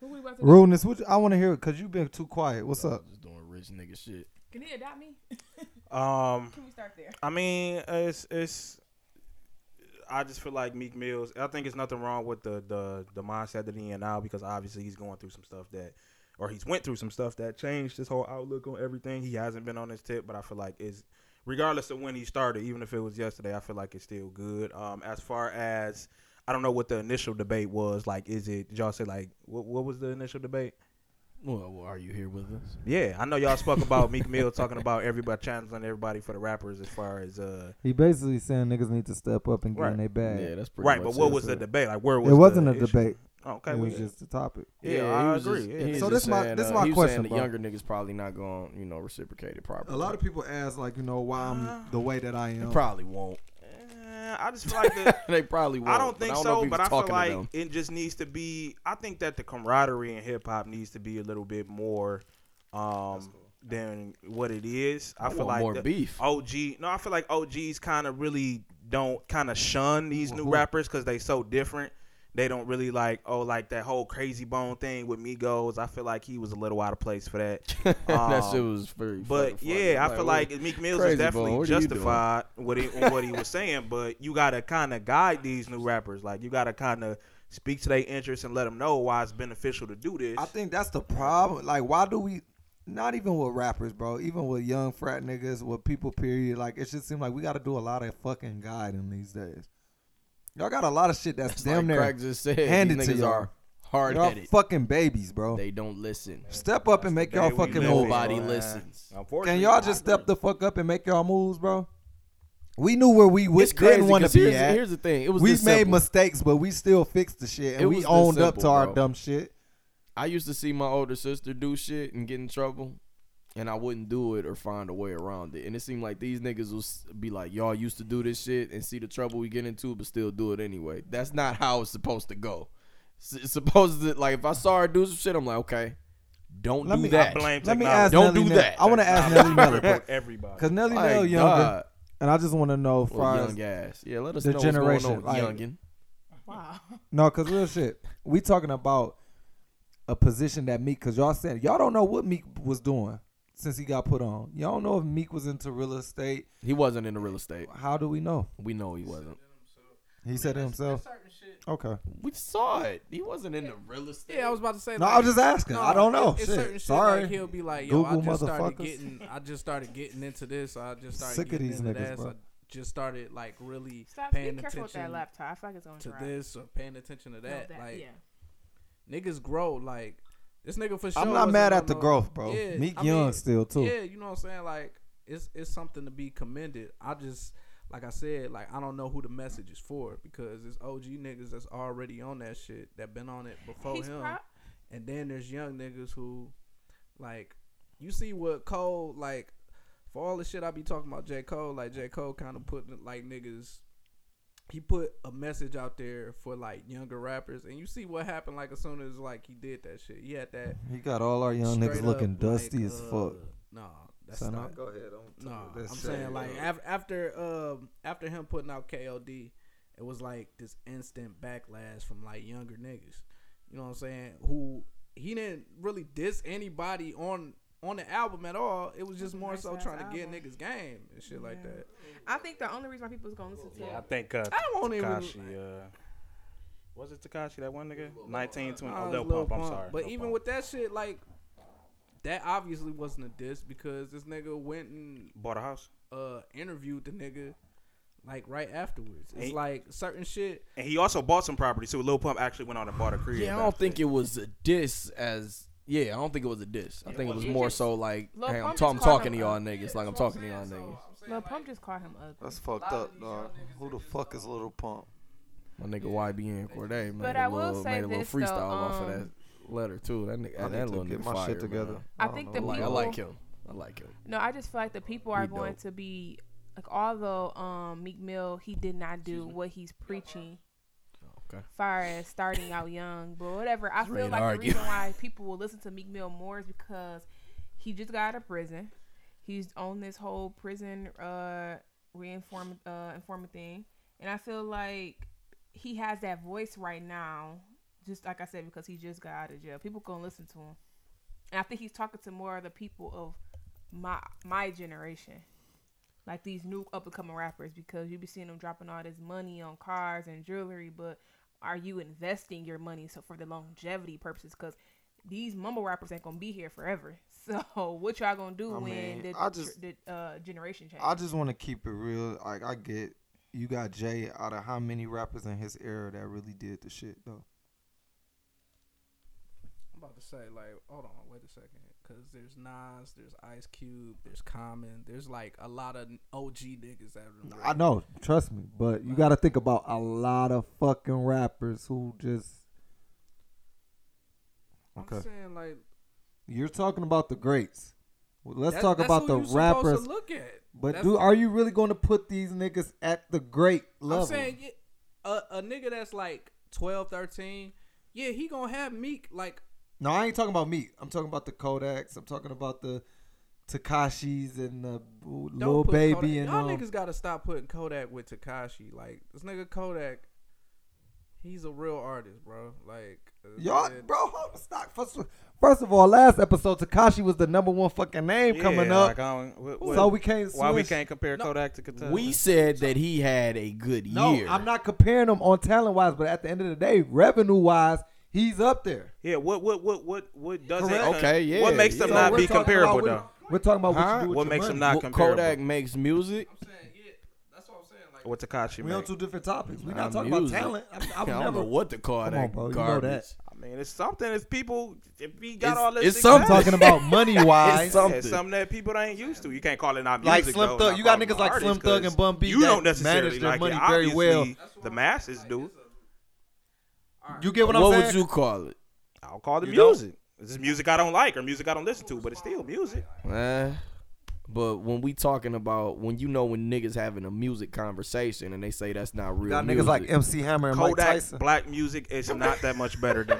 Speaker 6: Who we about to do?
Speaker 1: Rudeness. What you- I want to hear it because you've been too quiet. What's up?
Speaker 5: Just doing rich nigga shit.
Speaker 6: Can he adopt me?
Speaker 3: Um,
Speaker 6: Can we start there?
Speaker 3: I mean, it's it's. I just feel like Meek Mills. I think there's nothing wrong with the the the mindset that he in now because obviously he's going through some stuff that, or he's went through some stuff that changed his whole outlook on everything. He hasn't been on his tip, but I feel like is regardless of when he started, even if it was yesterday, I feel like it's still good. Um, as far as I don't know what the initial debate was. Like, is it did y'all say like what what was the initial debate?
Speaker 5: Well, well, are you here with us?
Speaker 3: Yeah, I know y'all spoke about Meek Mill talking about everybody channeling everybody for the rappers as far as uh.
Speaker 1: He basically saying niggas need to step up and get
Speaker 3: Right.
Speaker 1: in their bag.
Speaker 5: Yeah, that's pretty
Speaker 3: Right,
Speaker 5: much
Speaker 3: but what
Speaker 5: it.
Speaker 3: was the debate? Like, where was
Speaker 1: it wasn't
Speaker 3: the
Speaker 1: a
Speaker 3: issue?
Speaker 1: debate.
Speaker 3: Oh, okay,
Speaker 1: it
Speaker 3: well,
Speaker 1: was
Speaker 3: yeah.
Speaker 1: just the topic.
Speaker 3: Yeah, I agree. yeah.
Speaker 1: So this my-
Speaker 5: saying,
Speaker 1: this
Speaker 5: uh,
Speaker 1: my
Speaker 5: he was
Speaker 1: question,
Speaker 5: saying the
Speaker 1: bro.
Speaker 5: younger niggas probably not going to you know reciprocate it properly.
Speaker 1: A lot of people ask, like, you know, why
Speaker 5: Uh,
Speaker 1: I'm the way that I am.
Speaker 5: probably won't.
Speaker 3: Uh, I just feel like the,
Speaker 5: they probably won't.
Speaker 3: I don't think
Speaker 5: but
Speaker 3: so,
Speaker 5: I don't know if he
Speaker 3: but
Speaker 5: was
Speaker 3: I feel
Speaker 5: talking to
Speaker 3: like
Speaker 5: them.
Speaker 3: it just needs to be. I think that the camaraderie in hip hop needs to be a little bit more um, than what it is. I, feel
Speaker 5: want
Speaker 3: like
Speaker 5: more
Speaker 3: the
Speaker 5: beef.
Speaker 3: OG. No, I feel like OGs kind of really don't kind of shun these
Speaker 5: Mm-hmm.
Speaker 3: new rappers because they so different. They don't really like oh like that whole crazy bone thing with Migos. I feel like he was a little out of place for that.
Speaker 5: that
Speaker 3: Um,
Speaker 5: shit was very.
Speaker 3: but
Speaker 5: fucking
Speaker 3: yeah,
Speaker 5: funny.
Speaker 3: I feel like Meek Mills
Speaker 5: Crazy
Speaker 3: is definitely
Speaker 5: Bone, what are you doing?
Speaker 3: justified what he on what he was saying, but you gotta kind of guide these new rappers. Like you gotta kind of speak to their interests and let them know why it's beneficial to do this.
Speaker 1: I think that's the problem. Like, why do we? Not even with rappers, bro. Even with young frat niggas, with people, period. Like, it just seems like we got to do a lot of fucking guiding these days. Y'all got a lot of shit that's, damn
Speaker 5: like
Speaker 1: near
Speaker 5: Craig just said,
Speaker 1: handed
Speaker 5: these
Speaker 1: to
Speaker 5: niggas
Speaker 1: y'all.
Speaker 5: are hard
Speaker 1: y'all
Speaker 5: headed.
Speaker 1: fucking babies, bro.
Speaker 5: They don't listen.
Speaker 1: step up and make y'all
Speaker 3: Hey, we
Speaker 1: fucking
Speaker 3: live in,
Speaker 1: moves.
Speaker 5: Nobody
Speaker 3: man.
Speaker 5: listens.
Speaker 3: Unfortunately,
Speaker 1: Can y'all
Speaker 3: I
Speaker 1: just
Speaker 3: agree.
Speaker 1: step the fuck up and make y'all moves, bro? We knew where we
Speaker 5: It's
Speaker 1: was,
Speaker 5: crazy.
Speaker 1: didn't want to
Speaker 5: 'cause
Speaker 1: be
Speaker 5: here's,
Speaker 1: at.
Speaker 5: here's the thing. It was
Speaker 1: we made
Speaker 5: this simple.
Speaker 1: mistakes, but we still fixed the shit, and
Speaker 5: It was
Speaker 1: we
Speaker 5: this
Speaker 1: owned up to
Speaker 5: simple,
Speaker 1: our
Speaker 5: bro.
Speaker 1: dumb shit.
Speaker 5: I used to see my older sister do shit and get in trouble, and I wouldn't do it or find a way around it. And it seemed like these niggas was be like, y'all used to do this shit and see the trouble we get into, but still do it anyway. That's not how it's supposed to go. S- It's supposed to like if I saw her do some shit, I'm like, okay, don't
Speaker 1: Let
Speaker 5: do
Speaker 1: me-
Speaker 5: that.
Speaker 3: I blame
Speaker 1: Let me
Speaker 3: technology.
Speaker 1: ask
Speaker 5: Don't
Speaker 1: Nelly
Speaker 5: do
Speaker 1: Mel-
Speaker 5: that.
Speaker 1: I want to ask Nelly Miller
Speaker 3: Fuck everybody.
Speaker 1: because Nelly
Speaker 5: Like,
Speaker 1: Mel younger,
Speaker 5: God.
Speaker 1: and I just want to know as
Speaker 5: Well,
Speaker 1: far as
Speaker 5: young ass. Yeah, let us
Speaker 1: the
Speaker 5: know
Speaker 1: generation,
Speaker 5: what's going on,
Speaker 1: like-
Speaker 5: youngin.
Speaker 6: Wow.
Speaker 1: no, because real shit, we talking about a position that Meek, because y'all said y'all don't know what Meek was doing since he got put on. Y'all don't know if Meek was into real estate.
Speaker 5: He wasn't in the real estate.
Speaker 1: How do we know?
Speaker 5: We know he wasn't.
Speaker 1: He said it himself.
Speaker 4: Certain shit.
Speaker 1: Okay.
Speaker 5: We saw it. He wasn't in the real estate.
Speaker 4: Yeah, I was about to say.
Speaker 1: No,
Speaker 4: like,
Speaker 1: I was just asking. I don't know.
Speaker 4: It's
Speaker 1: Shit.
Speaker 4: certain shit.
Speaker 1: Sorry.
Speaker 4: Like, he'll be like, "Yo, I
Speaker 1: Google
Speaker 4: just started
Speaker 1: motherfuckers.
Speaker 4: getting, I just started getting into this. I just started
Speaker 1: Sick of
Speaker 4: getting
Speaker 1: these
Speaker 4: into
Speaker 1: niggas,
Speaker 4: that.
Speaker 1: bro.
Speaker 4: I just started like really
Speaker 6: Stop. Be
Speaker 4: paying
Speaker 6: careful with that
Speaker 4: attention
Speaker 6: laptop. I feel like it's going
Speaker 4: to
Speaker 6: dry.
Speaker 4: this or paying attention to
Speaker 6: No,
Speaker 4: that.
Speaker 6: that-
Speaker 4: Like
Speaker 6: yeah.
Speaker 4: niggas grow. Like this nigga for sure.
Speaker 1: I'm not
Speaker 4: wasn't
Speaker 1: mad
Speaker 4: on
Speaker 1: at the
Speaker 4: no-
Speaker 1: growth, bro.
Speaker 4: Yeah,
Speaker 1: Meek
Speaker 4: I
Speaker 1: Young
Speaker 4: mean,
Speaker 1: still too.
Speaker 4: Yeah, you know what I'm saying? Like it's it's something to be commended. I just like I said, like I don't know who the message is for because it's OG niggas that's already on that shit that been on it before
Speaker 6: He's
Speaker 4: him.
Speaker 6: prob-
Speaker 4: and then there's young niggas who like you see what Cole like for all the shit I be talking about J. Cole, like J. Cole kinda putting like niggas he put a message out there for like younger rappers and you see what happened like as soon as like he did that shit. He had that
Speaker 1: He got all our young
Speaker 4: straight
Speaker 1: niggas
Speaker 4: up,
Speaker 1: looking
Speaker 4: like,
Speaker 1: dusty as
Speaker 4: uh,
Speaker 1: fuck.
Speaker 4: No, that's
Speaker 1: Son,
Speaker 4: not.
Speaker 1: Go ahead.
Speaker 4: No, I'm saying like af- after um after him putting out KOD, it was like this instant backlash from like younger niggas. You know what I'm saying? Who he didn't really diss anybody on on the album at all. It was just more
Speaker 6: nice
Speaker 4: so
Speaker 6: ass
Speaker 4: trying to get
Speaker 6: album.
Speaker 4: niggas game and shit like that.
Speaker 6: I think the only reason why people is going to listen to
Speaker 3: I
Speaker 6: it.
Speaker 3: think uh,
Speaker 4: I won't even-
Speaker 3: Takashi. Uh, was it Takashi that one nigga? Nineteen twenty.
Speaker 4: Nah,
Speaker 3: Oh,
Speaker 4: it's
Speaker 3: Lil
Speaker 4: Lil
Speaker 3: Pump. I'm
Speaker 4: Pump.
Speaker 3: sorry.
Speaker 4: But
Speaker 3: Lil
Speaker 4: even
Speaker 3: Pump.
Speaker 4: with that shit, like that obviously wasn't a diss because this nigga went and
Speaker 3: bought a house
Speaker 4: uh interviewed the nigga like right afterwards. It's
Speaker 3: Ain't-
Speaker 4: like certain shit.
Speaker 3: and he also bought some property too. Lil Pump actually went on and bought a crib.
Speaker 5: Yeah, I don't think it was a diss as yeah, I don't think it was a diss. I think it was
Speaker 6: You
Speaker 5: more
Speaker 6: just-
Speaker 5: so like,
Speaker 6: Lil
Speaker 5: hey,
Speaker 6: Pump
Speaker 5: I'm, ta-
Speaker 6: just
Speaker 5: I'm
Speaker 6: called
Speaker 5: talking to
Speaker 6: him
Speaker 5: y'all
Speaker 6: up.
Speaker 5: niggas like I'm talking to y'all niggas.
Speaker 6: Lil Pump just called him ugly.
Speaker 11: That's fucked up, dog. Who the fuck is Little Pump?
Speaker 5: My nigga YBN Corday made
Speaker 6: But
Speaker 5: a
Speaker 6: I will
Speaker 5: little,
Speaker 6: say
Speaker 5: made a little
Speaker 6: this,
Speaker 5: freestyle
Speaker 6: though,
Speaker 5: off of that
Speaker 6: um,
Speaker 5: letter too. That nigga,
Speaker 1: I
Speaker 5: that
Speaker 1: need
Speaker 5: little
Speaker 1: to get
Speaker 5: nigga
Speaker 1: my
Speaker 5: fire,
Speaker 1: shit together.
Speaker 5: man.
Speaker 6: I
Speaker 1: don't
Speaker 6: think
Speaker 1: know.
Speaker 6: the
Speaker 5: Like I
Speaker 6: people-
Speaker 5: like him. I like him.
Speaker 6: No, I just feel like the people are
Speaker 5: We
Speaker 6: going
Speaker 5: dope.
Speaker 6: to be like although um Meek Mill he did not do what he's preaching.
Speaker 5: Oh, okay.
Speaker 6: Far as starting out young, but whatever. I feel
Speaker 5: ready to
Speaker 6: like
Speaker 5: argue.
Speaker 6: the reason why people will listen to Meek Mill more is because he just got out of prison. He's on this whole prison uh reinform uh informant thing. And I feel like he has that voice right now, just like I said, because he just got out of jail. People gonna listen to him. And I think he's talking to more of the people of my my generation. like these new up and coming rappers because you be seeing them dropping all this money on cars and jewelry, but are you investing your money so for the longevity purposes? Because these mumble rappers ain't gonna be here forever. So what y'all gonna do
Speaker 1: I
Speaker 6: when
Speaker 1: mean,
Speaker 6: the,
Speaker 1: I just-
Speaker 6: tr- the uh, generation change?
Speaker 1: I just want to keep it real. Like I get, you got Jay out of how many rappers in his era that really did the shit though.
Speaker 9: I'm about to say, like, hold on, wait a second. Because there's Nas, there's Ice Cube, there's Common, there's like a lot of OG niggas out of
Speaker 1: I know, trust me, but you got to think about a lot of fucking rappers who just.
Speaker 9: I'm
Speaker 1: Okay,
Speaker 9: saying, like,
Speaker 1: you're talking about the greats. Well, let's
Speaker 9: That-
Speaker 1: talk
Speaker 9: that's
Speaker 1: about
Speaker 9: who
Speaker 1: the
Speaker 9: you supposed to
Speaker 1: rappers.
Speaker 9: look at.
Speaker 1: But
Speaker 9: That's-
Speaker 1: do are you really going to put these niggas at the great level?
Speaker 9: I'm saying yeah, a, a nigga that's like 12, 13, yeah, he gonna have Meek. Like,
Speaker 1: No, I ain't talking about me. I'm talking about the Kodaks. I'm talking about the Takashis and the
Speaker 9: don't
Speaker 1: Lil
Speaker 9: put
Speaker 1: Baby
Speaker 9: Kodak.
Speaker 1: and
Speaker 9: y'all
Speaker 1: um,
Speaker 9: niggas gotta stop putting Kodak with Takashi. Like, this nigga Kodak, he's a real artist, bro. Like, uh,
Speaker 1: Y'all,
Speaker 9: it-
Speaker 1: bro, hold on, stop. First, first of all, last episode, Takashi was the number one fucking name coming
Speaker 2: Yeah,
Speaker 1: up.
Speaker 2: like, I don't- what- what-
Speaker 1: so we can't.
Speaker 2: Why we
Speaker 1: switch.
Speaker 2: can't compare Kodak to Katana?
Speaker 5: We said that he had a good
Speaker 1: No,
Speaker 5: year.
Speaker 1: I'm not comparing them on talent wise, but at the end of the day, revenue wise, he's up there.
Speaker 2: Yeah, what what what what what does it?
Speaker 1: Correct.
Speaker 5: Okay, yeah,
Speaker 2: What makes them
Speaker 5: yeah.
Speaker 2: not
Speaker 1: we're
Speaker 2: be
Speaker 1: talking
Speaker 2: comparable
Speaker 1: about
Speaker 2: though?
Speaker 1: What, we're talking about what
Speaker 5: Huh?
Speaker 1: you do with
Speaker 2: What
Speaker 1: your
Speaker 2: makes
Speaker 1: money.
Speaker 2: them not
Speaker 5: Well,
Speaker 2: comparable?
Speaker 5: Kodak makes music.
Speaker 2: What Takashi
Speaker 1: We on
Speaker 2: make?
Speaker 1: two different topics. We're not
Speaker 5: I'm
Speaker 1: talking
Speaker 5: music.
Speaker 1: about talent. I,
Speaker 5: I
Speaker 1: I've
Speaker 5: don't
Speaker 1: never.
Speaker 5: know what to call
Speaker 1: Come
Speaker 5: that
Speaker 1: on, bro, you know
Speaker 5: garbage.
Speaker 1: that.
Speaker 2: I mean, it's something. It's people. If we got
Speaker 5: It's-
Speaker 2: all this,
Speaker 5: it's something.
Speaker 1: I'm talking about money wise.
Speaker 5: It's something.
Speaker 2: Yeah, something that people that ain't used to. You can't call it not
Speaker 1: Like
Speaker 2: music.
Speaker 1: Slim
Speaker 2: though,
Speaker 1: Thug-
Speaker 2: not
Speaker 1: you got
Speaker 2: call it
Speaker 1: niggas
Speaker 2: an
Speaker 1: like Slim
Speaker 2: artist,
Speaker 1: Thug and
Speaker 2: 'cause
Speaker 1: Bun B
Speaker 2: You
Speaker 1: that
Speaker 2: don't necessarily
Speaker 1: manage their
Speaker 2: like
Speaker 1: money
Speaker 2: it.
Speaker 1: very
Speaker 2: Obviously,
Speaker 1: well.
Speaker 2: The masses do.
Speaker 1: You get what, I'm
Speaker 5: what
Speaker 1: saying?
Speaker 5: would you call it?
Speaker 2: I'll call it
Speaker 1: You don't?
Speaker 2: music. It's just music I don't like or music I don't listen to, but it's still music.
Speaker 5: Eh, but when we talking about when you know when niggas having a music conversation and they say that's not real
Speaker 1: got niggas
Speaker 5: music.
Speaker 1: like MC Hammer and Mike
Speaker 2: Kodak
Speaker 1: Tyson.
Speaker 2: black music is not that much better than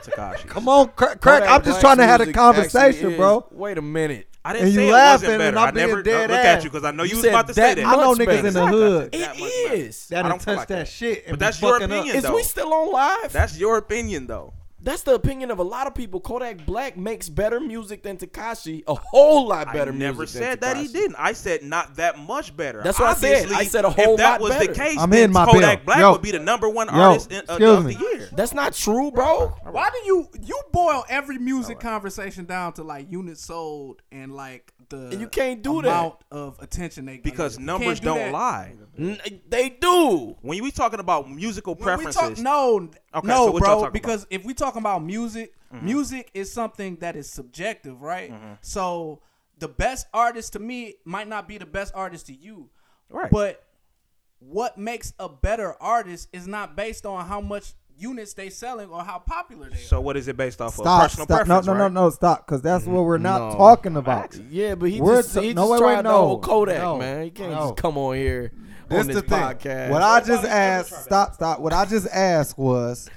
Speaker 2: Takashi.
Speaker 1: Come on, Cra- Craig.
Speaker 5: Kodak
Speaker 1: I'm just
Speaker 5: Black's
Speaker 1: trying to have a
Speaker 5: music actually
Speaker 1: conversation,
Speaker 5: is-
Speaker 1: bro.
Speaker 5: Wait a minute.
Speaker 2: I didn't
Speaker 1: and you
Speaker 2: say it
Speaker 1: laughing,
Speaker 2: wasn't
Speaker 1: and
Speaker 2: better.
Speaker 1: I'm
Speaker 2: I
Speaker 1: being
Speaker 2: never
Speaker 1: dead
Speaker 2: uh, look
Speaker 1: ass.
Speaker 2: at you because I know
Speaker 5: You
Speaker 2: you, was
Speaker 5: said
Speaker 2: about to
Speaker 5: that
Speaker 2: say that.
Speaker 1: I know
Speaker 5: much
Speaker 1: niggas in
Speaker 5: better.
Speaker 1: the hood
Speaker 2: That
Speaker 5: It
Speaker 2: much better.
Speaker 5: is.
Speaker 1: that
Speaker 2: I
Speaker 1: done
Speaker 2: don't feel
Speaker 1: touch
Speaker 2: like
Speaker 1: that
Speaker 2: that.
Speaker 1: shit. And
Speaker 2: But that's
Speaker 1: be
Speaker 2: your
Speaker 1: fucking up.
Speaker 2: opinion.
Speaker 5: Is
Speaker 2: though.
Speaker 5: we still on live?
Speaker 2: That's your opinion though.
Speaker 5: That's the opinion of a lot of people. Kodak Black makes better music than Takashi. A whole lot better
Speaker 2: I
Speaker 5: music.
Speaker 2: never
Speaker 5: than
Speaker 2: said that he
Speaker 5: Tekashi.
Speaker 2: didn't. I said not that much better.
Speaker 5: That's what I said.
Speaker 2: Obviously,
Speaker 5: I said a whole
Speaker 2: if that
Speaker 5: lot
Speaker 2: was
Speaker 5: better.
Speaker 2: the case,
Speaker 1: I'm
Speaker 2: then
Speaker 1: hitting my
Speaker 2: Kodak
Speaker 1: bill.
Speaker 2: Black
Speaker 1: Yo.
Speaker 2: would be the number one
Speaker 1: Yo,
Speaker 2: artist in, uh,
Speaker 1: excuse
Speaker 2: of
Speaker 1: me.
Speaker 2: the year.
Speaker 5: That's not true, bro.
Speaker 4: Why do you you boil every music conversation down to like units sold and like the
Speaker 5: You can't do that.
Speaker 4: amount of attention they get?
Speaker 2: Because
Speaker 4: You
Speaker 2: numbers
Speaker 4: can't do
Speaker 2: not
Speaker 4: that.
Speaker 2: lie.
Speaker 5: N- They do.
Speaker 2: When we talking about musical
Speaker 4: When we
Speaker 2: preferences,
Speaker 4: Talk, no,
Speaker 2: Okay, so
Speaker 4: no,
Speaker 2: what y'all talking
Speaker 4: bro.
Speaker 2: about? Mm-hmm.
Speaker 4: Because if we talking about music, music is something that is subjective, right? So the best artist to me might not be the best artist to you,
Speaker 2: Right.
Speaker 4: But what makes a better artist is not based on how much units they selling or how popular they are.
Speaker 2: so what is it based off of?
Speaker 1: Stop,
Speaker 2: Personal
Speaker 1: stop. No,
Speaker 2: preference,
Speaker 1: no, no,
Speaker 2: right?
Speaker 1: no, stop. Because that's what we're not
Speaker 5: No.
Speaker 1: talking about.
Speaker 5: Yeah, but he
Speaker 1: We're
Speaker 5: just,
Speaker 1: t-
Speaker 5: he
Speaker 1: no,
Speaker 5: just
Speaker 1: wait,
Speaker 5: tried
Speaker 1: wait,
Speaker 5: the
Speaker 1: no.
Speaker 5: whole Kodak,
Speaker 1: No.
Speaker 5: man. He can't
Speaker 1: No.
Speaker 5: just come on here
Speaker 1: This
Speaker 5: on this
Speaker 1: the thing.
Speaker 5: podcast.
Speaker 1: What I just asked, stop, stop. What I just asked was,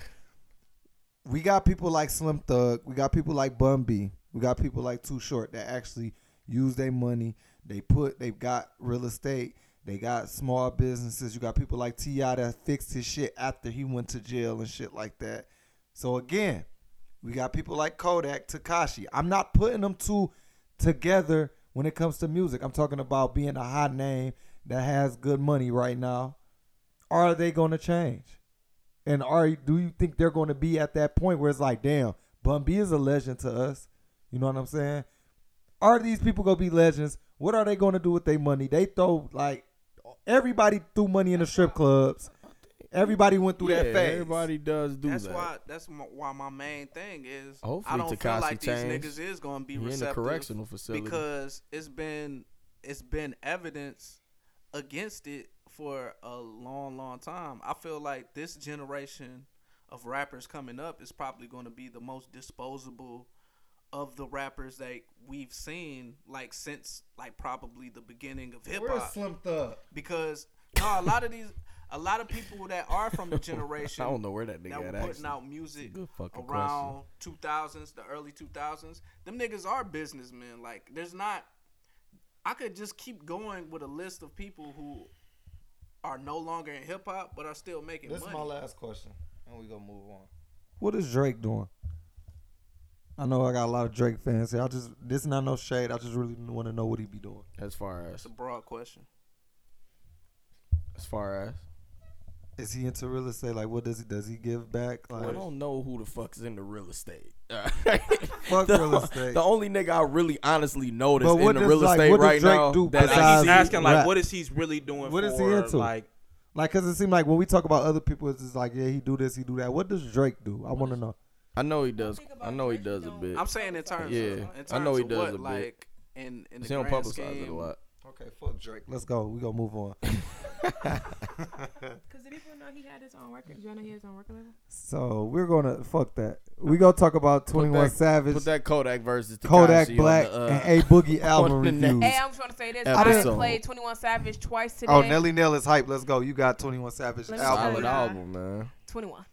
Speaker 1: we got people like Slim Thug, we got people like Bun B, we got people like Too Short that actually use their money. They put, they've got real estate, they got small businesses. You got people like Ti that fixed his shit after he went to jail and shit like that. So again, we got people like Kodak, Takashi. I'm not putting them two together when it comes to music. I'm talking about being a hot name that has good money right now. Are they going to change? And are do you think they're going to be at that point where it's like, damn, Bun B is a legend to us? You know what I'm saying? Are these people going to be legends? What are they going to do with their money? They throw like everybody threw money in the strip clubs. Everybody went through that phase.
Speaker 5: Everybody does do
Speaker 4: That's
Speaker 5: that.
Speaker 4: why. That's my, why my main thing is.
Speaker 5: Hopefully
Speaker 4: I don't feel
Speaker 5: Tekashi
Speaker 4: like
Speaker 5: changed.
Speaker 4: these niggas is gonna be
Speaker 5: He in a
Speaker 4: receptive
Speaker 5: correctional facility.
Speaker 4: because it's been it's been evidence against it for a long, long time. I feel like this generation of rappers coming up is probably going to be the most disposable of the rappers that we've seen like since like probably the beginning of hip hop
Speaker 1: Where's Slim Thug?
Speaker 4: because no, a lot of these, a lot of people that are from the generation.
Speaker 5: I don't know where that nigga
Speaker 4: that were
Speaker 5: at,
Speaker 4: putting
Speaker 5: actually.
Speaker 4: out music
Speaker 5: Good fucking
Speaker 4: around two thousands, the early two thousands. Them niggas are businessmen. Like, there's not. I could just keep going with a list of people who are no longer in hip hop but are still making
Speaker 1: This
Speaker 4: money.
Speaker 1: is my last question, and we gonna move on. What is Drake doing? I know I got a lot of Drake fans here. I just this not no shade. I just really want to know what he be doing.
Speaker 5: As far
Speaker 4: It's
Speaker 5: as
Speaker 4: a broad question.
Speaker 5: as far as.
Speaker 1: Is he into real estate? Like, what does he does he give back? Like,
Speaker 5: I don't know who the fuck's into real estate.
Speaker 1: Fuck
Speaker 5: the,
Speaker 1: real estate.
Speaker 5: The only nigga I really honestly know that's
Speaker 1: But what
Speaker 5: into
Speaker 1: does,
Speaker 5: real
Speaker 1: like,
Speaker 5: estate
Speaker 1: what does
Speaker 5: right
Speaker 1: Drake
Speaker 5: now.
Speaker 1: do
Speaker 5: that I
Speaker 1: besides-
Speaker 5: see-
Speaker 3: He's asking like,
Speaker 1: Rap.
Speaker 3: what is he's really doing?
Speaker 1: What
Speaker 3: for,
Speaker 1: is he into?
Speaker 3: Like,
Speaker 1: like, cause it seemed like when we talk about other people, it's just like, yeah, he do this, he do that. What does Drake do? I want to know.
Speaker 5: I know he does. I know he does a bit.
Speaker 14: I'm saying in terms.
Speaker 5: Yeah,
Speaker 14: Of, in terms
Speaker 5: I know he
Speaker 14: of
Speaker 5: does
Speaker 14: what,
Speaker 5: a bit.
Speaker 14: Like in in the
Speaker 5: he don't
Speaker 14: grand
Speaker 5: publicize it a
Speaker 14: scheme,
Speaker 5: lot.
Speaker 1: Okay, fuck Drake. Let's go. We gonna move on.
Speaker 6: Because the people know he had his own record. Do you know he has his own record label?
Speaker 1: so we're gonna fuck that. We gonna talk about Twenty One
Speaker 5: that-
Speaker 1: Savage,
Speaker 5: Put that Kodak versus Tekashi
Speaker 1: Kodak
Speaker 5: on
Speaker 1: Black,
Speaker 5: the, uh,
Speaker 1: and A Boogie album
Speaker 5: on the next-
Speaker 1: reviews.
Speaker 6: Hey, I'm just want to say this.
Speaker 5: I
Speaker 6: I
Speaker 5: didn't-
Speaker 6: played 21 Savage twice today.
Speaker 1: Oh, Nelly Nell is hype. Let's go. You got Twenty One Savage
Speaker 6: Let me
Speaker 1: album.
Speaker 6: tell
Speaker 5: solid
Speaker 6: Nah.
Speaker 5: album, man.
Speaker 6: 21.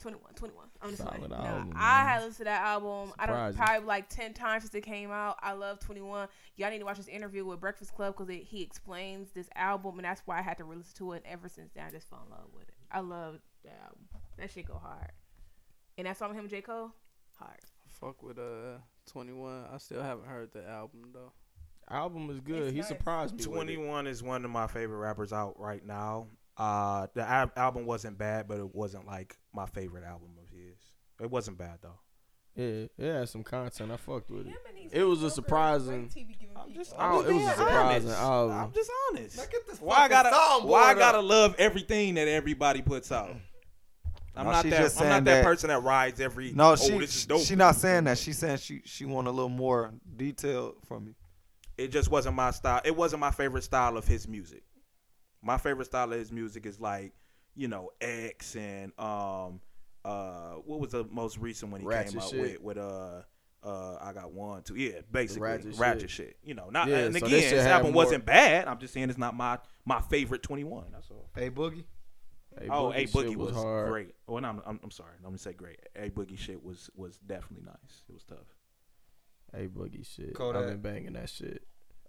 Speaker 6: 21, 21. I'm just
Speaker 5: Solid
Speaker 6: like, nah.
Speaker 5: album,
Speaker 6: I
Speaker 5: man.
Speaker 6: had listened to that album. I don't
Speaker 5: Surprising.
Speaker 6: probably like ten times since it came out. I love Twenty One. Y'all need to watch this interview with Breakfast Club because he explains this album, and that's why I had to re-listen to it. And ever since then, I just fell in love with it. I love that album. That shit go hard. And that song with him and J Cole, hard.
Speaker 4: Fuck with uh 21. I still haven't heard the album though.
Speaker 5: Album is good.
Speaker 6: It's
Speaker 5: he
Speaker 6: nice.
Speaker 5: surprised me. Twenty.
Speaker 3: Twenty One is one of my favorite rappers out right now. Uh, the al- album wasn't bad, but it wasn't like my favorite album of his. It wasn't bad though.
Speaker 5: Yeah, yeah, some content. I fucked with it. It was a surprising.
Speaker 3: I'm just,
Speaker 5: Oh,
Speaker 3: I'm just
Speaker 5: it was
Speaker 3: being
Speaker 5: a surprising
Speaker 3: honest.
Speaker 5: album.
Speaker 3: I'm just honest.
Speaker 1: get this
Speaker 3: Why I
Speaker 1: fucking
Speaker 3: gotta
Speaker 1: soundboard
Speaker 3: Why I
Speaker 1: up.
Speaker 3: gotta love everything that everybody puts out? I'm
Speaker 1: No,
Speaker 3: not
Speaker 1: she's
Speaker 3: that.
Speaker 1: just
Speaker 3: I'm
Speaker 1: saying
Speaker 3: not that,
Speaker 1: that-
Speaker 3: person that rides every.
Speaker 1: No,
Speaker 3: oh,
Speaker 1: she
Speaker 3: this is dope.
Speaker 1: she not saying that. She's saying she she want a little more detail from you.
Speaker 3: it just wasn't my style. It wasn't my favorite style of his music. My favorite style of his music is like, you know, X and um uh what was the most recent one he
Speaker 5: Ratchet
Speaker 3: came out
Speaker 5: shit.
Speaker 3: with with uh uh I got one, two, yeah, basically
Speaker 5: Ratchet
Speaker 3: ratchet,
Speaker 5: shit.
Speaker 3: shit. You know, not
Speaker 5: Yeah,
Speaker 3: and
Speaker 5: so
Speaker 3: again,
Speaker 5: this shit
Speaker 3: this
Speaker 5: had
Speaker 3: album
Speaker 5: more-
Speaker 3: wasn't bad. I'm just saying it's not my my favorite twenty one. That's all.
Speaker 1: Hey Boogie.
Speaker 5: Hey,
Speaker 3: oh, A
Speaker 5: shit
Speaker 3: Boogie was,
Speaker 5: hard.
Speaker 3: great. Oh, and I'm, I'm I'm sorry, I'm gonna say great. A Boogie shit was was definitely nice. It was tough.
Speaker 5: Hey Boogie shit.
Speaker 1: Kodak.
Speaker 5: I've been banging that shit.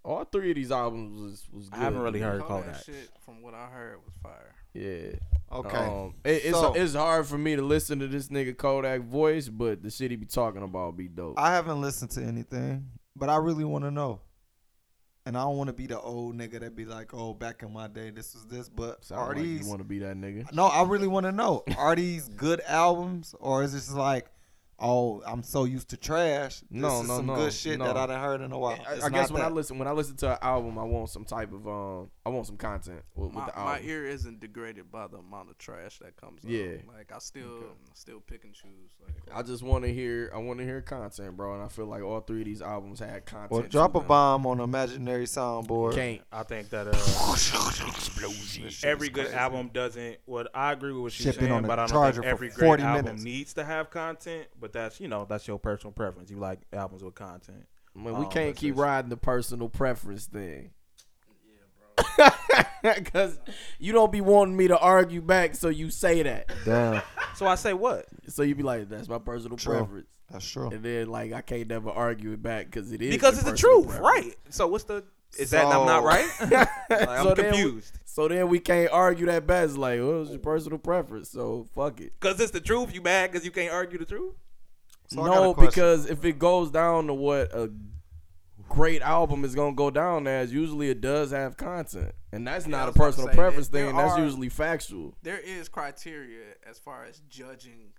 Speaker 5: All three of these albums was was good.
Speaker 3: I haven't really
Speaker 5: man.
Speaker 3: heard
Speaker 4: Kodak
Speaker 3: Kodak.
Speaker 4: shit from what I heard was fire.
Speaker 5: Yeah.
Speaker 1: Okay.
Speaker 5: Um, it- it's
Speaker 1: So-
Speaker 5: it's hard for me to listen to this nigga Kodak voice, but the shit he be talking about be dope.
Speaker 1: I haven't listened to anything, but I really want to know. And I don't want to be the old nigga that be like, "Oh, back in my day, this was this." But
Speaker 5: Sound
Speaker 1: are
Speaker 5: like
Speaker 1: these?
Speaker 5: you want to be that nigga?
Speaker 1: no, I really want to know. Are these good albums, or is this like, "Oh, I'm so used to trash. This
Speaker 5: No,
Speaker 1: is
Speaker 5: no,
Speaker 1: some
Speaker 5: no,
Speaker 1: good shit
Speaker 5: no.
Speaker 1: that I done heard in a while."
Speaker 5: I,
Speaker 1: It's
Speaker 5: I guess
Speaker 1: not
Speaker 5: when I
Speaker 1: that.
Speaker 5: listen when I listen to an album, I want some type of um, I want some content with, with
Speaker 4: My,
Speaker 5: the
Speaker 4: my
Speaker 5: album.
Speaker 4: ear isn't degraded by the amount of trash that comes
Speaker 5: Yeah.
Speaker 4: out. Like I still still pick and choose. Like
Speaker 5: I just want to hear I want to hear content, bro, and I feel like all three of these albums had content.
Speaker 1: well,
Speaker 5: to
Speaker 1: drop a
Speaker 5: them.
Speaker 1: bomb on imaginary soundboard.
Speaker 5: Can't
Speaker 3: I think that uh, every good album doesn't. What I agree with what you're
Speaker 1: Shipping on
Speaker 3: saying,
Speaker 1: a
Speaker 3: but I don't
Speaker 1: charger
Speaker 3: think
Speaker 1: for
Speaker 3: every
Speaker 1: 40
Speaker 3: great album
Speaker 1: minutes.
Speaker 3: needs to have content. But that's you know that's your personal preference. You like albums with content.
Speaker 5: man, we
Speaker 3: Um,
Speaker 5: can't
Speaker 3: that's
Speaker 5: keep
Speaker 3: just-
Speaker 5: riding the personal preference thing. Cause you don't be wanting me to argue back, so you say that.
Speaker 1: Damn,
Speaker 3: So I say what?
Speaker 5: So you be like, "That's my personal
Speaker 1: True.
Speaker 5: preference,"
Speaker 1: that's true.
Speaker 5: and then like I can't never argue it back because it is
Speaker 3: Because
Speaker 5: your
Speaker 3: it's the
Speaker 5: personal
Speaker 3: truth,
Speaker 5: preference.
Speaker 3: right? So what's the? Is that I'm not
Speaker 1: So-
Speaker 3: right? Like, I'm
Speaker 5: So then we-
Speaker 3: confused
Speaker 5: So then we can't argue that back. It's like, well, it's your personal preference, so fuck it.
Speaker 3: because it's the truth. You mad because you can't argue the truth?
Speaker 1: So I got a
Speaker 5: no,
Speaker 1: question.
Speaker 5: because if it goes down to what a great album is gonna go down as, usually it does have content, and that's
Speaker 4: I
Speaker 5: not a
Speaker 4: was about to
Speaker 5: personal
Speaker 4: say, there-
Speaker 5: preference
Speaker 4: there
Speaker 5: thing. That's
Speaker 4: are-
Speaker 5: usually factual.
Speaker 4: there is criteria as far as judging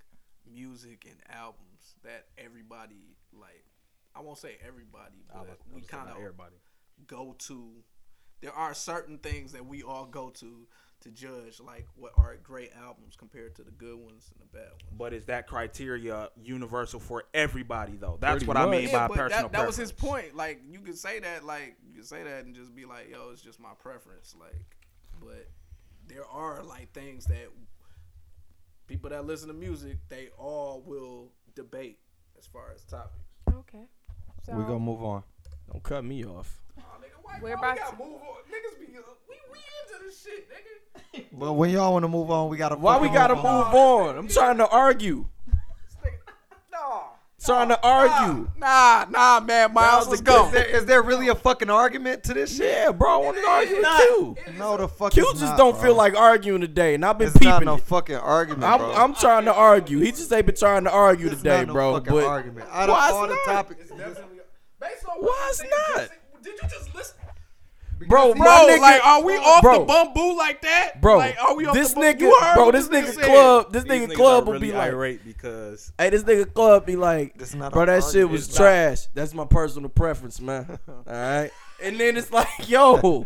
Speaker 4: music and albums that everybody like. I won't say everybody, but we kind of
Speaker 3: everybody.
Speaker 4: go to. There are certain things that we all go to to judge, like what are great albums compared to the good ones and the bad ones.
Speaker 3: But is that criteria universal for everybody though? That's
Speaker 5: Pretty
Speaker 3: what I
Speaker 5: much.
Speaker 3: mean by
Speaker 4: but
Speaker 3: personal.
Speaker 4: that, that was his
Speaker 3: preference.
Speaker 4: point. Like you could say that, like you could say that, and just be like, "Yo, it's just my preference." Like, but there are like things that people that listen to music they all will debate as far as topics.
Speaker 6: Okay. So
Speaker 1: we gonna move on.
Speaker 5: Don't cut me off.
Speaker 4: Oh, nigga, why,
Speaker 6: We're
Speaker 4: why
Speaker 6: about
Speaker 4: we gotta
Speaker 6: to-
Speaker 4: move on? Niggas be uh, we we into this shit, nigga.
Speaker 1: But when y'all want to move on, we gotta.
Speaker 5: Why we
Speaker 1: fucking
Speaker 5: gotta move
Speaker 1: move on?
Speaker 5: on? I'm trying to argue.
Speaker 4: This nigga- Nah,
Speaker 5: Trying to argue.
Speaker 4: nah, nah, man, Miles, let's go.
Speaker 1: Is there, is there really a fucking argument to this shit?
Speaker 5: Yeah, bro, I want to argue with Q.
Speaker 1: No, the fuck.
Speaker 5: Q
Speaker 1: it's
Speaker 5: just
Speaker 1: not,
Speaker 5: don't
Speaker 1: bro.
Speaker 5: feel like arguing today, and I've been
Speaker 1: It's not
Speaker 5: peeping.
Speaker 1: no
Speaker 5: it.
Speaker 1: fucking argument,
Speaker 5: I'm,
Speaker 1: bro.
Speaker 5: I'm trying to argue. He just ain't been trying to argue
Speaker 1: It's
Speaker 5: today,
Speaker 1: not no
Speaker 5: bro.
Speaker 1: fucking
Speaker 5: But
Speaker 1: argument. Out
Speaker 5: Why
Speaker 1: of
Speaker 5: it's
Speaker 1: all the
Speaker 5: not?
Speaker 1: topics,
Speaker 4: Definitely- Based on
Speaker 5: Why
Speaker 4: you
Speaker 5: it's
Speaker 4: said,
Speaker 5: not?
Speaker 4: Did you just listen?
Speaker 5: Bro,
Speaker 4: bro,
Speaker 5: my nigga,
Speaker 4: like, are we off
Speaker 5: bro.
Speaker 4: the bamboo like that?
Speaker 5: Bro,
Speaker 4: like, are we off
Speaker 5: this
Speaker 4: the bamboo?
Speaker 5: nigga,
Speaker 4: You heard
Speaker 5: bro,
Speaker 4: what
Speaker 5: this
Speaker 4: the
Speaker 5: nigga
Speaker 4: said.
Speaker 5: club, this
Speaker 2: These
Speaker 5: nigga
Speaker 2: niggas
Speaker 5: club
Speaker 2: are
Speaker 5: will be
Speaker 2: really
Speaker 5: like,
Speaker 2: irate because
Speaker 5: hey, this nigga club be like,
Speaker 11: This not
Speaker 5: bro,
Speaker 11: an
Speaker 5: that shit
Speaker 11: argument.
Speaker 5: was
Speaker 11: It's not-
Speaker 5: trash. That's my personal preference, man. All right, and then it's like, yo.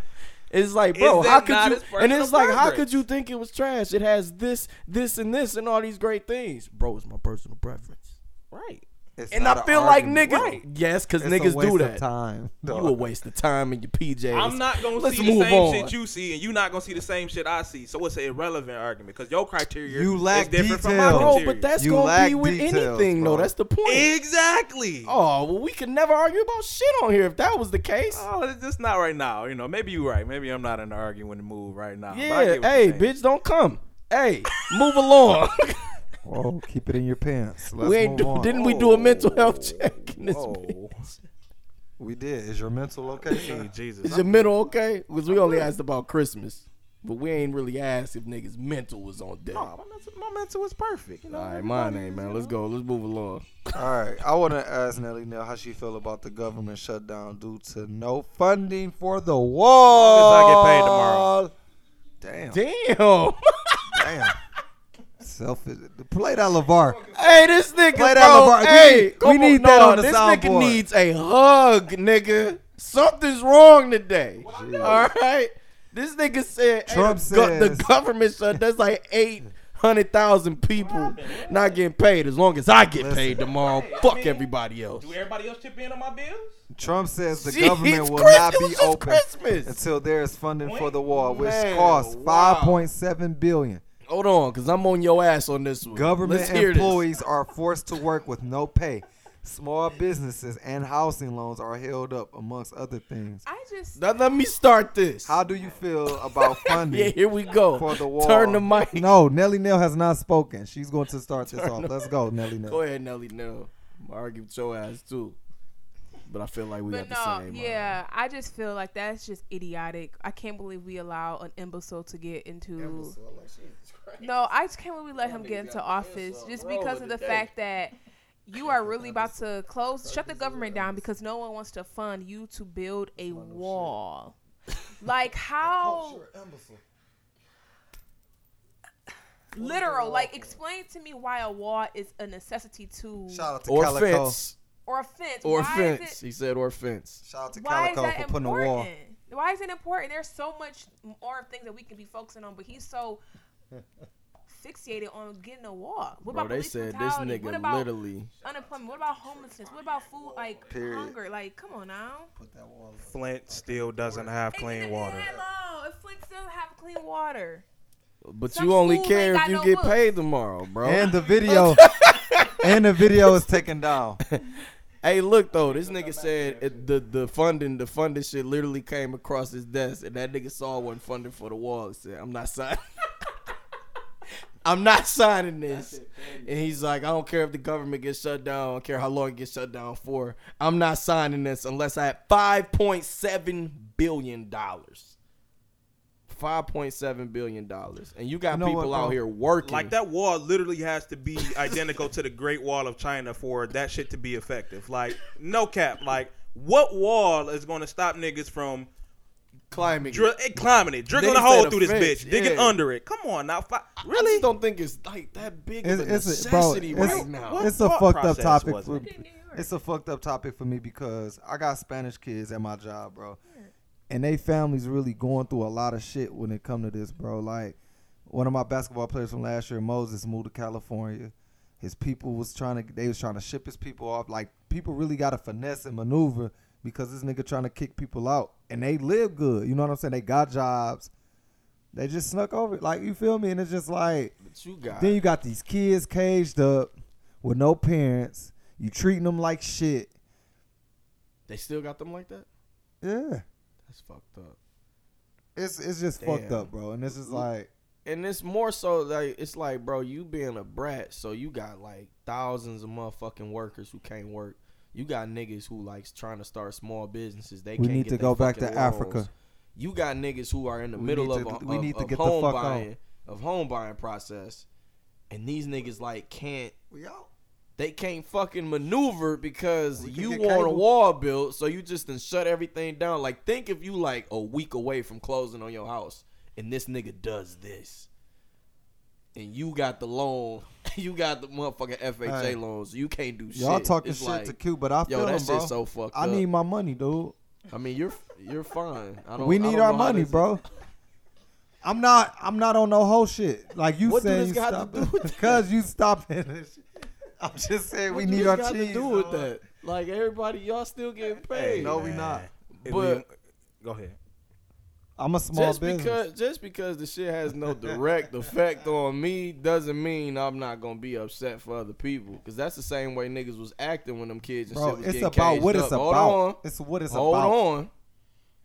Speaker 5: It's like, bro,
Speaker 2: Is that
Speaker 5: how could
Speaker 2: not
Speaker 5: you?
Speaker 2: his
Speaker 5: And it's
Speaker 2: personal
Speaker 5: like, how
Speaker 2: preference?
Speaker 5: could you think it was trash? It has this, this, and this, and all these great things, bro. It's my personal preference,
Speaker 2: right.
Speaker 11: It's
Speaker 5: and
Speaker 11: not
Speaker 5: I
Speaker 11: an
Speaker 5: feel like
Speaker 11: argument.
Speaker 5: niggas, yes, because
Speaker 1: It's a
Speaker 5: niggas
Speaker 1: waste
Speaker 5: do
Speaker 1: of
Speaker 5: that.
Speaker 1: time,
Speaker 5: you
Speaker 1: dog.
Speaker 5: a waste of time in your PJs.
Speaker 2: I'm not gonna
Speaker 5: Let's
Speaker 2: see
Speaker 5: move
Speaker 2: the same
Speaker 5: on.
Speaker 2: shit you see, and you not gonna see the same shit I see. So it's an irrelevant argument because your criteria
Speaker 1: You lack
Speaker 2: is different from my
Speaker 1: detail.
Speaker 5: Bro,
Speaker 2: criteria.
Speaker 5: but that's
Speaker 1: You
Speaker 5: gonna
Speaker 1: lack
Speaker 5: be with
Speaker 1: details,
Speaker 5: anything, though.
Speaker 1: bro.
Speaker 5: That's the point.
Speaker 2: exactly. Oh,
Speaker 5: Oh, well, we could never argue about shit on here if that was the case.
Speaker 2: Oh, it's just not right now. You know, maybe you're right. Maybe I'm not in the arguing mood right now. but I
Speaker 5: yeah,
Speaker 2: get what
Speaker 5: hey,
Speaker 2: you're saying.
Speaker 5: bitch, don't come. Hey, move along.
Speaker 1: Oh, keep it in your pants. Let's
Speaker 5: we ain't
Speaker 1: move
Speaker 5: do,
Speaker 1: on.
Speaker 5: didn't we do a mental health check in this
Speaker 2: Oh. Whoa.
Speaker 5: bitch?
Speaker 1: We did. Is your mental
Speaker 2: Hey,
Speaker 1: okay?
Speaker 2: Jesus.
Speaker 5: Is your mental okay? Because we only asked about Christmas. But we ain't really asked if niggas mental was on deck.
Speaker 2: Nah, my, mental, my mental is perfect. You know,
Speaker 5: All right, mine ain't, man. Let's go. Let's move along.
Speaker 1: All right. I want to ask Nelly now how she feel about the government shutdown due to no funding for the wall.
Speaker 2: As long as I get paid
Speaker 1: Damn.
Speaker 2: tomorrow.
Speaker 5: Damn.
Speaker 1: Damn. Self. Play that Levar.
Speaker 5: Hey, this nigga,
Speaker 1: Play that
Speaker 5: bro.
Speaker 1: LeVar. We
Speaker 5: Hey,
Speaker 1: need-
Speaker 5: come
Speaker 1: we need
Speaker 5: on.
Speaker 1: that
Speaker 5: Nah,
Speaker 1: on the
Speaker 5: This nigga
Speaker 1: soundboard.
Speaker 5: needs a hug, nigga. Something's wrong today. All right, this nigga said hey,
Speaker 1: Trump
Speaker 5: the, go-
Speaker 1: says-
Speaker 5: the government shut. That's like eight hundred thousand people not getting paid. As long as I get paid tomorrow, fuck everybody else.
Speaker 2: do everybody else chip in on my bills?
Speaker 1: Trump says the
Speaker 5: Jeez,
Speaker 1: government will
Speaker 5: Chris,
Speaker 1: not
Speaker 5: it
Speaker 1: be
Speaker 5: was just
Speaker 1: open
Speaker 5: Christmas.
Speaker 1: until there is funding for the wall, which
Speaker 5: Man,
Speaker 1: costs
Speaker 5: wow.
Speaker 1: 5.7 billion.
Speaker 5: Hold on, cause I'm on your ass on this one.
Speaker 1: Government
Speaker 5: Let's hear this.
Speaker 1: employees are forced to work with no pay. Small businesses and housing loans are held up, amongst other things.
Speaker 6: I just
Speaker 5: Now let me start this.
Speaker 1: How do you feel about funding?
Speaker 5: yeah, here we go.
Speaker 1: For the wall.
Speaker 5: Turn the mic.
Speaker 1: No, Nellie Nell has not spoken. She's going to start this off. Let's go, Nellie Nell.
Speaker 5: Go ahead, Nelly. No, I'm gonna argue with your ass too. But I feel like we
Speaker 6: But
Speaker 5: got the
Speaker 6: no,
Speaker 5: same. uh,
Speaker 6: yeah, I just feel like that's just idiotic. I can't believe we allow an imbecile to get into.
Speaker 5: uh,
Speaker 6: no, I just can't believe we let him get into office just because of the fact that you are really about to close, shut the government down because no one wants to fund you to build a wall. Like how literal? Like explain to me why a wall is a necessity to
Speaker 1: Shout out to
Speaker 5: or
Speaker 1: Calico.
Speaker 5: fence.
Speaker 6: or a fence.
Speaker 5: Or
Speaker 6: Why is
Speaker 5: fence.
Speaker 6: it-
Speaker 5: He said or fence.
Speaker 1: Shout out to
Speaker 6: why is
Speaker 1: Calico
Speaker 6: that
Speaker 1: for putting a
Speaker 6: important?
Speaker 1: wall.
Speaker 6: Why is it important? There's so much more things that we can be focusing on, but he's so fixated on getting a walk. What
Speaker 5: Bro,
Speaker 6: about
Speaker 5: they
Speaker 6: police
Speaker 5: said this
Speaker 6: brutality? what
Speaker 5: nigga
Speaker 6: about
Speaker 5: literally.
Speaker 6: unemployment? What about homelessness? What about food like
Speaker 1: Period.
Speaker 6: hunger? Like, come on now.
Speaker 2: Flint still doesn't have clean
Speaker 6: Leave
Speaker 2: water.
Speaker 6: it alone. If Flint still have clean water.
Speaker 5: But
Speaker 6: Some
Speaker 5: you only
Speaker 6: schools
Speaker 5: care
Speaker 6: ain't
Speaker 5: if
Speaker 6: got
Speaker 5: you
Speaker 6: no
Speaker 5: get
Speaker 6: books.
Speaker 5: paid tomorrow, bro.
Speaker 1: And the video. and the video is taken down.
Speaker 5: hey, look though, this nigga said it, the the funding, the funding shit literally came across his desk, and that nigga saw one funding for the wall. and Said, "I'm not signing. I'm not signing this." And he's like, "I don't care if the government gets shut down. I don't care how long it gets shut down for. I'm not signing this unless I have 5.7 billion dollars." 5.7 billion dollars, and you
Speaker 1: You
Speaker 5: got
Speaker 1: know
Speaker 5: people
Speaker 1: what,
Speaker 5: out
Speaker 1: bro?
Speaker 5: here working.
Speaker 2: Like that wall literally has to be identical to the Great Wall of China for that shit to be effective. Like no cap. Like what wall is going to stop niggas from
Speaker 5: climate.
Speaker 2: dri- eh, climbing it, drilling
Speaker 5: Niggas
Speaker 2: a hole
Speaker 5: said
Speaker 2: through this
Speaker 5: offense,
Speaker 2: bitch, digging
Speaker 5: yeah.
Speaker 2: under it? Come on now, fi-
Speaker 5: I
Speaker 2: really?
Speaker 5: just don't think it's like that big of
Speaker 1: It's,
Speaker 5: a
Speaker 1: it's a, bro,
Speaker 5: necessity
Speaker 1: it's,
Speaker 5: right now.
Speaker 1: it's a
Speaker 2: What
Speaker 1: fucked up
Speaker 2: process
Speaker 1: topic.
Speaker 2: was
Speaker 1: For,
Speaker 2: it?
Speaker 1: it's a fucked up topic for me because I got Spanish kids at my job, bro, and they families really going through a lot of shit when it come to this, bro. Like one of my basketball players from last year, Moses, moved to California. His people was trying to they was trying to ship his people off. Like people really got to finesse and maneuver because this nigga trying to kick people out, and they live good. You know what I'm saying? They got jobs. They just snuck over it, like you feel me, and it's just like
Speaker 5: But you got
Speaker 1: then you got these kids caged up with no parents. You treating them like shit.
Speaker 5: They still got them like that?
Speaker 1: Yeah,
Speaker 5: That's fucked up.
Speaker 1: it's it's just fucked
Speaker 5: Damn.
Speaker 1: up, bro. And this is like,
Speaker 5: And it's more so like it's like, bro, you being a brat, so you got like thousands of motherfucking workers who can't work. You got niggas who like trying to start small businesses. They
Speaker 1: we
Speaker 5: can't
Speaker 1: need
Speaker 5: get
Speaker 1: to
Speaker 5: they
Speaker 1: go back to
Speaker 5: fucking loans.
Speaker 1: Africa.
Speaker 5: You got niggas who are in the
Speaker 1: We
Speaker 5: middle
Speaker 1: need
Speaker 5: of,
Speaker 1: to-
Speaker 5: a,
Speaker 1: we
Speaker 5: of-
Speaker 1: need to
Speaker 5: of
Speaker 1: get the
Speaker 5: home
Speaker 1: fuck out.
Speaker 5: buying of home buying process, and these niggas like can't
Speaker 1: We out.
Speaker 5: They can't fucking maneuver because you want cable. a wall built, so you just then shut everything down. Like, think if you like a week away from closing on your house, and this nigga does this, and you got the loan, you got the motherfucking FHA hey. loans, so you can't do y'all shit.
Speaker 1: Y'all talking it's shit like, to Q, but I feel yo, that him, bro.
Speaker 5: so fucked.
Speaker 1: I
Speaker 5: up.
Speaker 1: need my money, dude.
Speaker 5: I mean, you're you're fine.
Speaker 1: we need our money, bro. I'm not. I'm not on no whole shit. Like you
Speaker 5: what
Speaker 1: saying,
Speaker 5: you
Speaker 1: stop
Speaker 5: because
Speaker 1: you stopping. I'm just saying
Speaker 5: what
Speaker 1: we need our
Speaker 5: got
Speaker 1: cheese.
Speaker 5: to do with though. that? Like everybody, y'all still getting paid. Hey,
Speaker 1: no, we not.
Speaker 5: If but
Speaker 15: we, go ahead.
Speaker 1: I'm a small
Speaker 5: just
Speaker 1: business.
Speaker 5: Because, just because the shit has no direct effect on me doesn't mean I'm not gonna be upset for other people. Because that's the same way niggas was acting when them kids and
Speaker 1: Bro,
Speaker 5: shit was
Speaker 1: it's
Speaker 5: getting
Speaker 1: about
Speaker 5: caged
Speaker 1: what
Speaker 5: up.
Speaker 1: it's
Speaker 5: Hold
Speaker 1: about.
Speaker 5: on.
Speaker 1: It's what it's
Speaker 5: Hold
Speaker 1: about.
Speaker 5: on.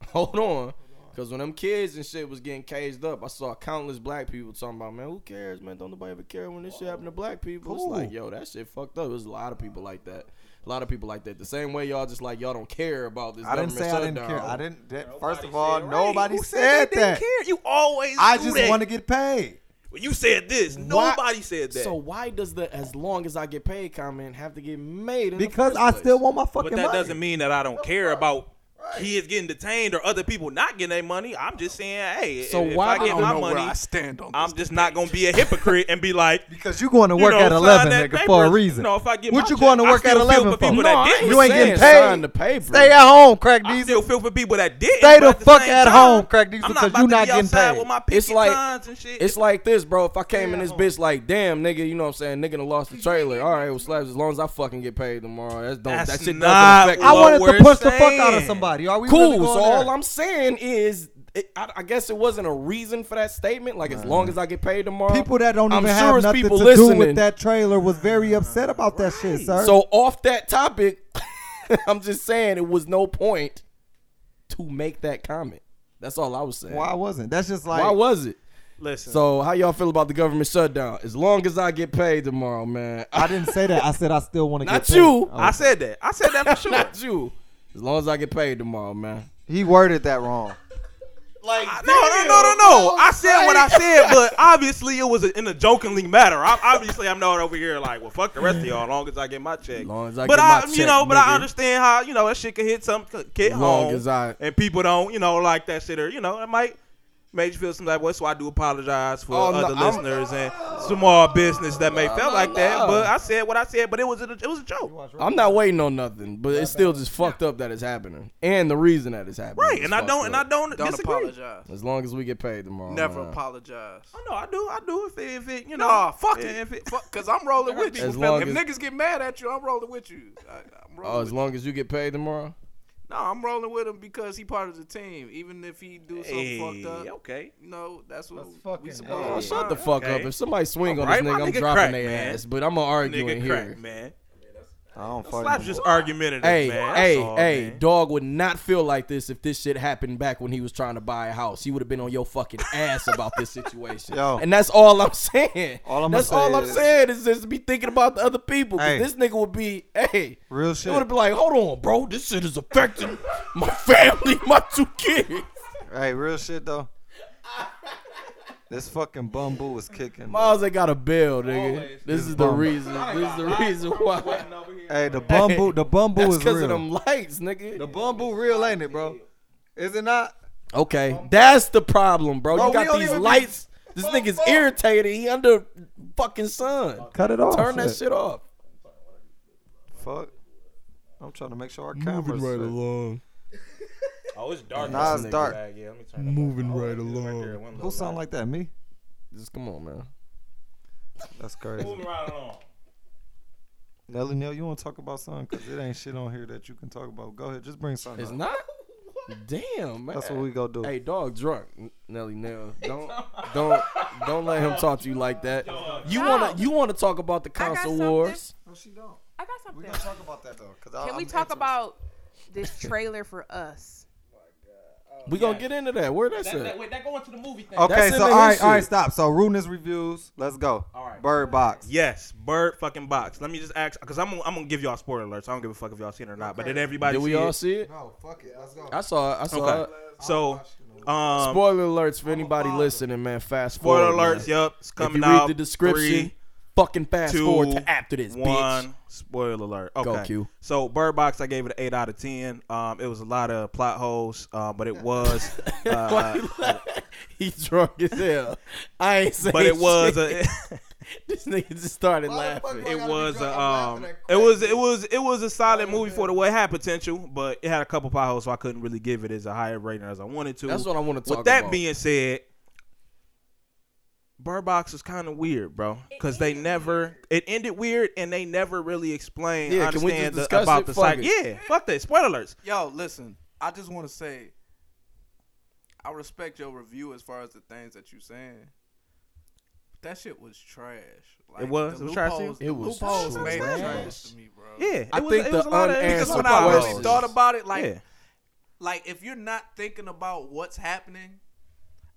Speaker 5: Hold on. Because when them kids and shit was getting caged up, I saw countless black people talking about, man, who cares, man? Don't nobody ever care when this shit happened to black people.
Speaker 1: Cool.
Speaker 5: It's like, yo, that shit fucked up. There's a lot of people like that. A lot of people like that. The same way y'all just like, y'all don't care about this
Speaker 1: I didn't
Speaker 5: government
Speaker 1: say I
Speaker 5: shutdown.
Speaker 1: didn't care. I didn't. That, first of
Speaker 2: said
Speaker 1: all,
Speaker 2: right.
Speaker 1: nobody
Speaker 2: Who
Speaker 1: said
Speaker 2: they
Speaker 1: that.
Speaker 2: Didn't care? You always.
Speaker 1: I
Speaker 2: do
Speaker 1: just
Speaker 2: that.
Speaker 1: want to get paid.
Speaker 2: When you said this,
Speaker 5: Why-
Speaker 2: nobody said that.
Speaker 5: So why does the as long as I get paid comment have to get made? In the
Speaker 1: Because
Speaker 5: first
Speaker 1: I
Speaker 5: place?
Speaker 1: still want my
Speaker 2: but
Speaker 1: fucking
Speaker 2: that
Speaker 1: money.
Speaker 2: doesn't mean that I don't care about kids getting detained or other people not getting their money. I'm just saying, hey,
Speaker 5: So
Speaker 2: if
Speaker 5: why
Speaker 2: I get
Speaker 5: don't
Speaker 2: my
Speaker 5: know
Speaker 2: money,
Speaker 16: I stand on
Speaker 2: I'm just not gonna be a hypocrite and be like.
Speaker 1: because you going to
Speaker 2: you
Speaker 1: work
Speaker 2: know,
Speaker 1: at
Speaker 2: sign
Speaker 1: 11,
Speaker 2: that
Speaker 1: nigga, for a
Speaker 2: paper.
Speaker 1: reason.
Speaker 2: You know, if I get
Speaker 1: what
Speaker 2: my
Speaker 1: you
Speaker 2: check,
Speaker 1: going to
Speaker 2: I
Speaker 1: work at
Speaker 2: still feel
Speaker 1: 11
Speaker 2: for people
Speaker 1: for?
Speaker 5: no,
Speaker 2: that
Speaker 5: I
Speaker 2: didn't.
Speaker 5: ain't
Speaker 1: You ain't
Speaker 5: saying
Speaker 1: getting paid.
Speaker 5: Sign the paper.
Speaker 1: Stay at home, crack
Speaker 2: I
Speaker 1: these.
Speaker 2: still feel for people that didn't.
Speaker 1: Stay
Speaker 2: but
Speaker 1: the
Speaker 2: at
Speaker 1: fuck
Speaker 2: same
Speaker 1: at
Speaker 2: time,
Speaker 1: home, crack these,
Speaker 2: I'm
Speaker 1: because
Speaker 2: about
Speaker 1: you
Speaker 2: to
Speaker 1: not
Speaker 2: be
Speaker 1: getting
Speaker 2: outside
Speaker 1: paid.
Speaker 2: With my pinky
Speaker 5: It's like
Speaker 2: signs and shit.
Speaker 5: it's like this, bro. If I came in this bitch like, damn, nigga, you know what I'm saying? Nigga, done lost the trailer. All right, well, slaps. As long as I fucking get paid tomorrow, that's don't.
Speaker 2: That's
Speaker 5: that shit
Speaker 2: not
Speaker 5: doesn't affect.
Speaker 1: I
Speaker 5: me.
Speaker 2: what
Speaker 1: wanted
Speaker 2: we're
Speaker 1: to push the fuck
Speaker 2: saying.
Speaker 1: out of somebody. Are we
Speaker 5: cool.
Speaker 1: Really going
Speaker 5: so
Speaker 1: there?
Speaker 5: all I'm saying is, it, I, I guess it wasn't a reason for that statement. Like, as long as I get paid tomorrow,
Speaker 1: people that don't
Speaker 5: I'm
Speaker 1: even
Speaker 5: sure
Speaker 1: have
Speaker 5: it's
Speaker 1: nothing to
Speaker 5: people
Speaker 1: do with
Speaker 5: listening.
Speaker 1: that trailer was very upset about that shit, sir.
Speaker 5: So off that topic, I'm just saying it was no point to make that comment. That's all I was saying.
Speaker 1: why wasn't? That's just like
Speaker 5: Why was it?
Speaker 2: listen.
Speaker 5: So how y'all feel about the government shutdown? As long as I get paid tomorrow, man.
Speaker 1: I didn't say that. I said I still want to get
Speaker 5: Not
Speaker 1: paid.
Speaker 5: you.
Speaker 1: Oh,
Speaker 2: I said that. I said that for sure.
Speaker 5: Not you. As long as I get paid tomorrow, man.
Speaker 3: He worded that wrong.
Speaker 5: Like
Speaker 2: No, no, no, no, no. I said what I said, but obviously it was in a jokingly manner. I, obviously, I'm not over here like, well, fuck the rest of y'all, as long as I get my check.
Speaker 5: Long as I
Speaker 2: but
Speaker 5: get
Speaker 2: I,
Speaker 5: my
Speaker 2: you
Speaker 5: check,
Speaker 2: know, but I
Speaker 5: nigga.
Speaker 2: understand how you know that shit can hit some kid
Speaker 5: As long
Speaker 2: home,
Speaker 5: as I-
Speaker 2: and people don't, you know, like that shit or you know, it might make you feel some type of way. So I do apologize for
Speaker 5: Oh, no,
Speaker 2: other
Speaker 5: I'm-
Speaker 2: listeners and small business that may feel
Speaker 5: no,
Speaker 2: like that.
Speaker 5: no.
Speaker 2: But I said what I said, but it was a, it was a joke,
Speaker 5: I'm not waiting on nothing, but it's still just fucked up that it's happening, and the reason that it's happening.
Speaker 2: right?
Speaker 5: is
Speaker 2: And I
Speaker 5: fucked
Speaker 2: don't, and I
Speaker 5: up.
Speaker 2: don't,
Speaker 4: Don't
Speaker 2: disagree.
Speaker 4: apologize.
Speaker 5: As long as we get paid tomorrow,
Speaker 4: Never
Speaker 5: man.
Speaker 4: apologize.
Speaker 2: Oh, no, I do, I do. If it, if it you know,
Speaker 4: Nah, fuck
Speaker 2: if
Speaker 4: it.
Speaker 2: it-
Speaker 4: Fuck, Cause I'm rolling with you.
Speaker 5: As long
Speaker 4: if
Speaker 5: as-
Speaker 4: niggas get mad at you, I'm rolling with you. I, I'm rolling
Speaker 5: Oh,
Speaker 4: with
Speaker 5: as long as you get paid tomorrow.
Speaker 4: No, I'm rolling with him because he part of the team. Even if he do something
Speaker 2: Hey,
Speaker 4: fucked up,
Speaker 2: okay.
Speaker 4: you know that's what
Speaker 1: That's
Speaker 4: we
Speaker 1: fucking
Speaker 4: supposed
Speaker 1: bad.
Speaker 5: Oh,
Speaker 4: to
Speaker 5: shut the
Speaker 4: find.
Speaker 5: fuck
Speaker 2: Okay.
Speaker 5: up. If somebody swing on
Speaker 2: Alright,
Speaker 5: this
Speaker 2: my
Speaker 5: nigga, I'm
Speaker 2: nigga
Speaker 5: dropping
Speaker 2: crack,
Speaker 5: their
Speaker 2: man.
Speaker 5: ass. But I'm gonna argue in
Speaker 2: Nigga,
Speaker 5: here.
Speaker 2: crack, man.
Speaker 3: I don't
Speaker 2: Slaps
Speaker 3: fucking.
Speaker 2: just argumentative,
Speaker 5: Hey,
Speaker 2: man. That's
Speaker 5: hey,
Speaker 2: all,
Speaker 5: hey,
Speaker 2: man.
Speaker 5: dog would not feel like this if this shit happened back when he was trying to buy a house. He would have been on your fucking ass about this situation.
Speaker 3: Yo.
Speaker 5: And that's all I'm saying.
Speaker 3: All I'ma
Speaker 5: that's
Speaker 3: say
Speaker 5: all I'm
Speaker 3: is-
Speaker 5: saying is just be thinking about the other people. 'cause
Speaker 1: Hey.
Speaker 5: This nigga would be, hey,
Speaker 1: Real
Speaker 5: it would have
Speaker 1: shit.
Speaker 5: been like, hold on, bro, this shit is affecting my family, my two kids.
Speaker 3: Hey, real shit though. this fucking bamboo is kicking.
Speaker 5: Miles ain't got a bill, nigga. This is the
Speaker 1: bum.
Speaker 5: reason. This is the reason why.
Speaker 3: Hey, the bum.
Speaker 1: Bumble, the bumble
Speaker 5: That's
Speaker 1: is
Speaker 5: because
Speaker 1: real.
Speaker 5: of them lights, nigga.
Speaker 3: The bumble real ain't it, bro? Is it not?
Speaker 5: Okay, that's the problem, bro.
Speaker 3: Bro,
Speaker 5: you
Speaker 3: we
Speaker 5: got
Speaker 3: don't
Speaker 5: these
Speaker 3: even be-
Speaker 5: lights. This nigga's irritated. He under fucking sun.
Speaker 1: Cut it off.
Speaker 5: Turn that shit off.
Speaker 3: Fuck. I'm trying to make sure our cameras. set.
Speaker 5: along.
Speaker 2: Oh, it's dark.
Speaker 3: Nah, it's dark.
Speaker 2: Yeah, let me turn Moving
Speaker 3: Oh,
Speaker 2: right along.
Speaker 3: Who sound like that? Me?
Speaker 5: Just come on, man.
Speaker 3: That's crazy.
Speaker 2: Moving right along.
Speaker 3: Nelly Nell, you want to talk about something? Cause it ain't shit on here that you can talk about. Go ahead, just bring something.
Speaker 5: It's
Speaker 3: up.
Speaker 5: not. Damn, man.
Speaker 3: That's what we go do.
Speaker 5: Hey, dog, drunk Nelly Nell. Don't, don't, don't let him talk to you like that. You wanna, you wanna talk about the
Speaker 6: got
Speaker 5: console
Speaker 6: something.
Speaker 5: wars?
Speaker 3: No, she don't.
Speaker 6: I got something.
Speaker 3: talk about that though. Cause I,
Speaker 6: Can we talk about this trailer for us?
Speaker 5: We gonna get into that. Where that's
Speaker 2: That,
Speaker 5: at?
Speaker 2: that, wait, that going to the movie thing.
Speaker 3: Okay,
Speaker 5: That's in
Speaker 3: so all
Speaker 5: the
Speaker 3: right,
Speaker 5: history.
Speaker 3: all right, stop. So rudeness reviews. Let's go.
Speaker 2: All right.
Speaker 3: Bird box.
Speaker 2: Yes, bird fucking box. Let me just ask, cause I'm gonna, I'm gonna give y'all spoiler alerts. I don't give a fuck if y'all seen it or not. But did everybody
Speaker 5: Did we
Speaker 2: see
Speaker 5: all
Speaker 2: it?
Speaker 5: see it?
Speaker 3: No, fuck it. Let's go.
Speaker 5: I saw. it. I saw.
Speaker 2: Okay.
Speaker 5: it.
Speaker 2: So, um,
Speaker 5: Spoiler alerts for anybody listening, man. Fast
Speaker 2: spoiler
Speaker 5: forward, man.
Speaker 2: alerts. Yep, it's coming
Speaker 5: if you read
Speaker 2: out.
Speaker 5: the description,
Speaker 2: three,
Speaker 5: fucking fast
Speaker 2: Two,
Speaker 5: forward to after this,
Speaker 2: one.
Speaker 5: bitch.
Speaker 2: Spoiler alert.
Speaker 5: Go,
Speaker 2: Okay.
Speaker 5: Q.
Speaker 2: So Bird Box, I gave it an eight out of ten. Um, it was a lot of plot holes, uh, but it was.
Speaker 5: Why
Speaker 2: Uh,
Speaker 5: you laugh? He's drunk as hell. I ain't saying
Speaker 2: but it was
Speaker 5: shit.
Speaker 2: a.
Speaker 5: this nigga just started laughing.
Speaker 2: it was a um it was it was it was a solid movie for the way it had potential, but it had a couple potholes, so I couldn't really give it as a higher rating as I wanted to.
Speaker 5: That's what I wanna talk
Speaker 2: With that
Speaker 5: about.
Speaker 2: being said, Bird Box was kind of weird, bro, because they never it ended weird and they never really explained.
Speaker 5: Yeah,
Speaker 2: I
Speaker 5: can we
Speaker 2: understand
Speaker 5: just
Speaker 2: the,
Speaker 5: discuss
Speaker 2: about
Speaker 5: it?
Speaker 2: the
Speaker 5: Fuck
Speaker 2: psych.
Speaker 5: it.
Speaker 2: Yeah, fuck that. Spoiler alerts.
Speaker 4: Yo, listen. I just want to say, I respect your review as far as the things that you saying. That shit was trash. Like,
Speaker 2: It was? It
Speaker 4: the
Speaker 2: was trash to you?
Speaker 4: loopholes- the
Speaker 5: It was
Speaker 4: loopholes
Speaker 5: trash.
Speaker 4: made it trash to me, bro.
Speaker 2: Yeah, it
Speaker 5: I
Speaker 2: was,
Speaker 5: think
Speaker 2: it
Speaker 5: the
Speaker 2: was a lot of
Speaker 5: unanswered
Speaker 2: because
Speaker 4: Because when I
Speaker 5: questions-
Speaker 4: really thought about it, like,
Speaker 2: Yeah.
Speaker 4: like if you're not thinking about what's happening,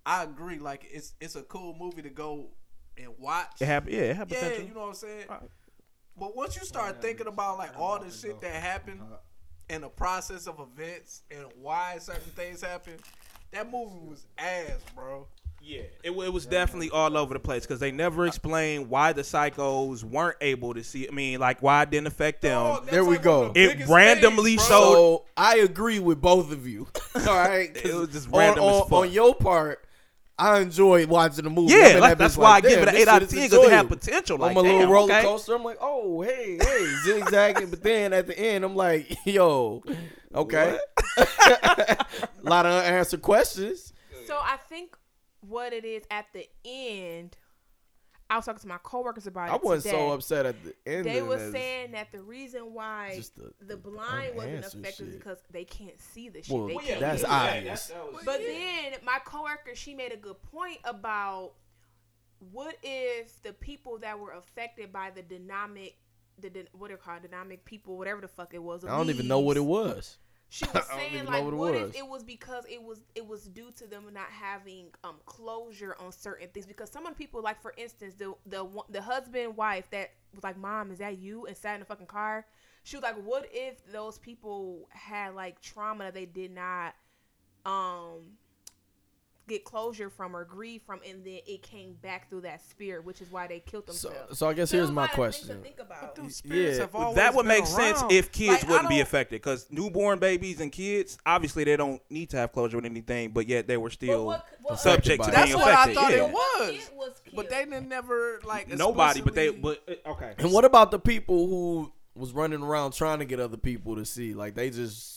Speaker 4: I agree. Like, it's it's a cool movie to go and watch.
Speaker 2: it had yeah it had
Speaker 4: yeah,
Speaker 2: potential.
Speaker 4: you know what I'm saying. But once you start thinking about like all the shit that happened and the process of events and why certain things happened, that movie was ass, bro.
Speaker 2: Yeah, it, wa- it was definitely all over the place because they never explained why the psychos weren't able to see. I mean, like why it didn't affect them.
Speaker 4: Dog,
Speaker 5: there
Speaker 4: that's
Speaker 5: we
Speaker 4: like one
Speaker 5: go.
Speaker 4: of the
Speaker 2: It
Speaker 4: biggest
Speaker 2: randomly
Speaker 4: things, bro.
Speaker 2: showed-
Speaker 5: So I agree with both of you. All right, 'Cause
Speaker 2: It was just
Speaker 5: on-
Speaker 2: random
Speaker 5: on,
Speaker 2: as fuck.
Speaker 5: on your part. I enjoyed watching the movie.
Speaker 2: Yeah,
Speaker 5: I bet
Speaker 2: like,
Speaker 5: that
Speaker 2: that's
Speaker 5: bitch
Speaker 2: why I give
Speaker 5: "Damn,
Speaker 2: it an
Speaker 5: this
Speaker 2: 8 out of
Speaker 5: shit
Speaker 2: 10,
Speaker 5: is
Speaker 2: 'cause it had
Speaker 5: enjoyable."
Speaker 2: potential.
Speaker 5: I'm
Speaker 2: Like,
Speaker 5: a little
Speaker 2: damn,
Speaker 5: roller
Speaker 2: okay.
Speaker 5: coaster. I'm like, oh hey, hey, zigzagging. but then at the end, I'm like, yo, okay. a lot of unanswered questions.
Speaker 6: So I think what it is at the end, I was talking to my coworkers about it.
Speaker 5: I wasn't
Speaker 6: today.
Speaker 5: so upset at the end.
Speaker 6: They
Speaker 5: of
Speaker 6: were
Speaker 5: it.
Speaker 6: saying that the reason why
Speaker 5: Just
Speaker 6: the,
Speaker 5: the- the
Speaker 6: blind wasn't
Speaker 5: unanswered
Speaker 6: affected is
Speaker 5: shit.
Speaker 6: because they can't see the shit.
Speaker 5: Well,
Speaker 6: they can't
Speaker 5: that's
Speaker 6: hear.
Speaker 5: obvious.
Speaker 6: But then my coworker, she made a good point about what if the people that were affected by the dynamic, the dyn- what are called dynamic people, whatever the fuck it was. the
Speaker 5: I don't even know what it
Speaker 6: leaves.
Speaker 5: was.
Speaker 6: She was
Speaker 5: I don't
Speaker 6: saying
Speaker 5: even know
Speaker 6: like,
Speaker 5: what
Speaker 6: what,
Speaker 5: it was.
Speaker 6: if it was because it was it was due to them not having um closure on certain things? Because some of the people, like for instance, the the one- the husband wife that was like, "Mom, is that you?" and sat in the fucking car. She was like, "What if those people had like trauma that they did not um get closure from or grieve from, and then it came back through that spirit, which is why they killed
Speaker 5: So,
Speaker 6: themselves."
Speaker 5: so I guess
Speaker 6: So
Speaker 5: here's
Speaker 6: a
Speaker 5: my
Speaker 6: lot of things to
Speaker 5: question.
Speaker 6: think about.
Speaker 4: Them spirits have
Speaker 5: That
Speaker 4: always
Speaker 2: that would
Speaker 4: been
Speaker 2: make sense
Speaker 4: around.
Speaker 2: if kids
Speaker 4: Like, I
Speaker 2: wouldn't be
Speaker 4: don't-
Speaker 2: affected because newborn babies and kids obviously they don't need to have closure with anything, but yet they were
Speaker 6: But
Speaker 2: still
Speaker 6: what- what-
Speaker 2: subject to
Speaker 5: by it.
Speaker 2: being
Speaker 4: That's what I
Speaker 2: affected.
Speaker 4: thought
Speaker 2: yeah.
Speaker 4: it was.
Speaker 6: It was
Speaker 4: But
Speaker 6: killed.
Speaker 4: they didn't never like
Speaker 2: Nobody, but they,
Speaker 4: explicitly-
Speaker 2: but uh, okay.
Speaker 5: And what about the people who was running around trying to get other people to see? Like they just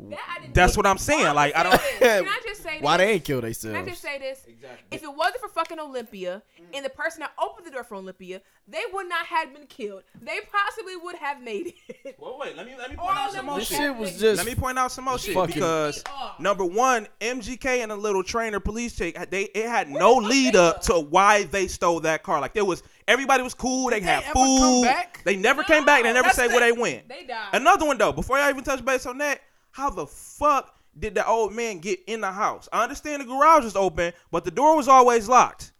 Speaker 6: That I didn't
Speaker 2: That's
Speaker 6: know.
Speaker 2: what I'm saying.
Speaker 6: Well,
Speaker 2: Like I
Speaker 6: I'm
Speaker 2: don't.
Speaker 6: just saying, Can I just say
Speaker 5: why
Speaker 6: this?
Speaker 5: they ain't kill
Speaker 6: Can I just
Speaker 5: themselves?
Speaker 6: say this? If it wasn't for fucking Olympia and the person that opened the door for Olympia, they would not have been killed. They possibly would have made it.
Speaker 2: Well, wait. Let me let me
Speaker 6: All of them would
Speaker 5: This
Speaker 6: have
Speaker 5: shit was
Speaker 6: been-
Speaker 5: just
Speaker 2: Let me point out some more shit
Speaker 5: Fucking-
Speaker 2: because
Speaker 6: Fucking-
Speaker 2: number one, MGK and the little trainer police chick, they it had no lead up to why they stole that car. Like there was everybody was cool. They
Speaker 4: Did
Speaker 2: had
Speaker 4: they ever
Speaker 2: food.
Speaker 4: come back?
Speaker 2: They never came back. They
Speaker 6: No,
Speaker 2: never
Speaker 6: that's
Speaker 2: say
Speaker 6: the-
Speaker 2: where they went.
Speaker 6: They died.
Speaker 2: Another one though. Before I even touch base on that, how the fuck did the old man get in the house? I understand the garage was open, but the door was always locked.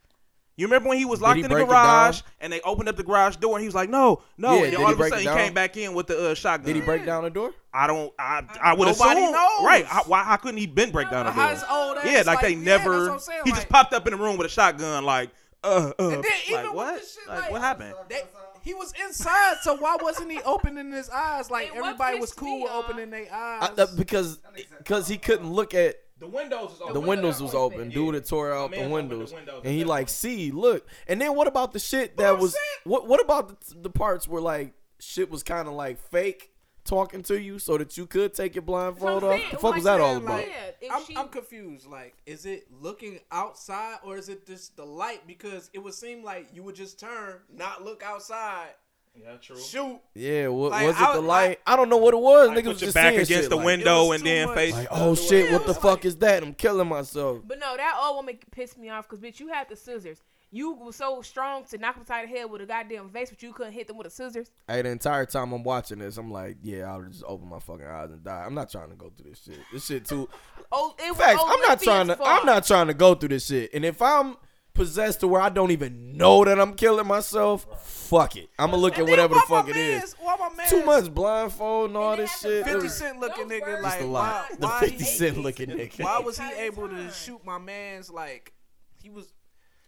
Speaker 2: You remember when he was locked
Speaker 5: he
Speaker 2: in the
Speaker 5: break it
Speaker 2: garage
Speaker 5: down?
Speaker 2: and they opened up the garage door and he was like, "No, no,"
Speaker 5: Yeah,
Speaker 2: and
Speaker 5: did
Speaker 2: then
Speaker 5: he
Speaker 2: all of a
Speaker 5: break it
Speaker 2: sudden he
Speaker 5: down?
Speaker 2: came back in with the uh, shotgun.
Speaker 5: Did he break down the door?
Speaker 2: I don't. I I would
Speaker 4: Uh, Nobody
Speaker 2: assume.
Speaker 4: knows.
Speaker 2: Right? How, why? How couldn't he been break down the
Speaker 4: How his
Speaker 2: door?
Speaker 4: old ass,
Speaker 2: Yeah, like, they
Speaker 4: yeah,
Speaker 2: never.
Speaker 4: that's what I'm saying,
Speaker 2: he
Speaker 4: like-
Speaker 2: just popped up in the room with a shotgun. Like, uh, uh.
Speaker 4: And then even
Speaker 2: like
Speaker 4: with
Speaker 2: what?
Speaker 4: the shit,
Speaker 2: like,
Speaker 4: like-
Speaker 2: what happened?
Speaker 4: They, he was inside, so why wasn't he opening his eyes? Like
Speaker 6: And what
Speaker 4: everybody was
Speaker 6: pissed
Speaker 4: cool
Speaker 6: me
Speaker 4: with
Speaker 6: off-
Speaker 4: opening their
Speaker 5: I,
Speaker 4: eyes.
Speaker 5: uh, because because he couldn't look at
Speaker 2: The windows was
Speaker 5: the windows was open. Dude had tore out the
Speaker 2: man opened the
Speaker 5: windows,
Speaker 2: windows
Speaker 5: and he
Speaker 2: and
Speaker 5: like see look. And then what about the shit that
Speaker 4: I'm
Speaker 5: was
Speaker 4: saying-
Speaker 5: what what about the, the parts where like shit was kind of like fake talking to you so that you could take your blindfold
Speaker 6: So I'm
Speaker 5: off?
Speaker 6: saying,
Speaker 5: The fuck
Speaker 6: like,
Speaker 5: was that all
Speaker 6: man,
Speaker 5: about?
Speaker 6: like- Yeah, if
Speaker 4: I'm,
Speaker 6: she-
Speaker 4: I'm confused. Like, is it looking outside or is it just the light? Because it would seem like you would just turn, not look outside,
Speaker 2: Yeah, true.
Speaker 4: shoot.
Speaker 5: Yeah, what
Speaker 4: Like,
Speaker 5: was it?
Speaker 4: I-
Speaker 5: the
Speaker 4: I-
Speaker 5: light? I, don't know what it was. Niggas was
Speaker 2: Put your
Speaker 5: just
Speaker 2: back
Speaker 5: seeing
Speaker 2: against
Speaker 5: shit,
Speaker 2: the
Speaker 5: like-
Speaker 2: window
Speaker 4: was
Speaker 2: and
Speaker 4: too
Speaker 2: then
Speaker 4: much.
Speaker 2: face.
Speaker 5: Like, oh shit,
Speaker 6: Yeah,
Speaker 5: what
Speaker 6: it
Speaker 5: the
Speaker 6: was
Speaker 5: fuck
Speaker 6: like-
Speaker 5: is that? I'm killing myself.
Speaker 6: But no, that old woman pissed me off because bitch, you had the scissors. You were so strong to knock them side the head with a goddamn vase, but you couldn't hit them with the scissors.
Speaker 5: Hey, the entire time I'm watching this, I'm like, yeah, I'll just open my fucking eyes and die. I'm not trying to go through this shit. This shit too.
Speaker 6: Oh, it
Speaker 5: Facts.
Speaker 6: was
Speaker 5: I'm not
Speaker 6: Olympia's
Speaker 5: trying to.
Speaker 6: fault.
Speaker 5: I'm not trying to go through this shit. And if I'm possessed to where I don't even know that I'm killing myself, fuck it. I'm gonna look at
Speaker 4: And then
Speaker 5: whatever the
Speaker 4: why my
Speaker 5: fuck it is.
Speaker 4: mans- why my mans-
Speaker 5: Too much blindfold and all
Speaker 6: And they
Speaker 5: this
Speaker 6: had the
Speaker 5: shit. It
Speaker 4: 50
Speaker 5: was-
Speaker 4: Cent looking
Speaker 6: Those
Speaker 4: nigga,
Speaker 6: words
Speaker 4: like,
Speaker 5: It's a
Speaker 6: were
Speaker 5: lot.
Speaker 4: why-
Speaker 5: The
Speaker 4: why
Speaker 5: 50
Speaker 4: he-
Speaker 5: Cent looking nigga.
Speaker 4: Why was he
Speaker 6: Entire
Speaker 4: able to
Speaker 6: time.
Speaker 4: shoot my man's like he was?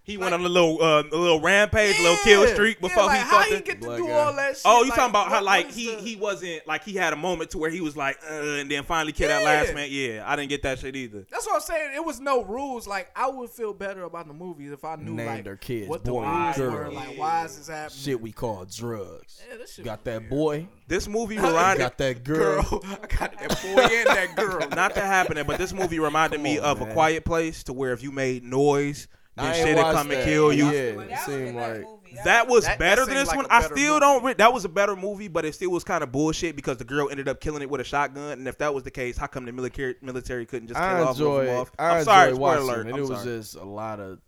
Speaker 2: He went on a little uh, a little rampage, a little kill streak before he
Speaker 4: like, how
Speaker 2: fucked
Speaker 4: he
Speaker 2: it.
Speaker 4: get to
Speaker 2: Black
Speaker 4: do
Speaker 2: guy.
Speaker 4: all that shit?
Speaker 2: Oh, you talking about
Speaker 4: what-
Speaker 2: how like
Speaker 4: what is
Speaker 2: he
Speaker 4: the-
Speaker 2: he wasn't like he had a moment to where he was like uh, and then finally killed that
Speaker 4: Yeah.
Speaker 2: last man. Yeah, I didn't get that shit either.
Speaker 4: That's what I'm saying. It was no rules. Like I would feel better about the movies if I knew
Speaker 5: Named
Speaker 4: like
Speaker 5: their kids,
Speaker 4: what the
Speaker 5: boy and
Speaker 4: rules
Speaker 5: girl.
Speaker 4: were. Like why is this happening?
Speaker 5: Shit we call drugs.
Speaker 4: Yeah, this shit
Speaker 5: got that boy,
Speaker 2: This movie
Speaker 5: you
Speaker 2: reminded
Speaker 5: got that girl.
Speaker 4: I got that boy and that girl.
Speaker 2: not that happening, but this movie reminded me
Speaker 5: on,
Speaker 2: of
Speaker 5: man.
Speaker 2: a quiet place to where if you made noise,
Speaker 5: I
Speaker 2: then
Speaker 5: ain't
Speaker 2: shit would
Speaker 5: watched
Speaker 2: come
Speaker 5: that.
Speaker 2: and kill you.
Speaker 5: Yeah, it
Speaker 6: That was a
Speaker 5: seemed
Speaker 6: good
Speaker 5: like
Speaker 6: movie.
Speaker 2: That was
Speaker 4: That- that
Speaker 2: better than
Speaker 4: seemed
Speaker 2: this
Speaker 4: like
Speaker 2: one.
Speaker 4: a
Speaker 2: I
Speaker 4: better
Speaker 2: still
Speaker 4: movie.
Speaker 2: don't. Re- that was a better movie, but it still was kind of bullshit because the girl ended up killing it with a shotgun. And if that was the case, how come the military military couldn't just kill
Speaker 5: I
Speaker 2: off of them
Speaker 5: enjoy.
Speaker 2: off?
Speaker 5: I
Speaker 2: am sorry,
Speaker 5: enjoy
Speaker 2: spoiler
Speaker 5: watching
Speaker 2: alert.
Speaker 5: it.
Speaker 2: I'm
Speaker 5: It was
Speaker 2: sorry.
Speaker 5: just a lot of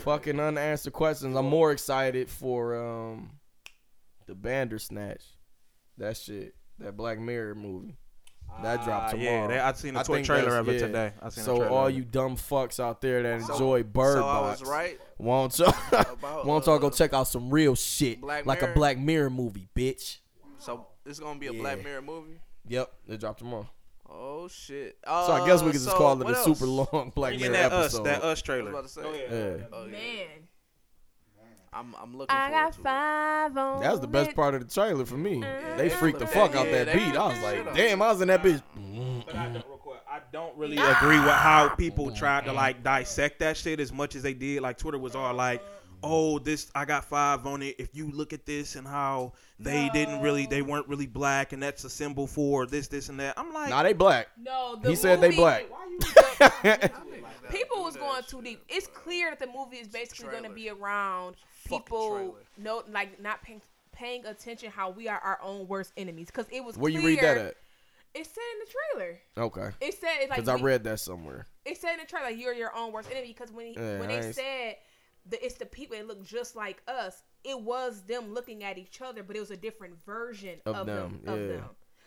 Speaker 5: fucking unanswered questions. I'm more excited for um the Bandersnatch. That shit. That Black Mirror movie. That dropped
Speaker 2: Ah,
Speaker 5: tomorrow.
Speaker 2: yeah, they, I seen a
Speaker 5: I
Speaker 2: toy
Speaker 5: think
Speaker 2: trailer
Speaker 5: that's-
Speaker 2: of it
Speaker 5: yeah.
Speaker 2: today. I seen a
Speaker 5: So
Speaker 2: trailer
Speaker 5: all
Speaker 2: of it.
Speaker 5: you dumb fucks out there that enjoy Bird
Speaker 4: so I
Speaker 5: Box,
Speaker 4: was right.
Speaker 5: won't y'all,
Speaker 4: about,
Speaker 5: won't y'all go
Speaker 4: uh,
Speaker 5: check out some real shit,
Speaker 4: Black
Speaker 5: like
Speaker 4: Mirror?
Speaker 5: a Black Mirror movie, bitch.
Speaker 4: So it's gonna be a
Speaker 5: Yeah.
Speaker 4: Black Mirror movie.
Speaker 5: Yep, it dropped tomorrow.
Speaker 4: Oh shit.
Speaker 5: So I guess we could
Speaker 4: Uh,
Speaker 5: just
Speaker 4: so
Speaker 5: call it
Speaker 4: what
Speaker 5: a
Speaker 4: else?
Speaker 5: super long Black
Speaker 2: Bring in
Speaker 5: Mirror
Speaker 2: that us,
Speaker 5: episode.
Speaker 2: that us
Speaker 4: I was
Speaker 2: trailer.
Speaker 4: about to say.
Speaker 5: yeah.
Speaker 4: Oh, yeah.
Speaker 6: Man,
Speaker 4: I'm I'm looking.
Speaker 6: I got
Speaker 4: forward
Speaker 6: five on.
Speaker 5: That was the best part of the trailer for me. They freaked the
Speaker 4: Yeah,
Speaker 5: fuck out
Speaker 4: yeah,
Speaker 5: that
Speaker 4: they
Speaker 5: beat. I was
Speaker 4: freaked
Speaker 5: like,
Speaker 4: shit out.
Speaker 5: damn, I was in that bitch.
Speaker 2: But
Speaker 5: Mm-hmm.
Speaker 2: I don't, real quick, I don't really agree with how people tried to like dissect that shit as much as they did. Like Twitter was all like, "Oh, this I got five on it." If you look at this and how they didn't really, they weren't really black, and that's a symbol for this, this, and that. I'm like,
Speaker 5: Nah, they black.
Speaker 6: No, the
Speaker 5: He said they
Speaker 6: movie-
Speaker 5: black.
Speaker 6: People was going too deep. It's clear that the movie is basically going to be around people no like not paying paying attention how we are our own worst enemies because it was
Speaker 5: Where
Speaker 6: clear,
Speaker 5: you read that at?
Speaker 6: It said in the trailer.
Speaker 5: Okay.
Speaker 6: It said it like
Speaker 5: Because I
Speaker 6: we-
Speaker 5: read that somewhere.
Speaker 6: It said in the trailer like, you're your own worst enemy because when he,
Speaker 5: Yeah,
Speaker 6: when
Speaker 5: I
Speaker 6: they
Speaker 5: ain't-
Speaker 6: said the, it's the people that look just like us, it was them looking at each other, but it was a different version
Speaker 5: Of
Speaker 6: of, them,
Speaker 5: them,
Speaker 6: of
Speaker 5: yeah.
Speaker 6: them.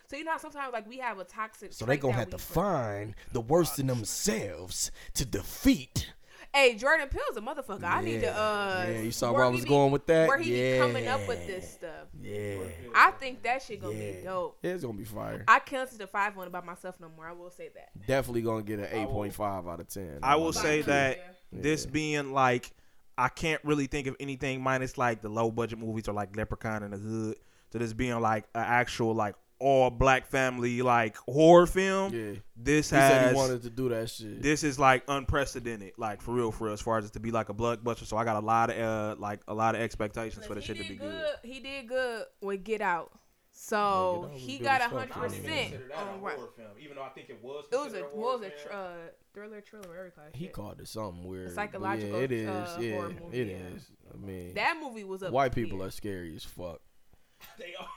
Speaker 6: So you know how sometimes like we have a toxic.
Speaker 5: So they
Speaker 6: trait
Speaker 5: gonna
Speaker 6: that
Speaker 5: have
Speaker 6: we
Speaker 5: to
Speaker 6: bring-
Speaker 5: find the worst in themselves to defeat.
Speaker 6: Hey, Jordan Peele's a motherfucker. I need to.
Speaker 5: Yeah.
Speaker 6: uh
Speaker 5: Yeah, you saw
Speaker 6: where
Speaker 5: where I
Speaker 6: he
Speaker 5: was
Speaker 6: be-
Speaker 5: going with that?
Speaker 6: Where he be coming up with
Speaker 5: Yeah.
Speaker 6: this stuff.
Speaker 5: Yeah.
Speaker 6: I think that shit gonna
Speaker 5: Yeah.
Speaker 6: be dope.
Speaker 5: It's gonna be fire.
Speaker 6: I canceled the five one about myself no more. I will say that.
Speaker 5: Definitely gonna get an 8.5 out of 10.
Speaker 2: I will say
Speaker 6: Yeah.
Speaker 2: that this being like, I can't really think of anything minus like the low budget movies or like Leprechaun in the Hood to this being like an actual like all black family like horror film.
Speaker 5: Yeah.
Speaker 2: This
Speaker 5: He
Speaker 2: has
Speaker 5: said he wanted to do that shit.
Speaker 2: this is like unprecedented, like for real, for real, as far as it to be like a blockbuster. So I got a lot of uh, like a lot of expectations for the
Speaker 6: he
Speaker 2: shit to
Speaker 6: did
Speaker 2: be
Speaker 6: good.
Speaker 2: good.
Speaker 6: He did good with Get Out. So
Speaker 5: was
Speaker 6: he
Speaker 5: good
Speaker 6: got
Speaker 5: as
Speaker 6: a
Speaker 5: fuck,
Speaker 6: hundred
Speaker 5: though. I didn't
Speaker 6: percent on Oh, right.
Speaker 2: film, even though I think it was.
Speaker 6: It was a what was a tr- uh, thriller, thriller, whatever you call that
Speaker 5: He
Speaker 6: shit.
Speaker 5: called it something weird. but
Speaker 6: psychological,
Speaker 5: Yeah, it is.
Speaker 6: uh,
Speaker 5: yeah,
Speaker 6: horror
Speaker 5: it is.
Speaker 6: movie, yeah.
Speaker 5: I mean,
Speaker 6: That movie was up.
Speaker 5: white people
Speaker 6: there.
Speaker 5: are scary as fuck.
Speaker 2: they are.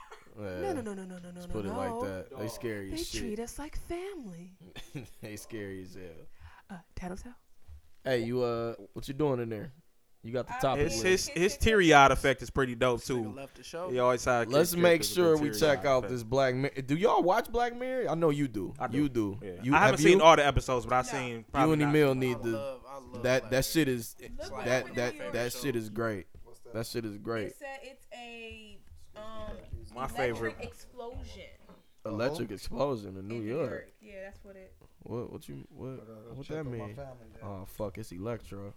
Speaker 5: Yeah,
Speaker 6: No, no, no, no, no, no, no,
Speaker 5: Let's put
Speaker 6: no.
Speaker 5: it like that. They scary
Speaker 6: They
Speaker 5: as shit.
Speaker 6: treat us like family.
Speaker 5: they scary as hell.
Speaker 6: Uh, Tattletale.
Speaker 5: Hey, you uh, what you doing in there? You got the top.
Speaker 2: His his
Speaker 5: list.
Speaker 2: his teary eyed effect is pretty dope
Speaker 4: to
Speaker 2: too.
Speaker 4: left the show.
Speaker 2: He always had.
Speaker 5: Let's
Speaker 2: kids
Speaker 5: make
Speaker 2: with the
Speaker 5: sure we
Speaker 2: teary-eyed
Speaker 5: check out
Speaker 2: effect.
Speaker 5: this Black Mirror. Do y'all watch Black Mirror? I know you do.
Speaker 2: I do.
Speaker 5: You do.
Speaker 2: Yeah.
Speaker 5: You
Speaker 2: I haven't
Speaker 5: have
Speaker 2: seen
Speaker 5: you?
Speaker 2: all the episodes, but I've seen.
Speaker 5: You
Speaker 2: probably
Speaker 5: and
Speaker 2: not-
Speaker 5: Emil need
Speaker 4: I
Speaker 5: to.
Speaker 4: love, I love
Speaker 5: That
Speaker 4: Black
Speaker 5: that shit is
Speaker 6: Look what
Speaker 5: that
Speaker 6: we
Speaker 5: that
Speaker 6: did.
Speaker 5: that shit is great. That shit is great.
Speaker 6: It said it's a um
Speaker 2: My favorite.
Speaker 6: explosion
Speaker 5: Electric explosion in New York.
Speaker 6: Yeah, that's what it.
Speaker 5: What what you what what that mean? Oh fuck, it's Electra.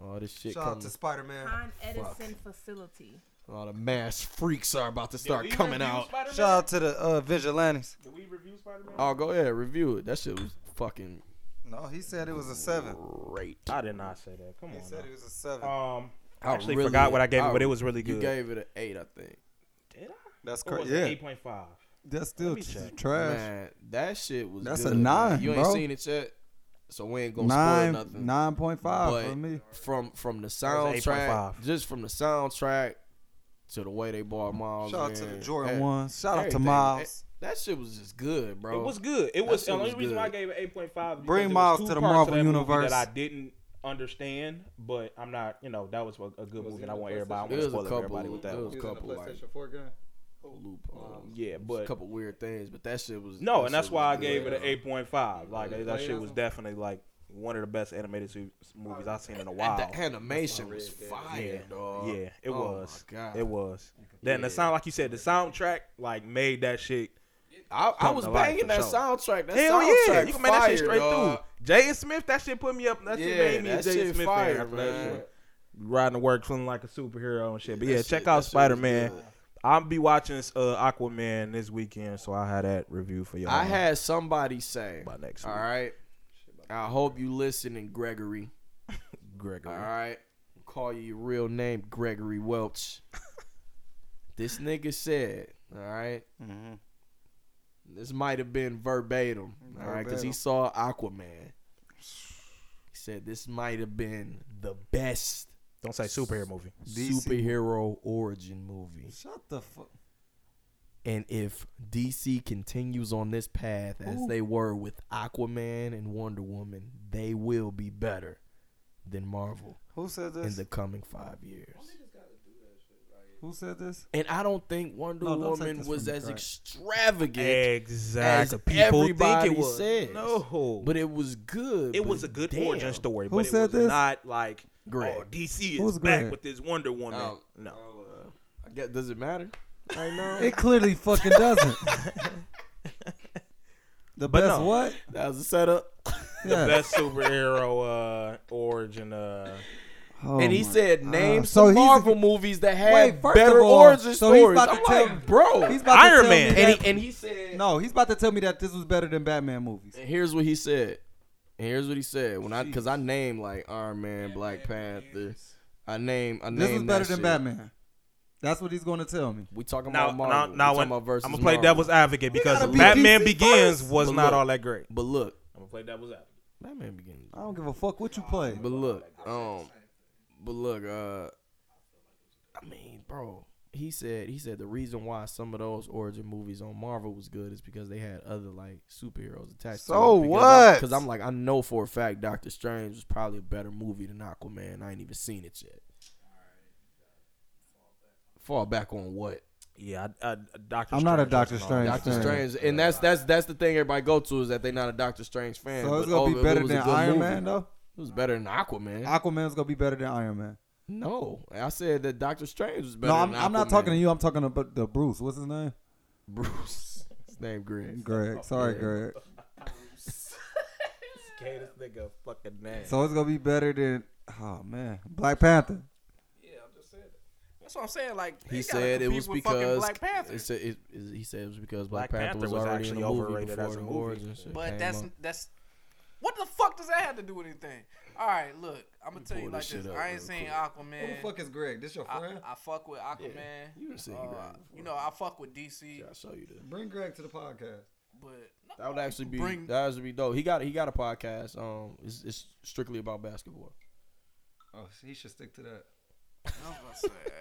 Speaker 5: Oh this shit
Speaker 11: Shout out to
Speaker 5: coming.
Speaker 11: Spider Man.
Speaker 6: Con Edison facility.
Speaker 5: Oh the mass freaks are about to start coming out.
Speaker 11: Shout out to the uh, vigilantes.
Speaker 5: Oh go ahead, review it. That shit was fucking
Speaker 11: No, he said it was a seven.
Speaker 5: great.
Speaker 2: I did not say that. Come
Speaker 11: He said it was a
Speaker 2: on.
Speaker 5: Uh,
Speaker 11: seven.
Speaker 2: now. Um, I actually forgot what I gave it, but it was really
Speaker 5: You
Speaker 2: good.
Speaker 5: gave it an eight, I think.
Speaker 2: did I?
Speaker 11: That's
Speaker 2: Or was
Speaker 11: crazy.
Speaker 2: it
Speaker 11: Yeah,
Speaker 2: eight point five?
Speaker 11: that's still
Speaker 2: me check.
Speaker 11: trash.
Speaker 5: Man, that shit was.
Speaker 11: That's
Speaker 5: good,
Speaker 11: a
Speaker 5: man.
Speaker 11: nine,
Speaker 5: You ain't
Speaker 11: bro.
Speaker 5: seen it yet, so we ain't gonna
Speaker 11: Nine,
Speaker 5: spoil nothing.
Speaker 11: nine point five
Speaker 5: but
Speaker 11: for me.
Speaker 5: from from the
Speaker 2: was an
Speaker 5: soundtrack,
Speaker 2: 8.5.
Speaker 5: just from the soundtrack to the way they bought Miles.
Speaker 11: Shout out to
Speaker 5: in,
Speaker 11: the Jordan
Speaker 5: eh,
Speaker 11: ones. Shout out to
Speaker 5: everything.
Speaker 11: Miles.
Speaker 5: Eh, That shit was just good, bro.
Speaker 2: It was good. It was
Speaker 5: shit
Speaker 2: the only
Speaker 5: was
Speaker 2: reason why I
Speaker 5: good.
Speaker 2: gave it eight point five.
Speaker 11: Bring Miles to the Marvel universe.
Speaker 2: that I didn't understand, but I'm not. You know, that was a, a good movie, and I want everybody. I
Speaker 5: It
Speaker 2: want
Speaker 5: was
Speaker 2: to
Speaker 5: a
Speaker 2: spoil
Speaker 5: couple-
Speaker 2: everybody with that.
Speaker 5: it
Speaker 2: one.
Speaker 5: was a couple like loopholes,
Speaker 2: um, Yeah,
Speaker 5: Um, a
Speaker 2: but
Speaker 5: couple weird things, but that shit was.
Speaker 2: no,
Speaker 5: that
Speaker 2: and that's
Speaker 5: shit
Speaker 2: why I
Speaker 5: was
Speaker 2: gave
Speaker 5: good.
Speaker 2: it an eight point five. Like that shit was definitely like one of the best animated su- movies I've seen in a
Speaker 5: And
Speaker 2: while.
Speaker 5: The animation was fire, dog.
Speaker 2: Yeah, it
Speaker 5: Oh
Speaker 2: was.
Speaker 5: My God.
Speaker 2: It was. Then the
Speaker 5: Yeah.
Speaker 2: sound, like you said, the soundtrack like made that shit
Speaker 5: I, I was banging that
Speaker 2: sure.
Speaker 5: soundtrack. That
Speaker 2: Hell
Speaker 5: soundtrack
Speaker 2: yeah, you can make that shit straight
Speaker 5: dog.
Speaker 2: through. Jay Smith, that shit put me up. That shit
Speaker 5: Yeah,
Speaker 2: made me a
Speaker 5: that
Speaker 2: Jay
Speaker 5: shit
Speaker 2: Smith
Speaker 5: fire,
Speaker 2: fan after that
Speaker 5: man.
Speaker 2: shit. Riding to work feeling like a superhero and shit. But
Speaker 5: That
Speaker 2: yeah,
Speaker 5: shit-
Speaker 2: check
Speaker 5: that shit
Speaker 2: out
Speaker 5: was
Speaker 2: Spider Man.
Speaker 5: good.
Speaker 2: I'll be watching uh, Aquaman this weekend, so I had that review for y'all.
Speaker 5: I had somebody say,
Speaker 2: by next
Speaker 5: all
Speaker 2: week.
Speaker 5: right, I hope you listening, Gregory.
Speaker 2: Gregory.
Speaker 5: All right. Call you your real name, Gregory Welch. this nigga said, all right, This might have been verbatim, all right, because he saw Aquaman. He said this might have been the best
Speaker 2: Don't say superhero movie.
Speaker 5: superhero origin movie.
Speaker 11: Shut the fuck.
Speaker 5: And if DC continues on this path as they were with Aquaman and Wonder Woman, they will be better than Marvel
Speaker 11: Who said
Speaker 5: in
Speaker 11: this?
Speaker 5: the coming five years.
Speaker 11: Who said this?
Speaker 5: And I don't think Wonder
Speaker 11: No, don't take
Speaker 5: Woman
Speaker 11: this
Speaker 5: was
Speaker 11: from me,
Speaker 5: as
Speaker 11: Greg.
Speaker 5: extravagant
Speaker 2: Exactly.
Speaker 5: as
Speaker 2: People
Speaker 5: everybody
Speaker 2: think it was.
Speaker 5: says.
Speaker 2: No.
Speaker 5: But it was good.
Speaker 2: it
Speaker 5: but
Speaker 2: was a good
Speaker 5: damn.
Speaker 2: origin story,
Speaker 11: Who
Speaker 2: but
Speaker 11: said
Speaker 2: it was
Speaker 11: this?
Speaker 2: not like
Speaker 5: Greg.
Speaker 2: oh DC is
Speaker 11: Who's
Speaker 2: back
Speaker 11: Greg?
Speaker 2: with this Wonder Woman.
Speaker 5: Oh.
Speaker 2: no,
Speaker 5: I guess, does it matter? I know.
Speaker 11: It clearly fucking doesn't. the
Speaker 2: But
Speaker 11: best
Speaker 2: no.
Speaker 11: what?
Speaker 5: that was a setup.
Speaker 11: Yeah.
Speaker 2: best superhero uh, origin. Uh,
Speaker 11: Oh
Speaker 5: and he
Speaker 11: my
Speaker 5: said,
Speaker 11: God.
Speaker 5: name
Speaker 11: So
Speaker 5: some
Speaker 11: he's-
Speaker 5: Marvel movies that have
Speaker 11: Wait, first
Speaker 5: better
Speaker 11: of all,
Speaker 5: origin
Speaker 11: so he's
Speaker 5: stories.
Speaker 11: about to
Speaker 5: I'm
Speaker 11: tell-
Speaker 5: like, bro.
Speaker 11: He's about to
Speaker 2: Iron
Speaker 11: tell
Speaker 2: Man.
Speaker 11: Me
Speaker 5: and,
Speaker 11: that,
Speaker 5: he, and he said,
Speaker 11: no, he's about to tell me that this was better than Batman movies.
Speaker 5: And here's what he said. And here's what he said. When I because I named like Iron Man, Black Panther. I name I named
Speaker 11: This was
Speaker 5: that
Speaker 11: better than
Speaker 5: shit.
Speaker 11: Batman. That's what he's going to tell me.
Speaker 5: We talking
Speaker 2: now,
Speaker 5: about Marvel.
Speaker 2: now,
Speaker 5: we
Speaker 2: now
Speaker 5: talking
Speaker 2: when,
Speaker 5: about
Speaker 2: I'm
Speaker 5: versus
Speaker 2: gonna play
Speaker 5: Marvel.
Speaker 2: devil's advocate because
Speaker 11: gotta be
Speaker 2: Batman
Speaker 11: DC
Speaker 2: Begins
Speaker 11: first.
Speaker 2: was
Speaker 5: But
Speaker 2: not
Speaker 5: look.
Speaker 2: all that great.
Speaker 5: But look,
Speaker 2: I'm gonna play devil's advocate.
Speaker 5: Batman Begins.
Speaker 11: I don't give a fuck what you play.
Speaker 5: But look, um, but look, uh, I mean, bro, he said he said the reason why some of those origin movies on Marvel was good is because they had other like superheroes attached.
Speaker 11: So
Speaker 5: to it.
Speaker 11: what?
Speaker 5: Because I'm like, I know for a fact Doctor Strange was probably a better movie than Aquaman. I ain't even seen it yet. Fall back on what?
Speaker 2: Yeah, I, I, Doctor.
Speaker 11: I'm not a
Speaker 2: Strange
Speaker 11: Doctor
Speaker 2: was an
Speaker 11: Strange.
Speaker 2: all-
Speaker 5: Doctor
Speaker 11: fan.
Speaker 5: Strange, and that's that's that's the thing everybody go to is that they not a Doctor Strange fan.
Speaker 11: So it's
Speaker 5: but
Speaker 11: going to
Speaker 5: oh,
Speaker 11: be
Speaker 5: it
Speaker 11: better
Speaker 5: was a
Speaker 11: than
Speaker 5: good
Speaker 11: Iron
Speaker 5: movie.
Speaker 11: Man, though?
Speaker 5: It was better than Aquaman.
Speaker 11: Aquaman's going to be better than Iron Man.
Speaker 5: No, I said that Doctor Strange was better.
Speaker 11: no, I'm,
Speaker 5: than
Speaker 11: I'm not
Speaker 5: Aquaman.
Speaker 11: talking to you. I'm talking about the Bruce. What's his name?
Speaker 5: Bruce. His name Greg.
Speaker 11: Greg. Sorry,
Speaker 5: Yeah.
Speaker 11: Greg.
Speaker 2: Gave this nigga a fucking name.
Speaker 11: So it's going to be better than, oh, man, Black Panther.
Speaker 4: That's what I'm saying. Like
Speaker 5: He
Speaker 4: they gotta
Speaker 5: said it
Speaker 4: compete
Speaker 5: was
Speaker 4: with fucking
Speaker 5: because
Speaker 4: Black Panther.
Speaker 5: It said, it, it- he said it was because Black,
Speaker 2: Black
Speaker 5: Panther,
Speaker 2: Panther
Speaker 5: was
Speaker 2: was
Speaker 5: already in
Speaker 2: actually
Speaker 5: the movie
Speaker 2: overrated
Speaker 5: before
Speaker 2: as a
Speaker 5: the
Speaker 2: movie.
Speaker 5: origin shit
Speaker 4: But
Speaker 5: came
Speaker 4: that's
Speaker 5: up.
Speaker 4: that's what the fuck does that have to do with anything? All right, look, I'm gonna tell you
Speaker 5: pull
Speaker 4: like
Speaker 5: this shit
Speaker 4: this.
Speaker 5: up
Speaker 4: I ain't
Speaker 5: real
Speaker 4: seen
Speaker 5: quick.
Speaker 11: Who the
Speaker 4: Aquaman.
Speaker 11: fuck is Greg? This your
Speaker 4: I,
Speaker 11: friend?
Speaker 4: I fuck with Aquaman.
Speaker 5: you done seen
Speaker 4: Uh,
Speaker 5: Greg
Speaker 4: you know, I fuck with DC,
Speaker 5: I'll show you this.
Speaker 11: Bring Greg to the podcast.
Speaker 4: but
Speaker 5: That would actually be
Speaker 4: Bring-
Speaker 5: that would actually be dope. He got he got a podcast. Um, it's, it's strictly about basketball.
Speaker 11: Oh, he should stick to that.
Speaker 4: I was about to say,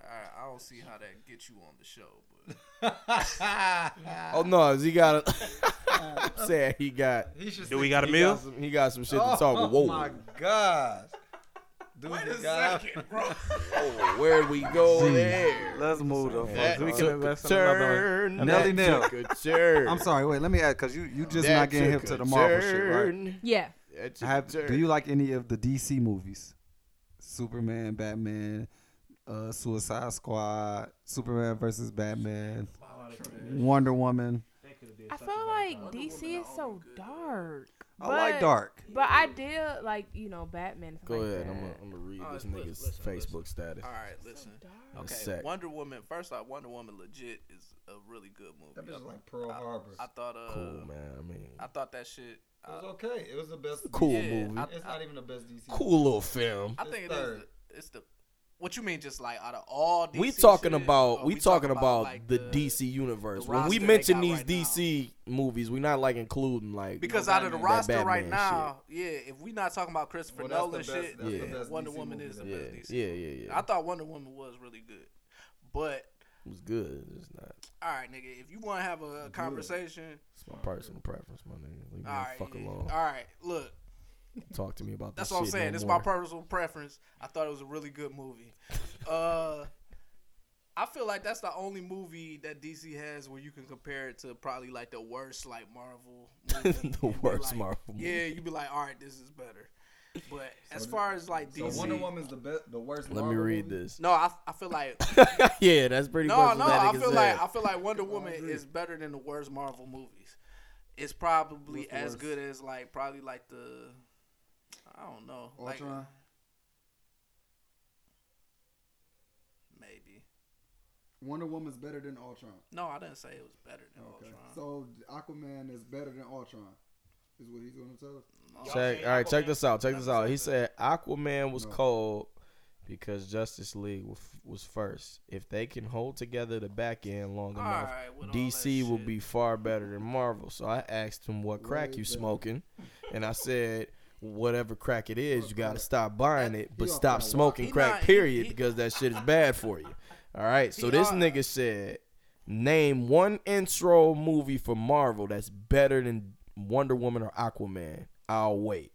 Speaker 4: I, I don't see how that gets you on the show. But Ah.
Speaker 5: oh no, is he got a? I'm saying he got
Speaker 11: Ah. He should
Speaker 2: Do we got a
Speaker 5: he
Speaker 2: meal?
Speaker 5: Got some, he got some shit to talk. about. Whoa,
Speaker 11: gosh. Dude, Wait
Speaker 4: bro.
Speaker 5: where we go there?
Speaker 11: Let's move the
Speaker 5: That
Speaker 11: fuck
Speaker 5: we
Speaker 11: up.
Speaker 5: can invest turn.
Speaker 11: one. Nelly Nail.
Speaker 5: Nelly Turn.
Speaker 11: I'm sorry. Wait, let me add because you you just
Speaker 5: That
Speaker 11: not getting hip
Speaker 5: took
Speaker 11: to
Speaker 5: a
Speaker 11: the Marvel shit, right?
Speaker 5: turn.
Speaker 6: Yeah.
Speaker 5: That took a
Speaker 11: Have, do
Speaker 5: turn.
Speaker 11: you like any of the DC movies? Superman, Batman, uh, Suicide Squad, Superman versus Batman, Wonder Woman.
Speaker 6: I feel like DC is so dark.
Speaker 11: I like dark.
Speaker 6: But I did like you know Batman.
Speaker 5: Go ahead.
Speaker 6: That.
Speaker 5: I'm gonna I'm gonna read
Speaker 4: All right,
Speaker 5: this
Speaker 4: listen,
Speaker 5: nigga's
Speaker 4: listen,
Speaker 5: Facebook status.
Speaker 4: All right, listen.
Speaker 5: In a
Speaker 4: Okay,
Speaker 5: sec.
Speaker 4: Wonder Woman. First off, Wonder Woman legit is a really good movie. I,
Speaker 11: like Pearl Harbor.
Speaker 4: I uh, thought, uh,
Speaker 5: Cool man. I mean,
Speaker 4: I thought that shit. I,
Speaker 11: okay. It was the best.
Speaker 5: cool
Speaker 4: yeah,
Speaker 5: movie.
Speaker 4: I,
Speaker 11: not even the best DC.
Speaker 5: cool little film.
Speaker 4: I think it is.
Speaker 11: third.
Speaker 4: the- It's the. What you mean? Just like out of all DC
Speaker 5: We talking
Speaker 4: shit, Uh,
Speaker 5: about
Speaker 4: or
Speaker 5: we talking about
Speaker 4: like,
Speaker 5: the DC universe.
Speaker 4: the
Speaker 5: When we
Speaker 4: roster they
Speaker 5: mention
Speaker 4: got
Speaker 5: these
Speaker 4: right now.
Speaker 5: DC movies, we not like including like
Speaker 4: Because
Speaker 5: that
Speaker 4: out of the
Speaker 5: Batman
Speaker 4: roster right
Speaker 5: shit.
Speaker 4: now, yeah. If we not talking about Christopher
Speaker 11: Well, that's the
Speaker 4: Nolan
Speaker 11: best-
Speaker 4: shit,
Speaker 11: that's
Speaker 5: the
Speaker 4: yeah,
Speaker 11: best
Speaker 4: Wonder
Speaker 11: DC
Speaker 4: Woman
Speaker 11: movie
Speaker 4: is the
Speaker 11: then.
Speaker 5: Yeah,
Speaker 4: best DC.
Speaker 5: yeah, yeah, yeah.
Speaker 4: I thought Wonder Woman was really good, but
Speaker 5: it was good. It's not.
Speaker 4: all right, nigga. If you want to have a, conversation,
Speaker 5: It's my personal preference, my nigga. Leave me
Speaker 4: all right,
Speaker 5: the fuck
Speaker 4: yeah,
Speaker 5: alone.
Speaker 4: all right. Look,
Speaker 5: Talk to me about
Speaker 4: that's
Speaker 5: this
Speaker 4: what I'm
Speaker 5: shit
Speaker 4: saying.
Speaker 5: no
Speaker 4: This is my
Speaker 5: more.
Speaker 4: personal preference. I thought it was a really good movie. uh, I feel like that's the only movie that DC has where you can compare it to probably like the worst like Marvel. Movie.
Speaker 5: The
Speaker 4: And be
Speaker 5: worst
Speaker 4: like,
Speaker 5: Marvel movie.
Speaker 4: Yeah, you'd be like, all right, this is better. But as far as like
Speaker 13: So
Speaker 4: DC,
Speaker 13: Wonder Woman's the best, the worst.
Speaker 5: Let me
Speaker 13: Marvel
Speaker 5: read
Speaker 13: movie?
Speaker 5: this.
Speaker 4: no, I, I feel like
Speaker 5: yeah, that's pretty
Speaker 4: no,
Speaker 5: much
Speaker 4: no.
Speaker 5: what that
Speaker 4: I
Speaker 5: nigga
Speaker 4: feel
Speaker 5: said.
Speaker 4: like I feel like Wonder Woman is better than the worst Marvel movies. It's probably
Speaker 13: What's the
Speaker 4: as
Speaker 13: worst?
Speaker 4: good as like probably like the I don't know, like
Speaker 13: Ultron.
Speaker 4: maybe.
Speaker 11: Wonder Woman's better than Ultron.
Speaker 4: No, I didn't say it was better than
Speaker 11: Okay.
Speaker 4: Ultron.
Speaker 11: So Aquaman is better than Ultron. Is what he's gonna tell us.
Speaker 5: Check, all right, check this out. Check this out. He said Aquaman was cold because Justice League was, was first. If they can hold together the back end long
Speaker 4: All
Speaker 5: enough,
Speaker 4: right, with all
Speaker 5: DC
Speaker 4: that
Speaker 5: will
Speaker 4: shit.
Speaker 5: be far better than Marvel. So I asked him what crack you smoking, and I said. Whatever crack it is, you gotta stop buying it, but stop smoking
Speaker 4: He
Speaker 5: crack,
Speaker 4: not- he-
Speaker 5: period,
Speaker 4: he-
Speaker 5: because that shit is bad for you. All right, so
Speaker 4: He
Speaker 5: this
Speaker 4: are-
Speaker 5: nigga said, name one intro movie for Marvel that's better than Wonder Woman or Aquaman. I'll wait.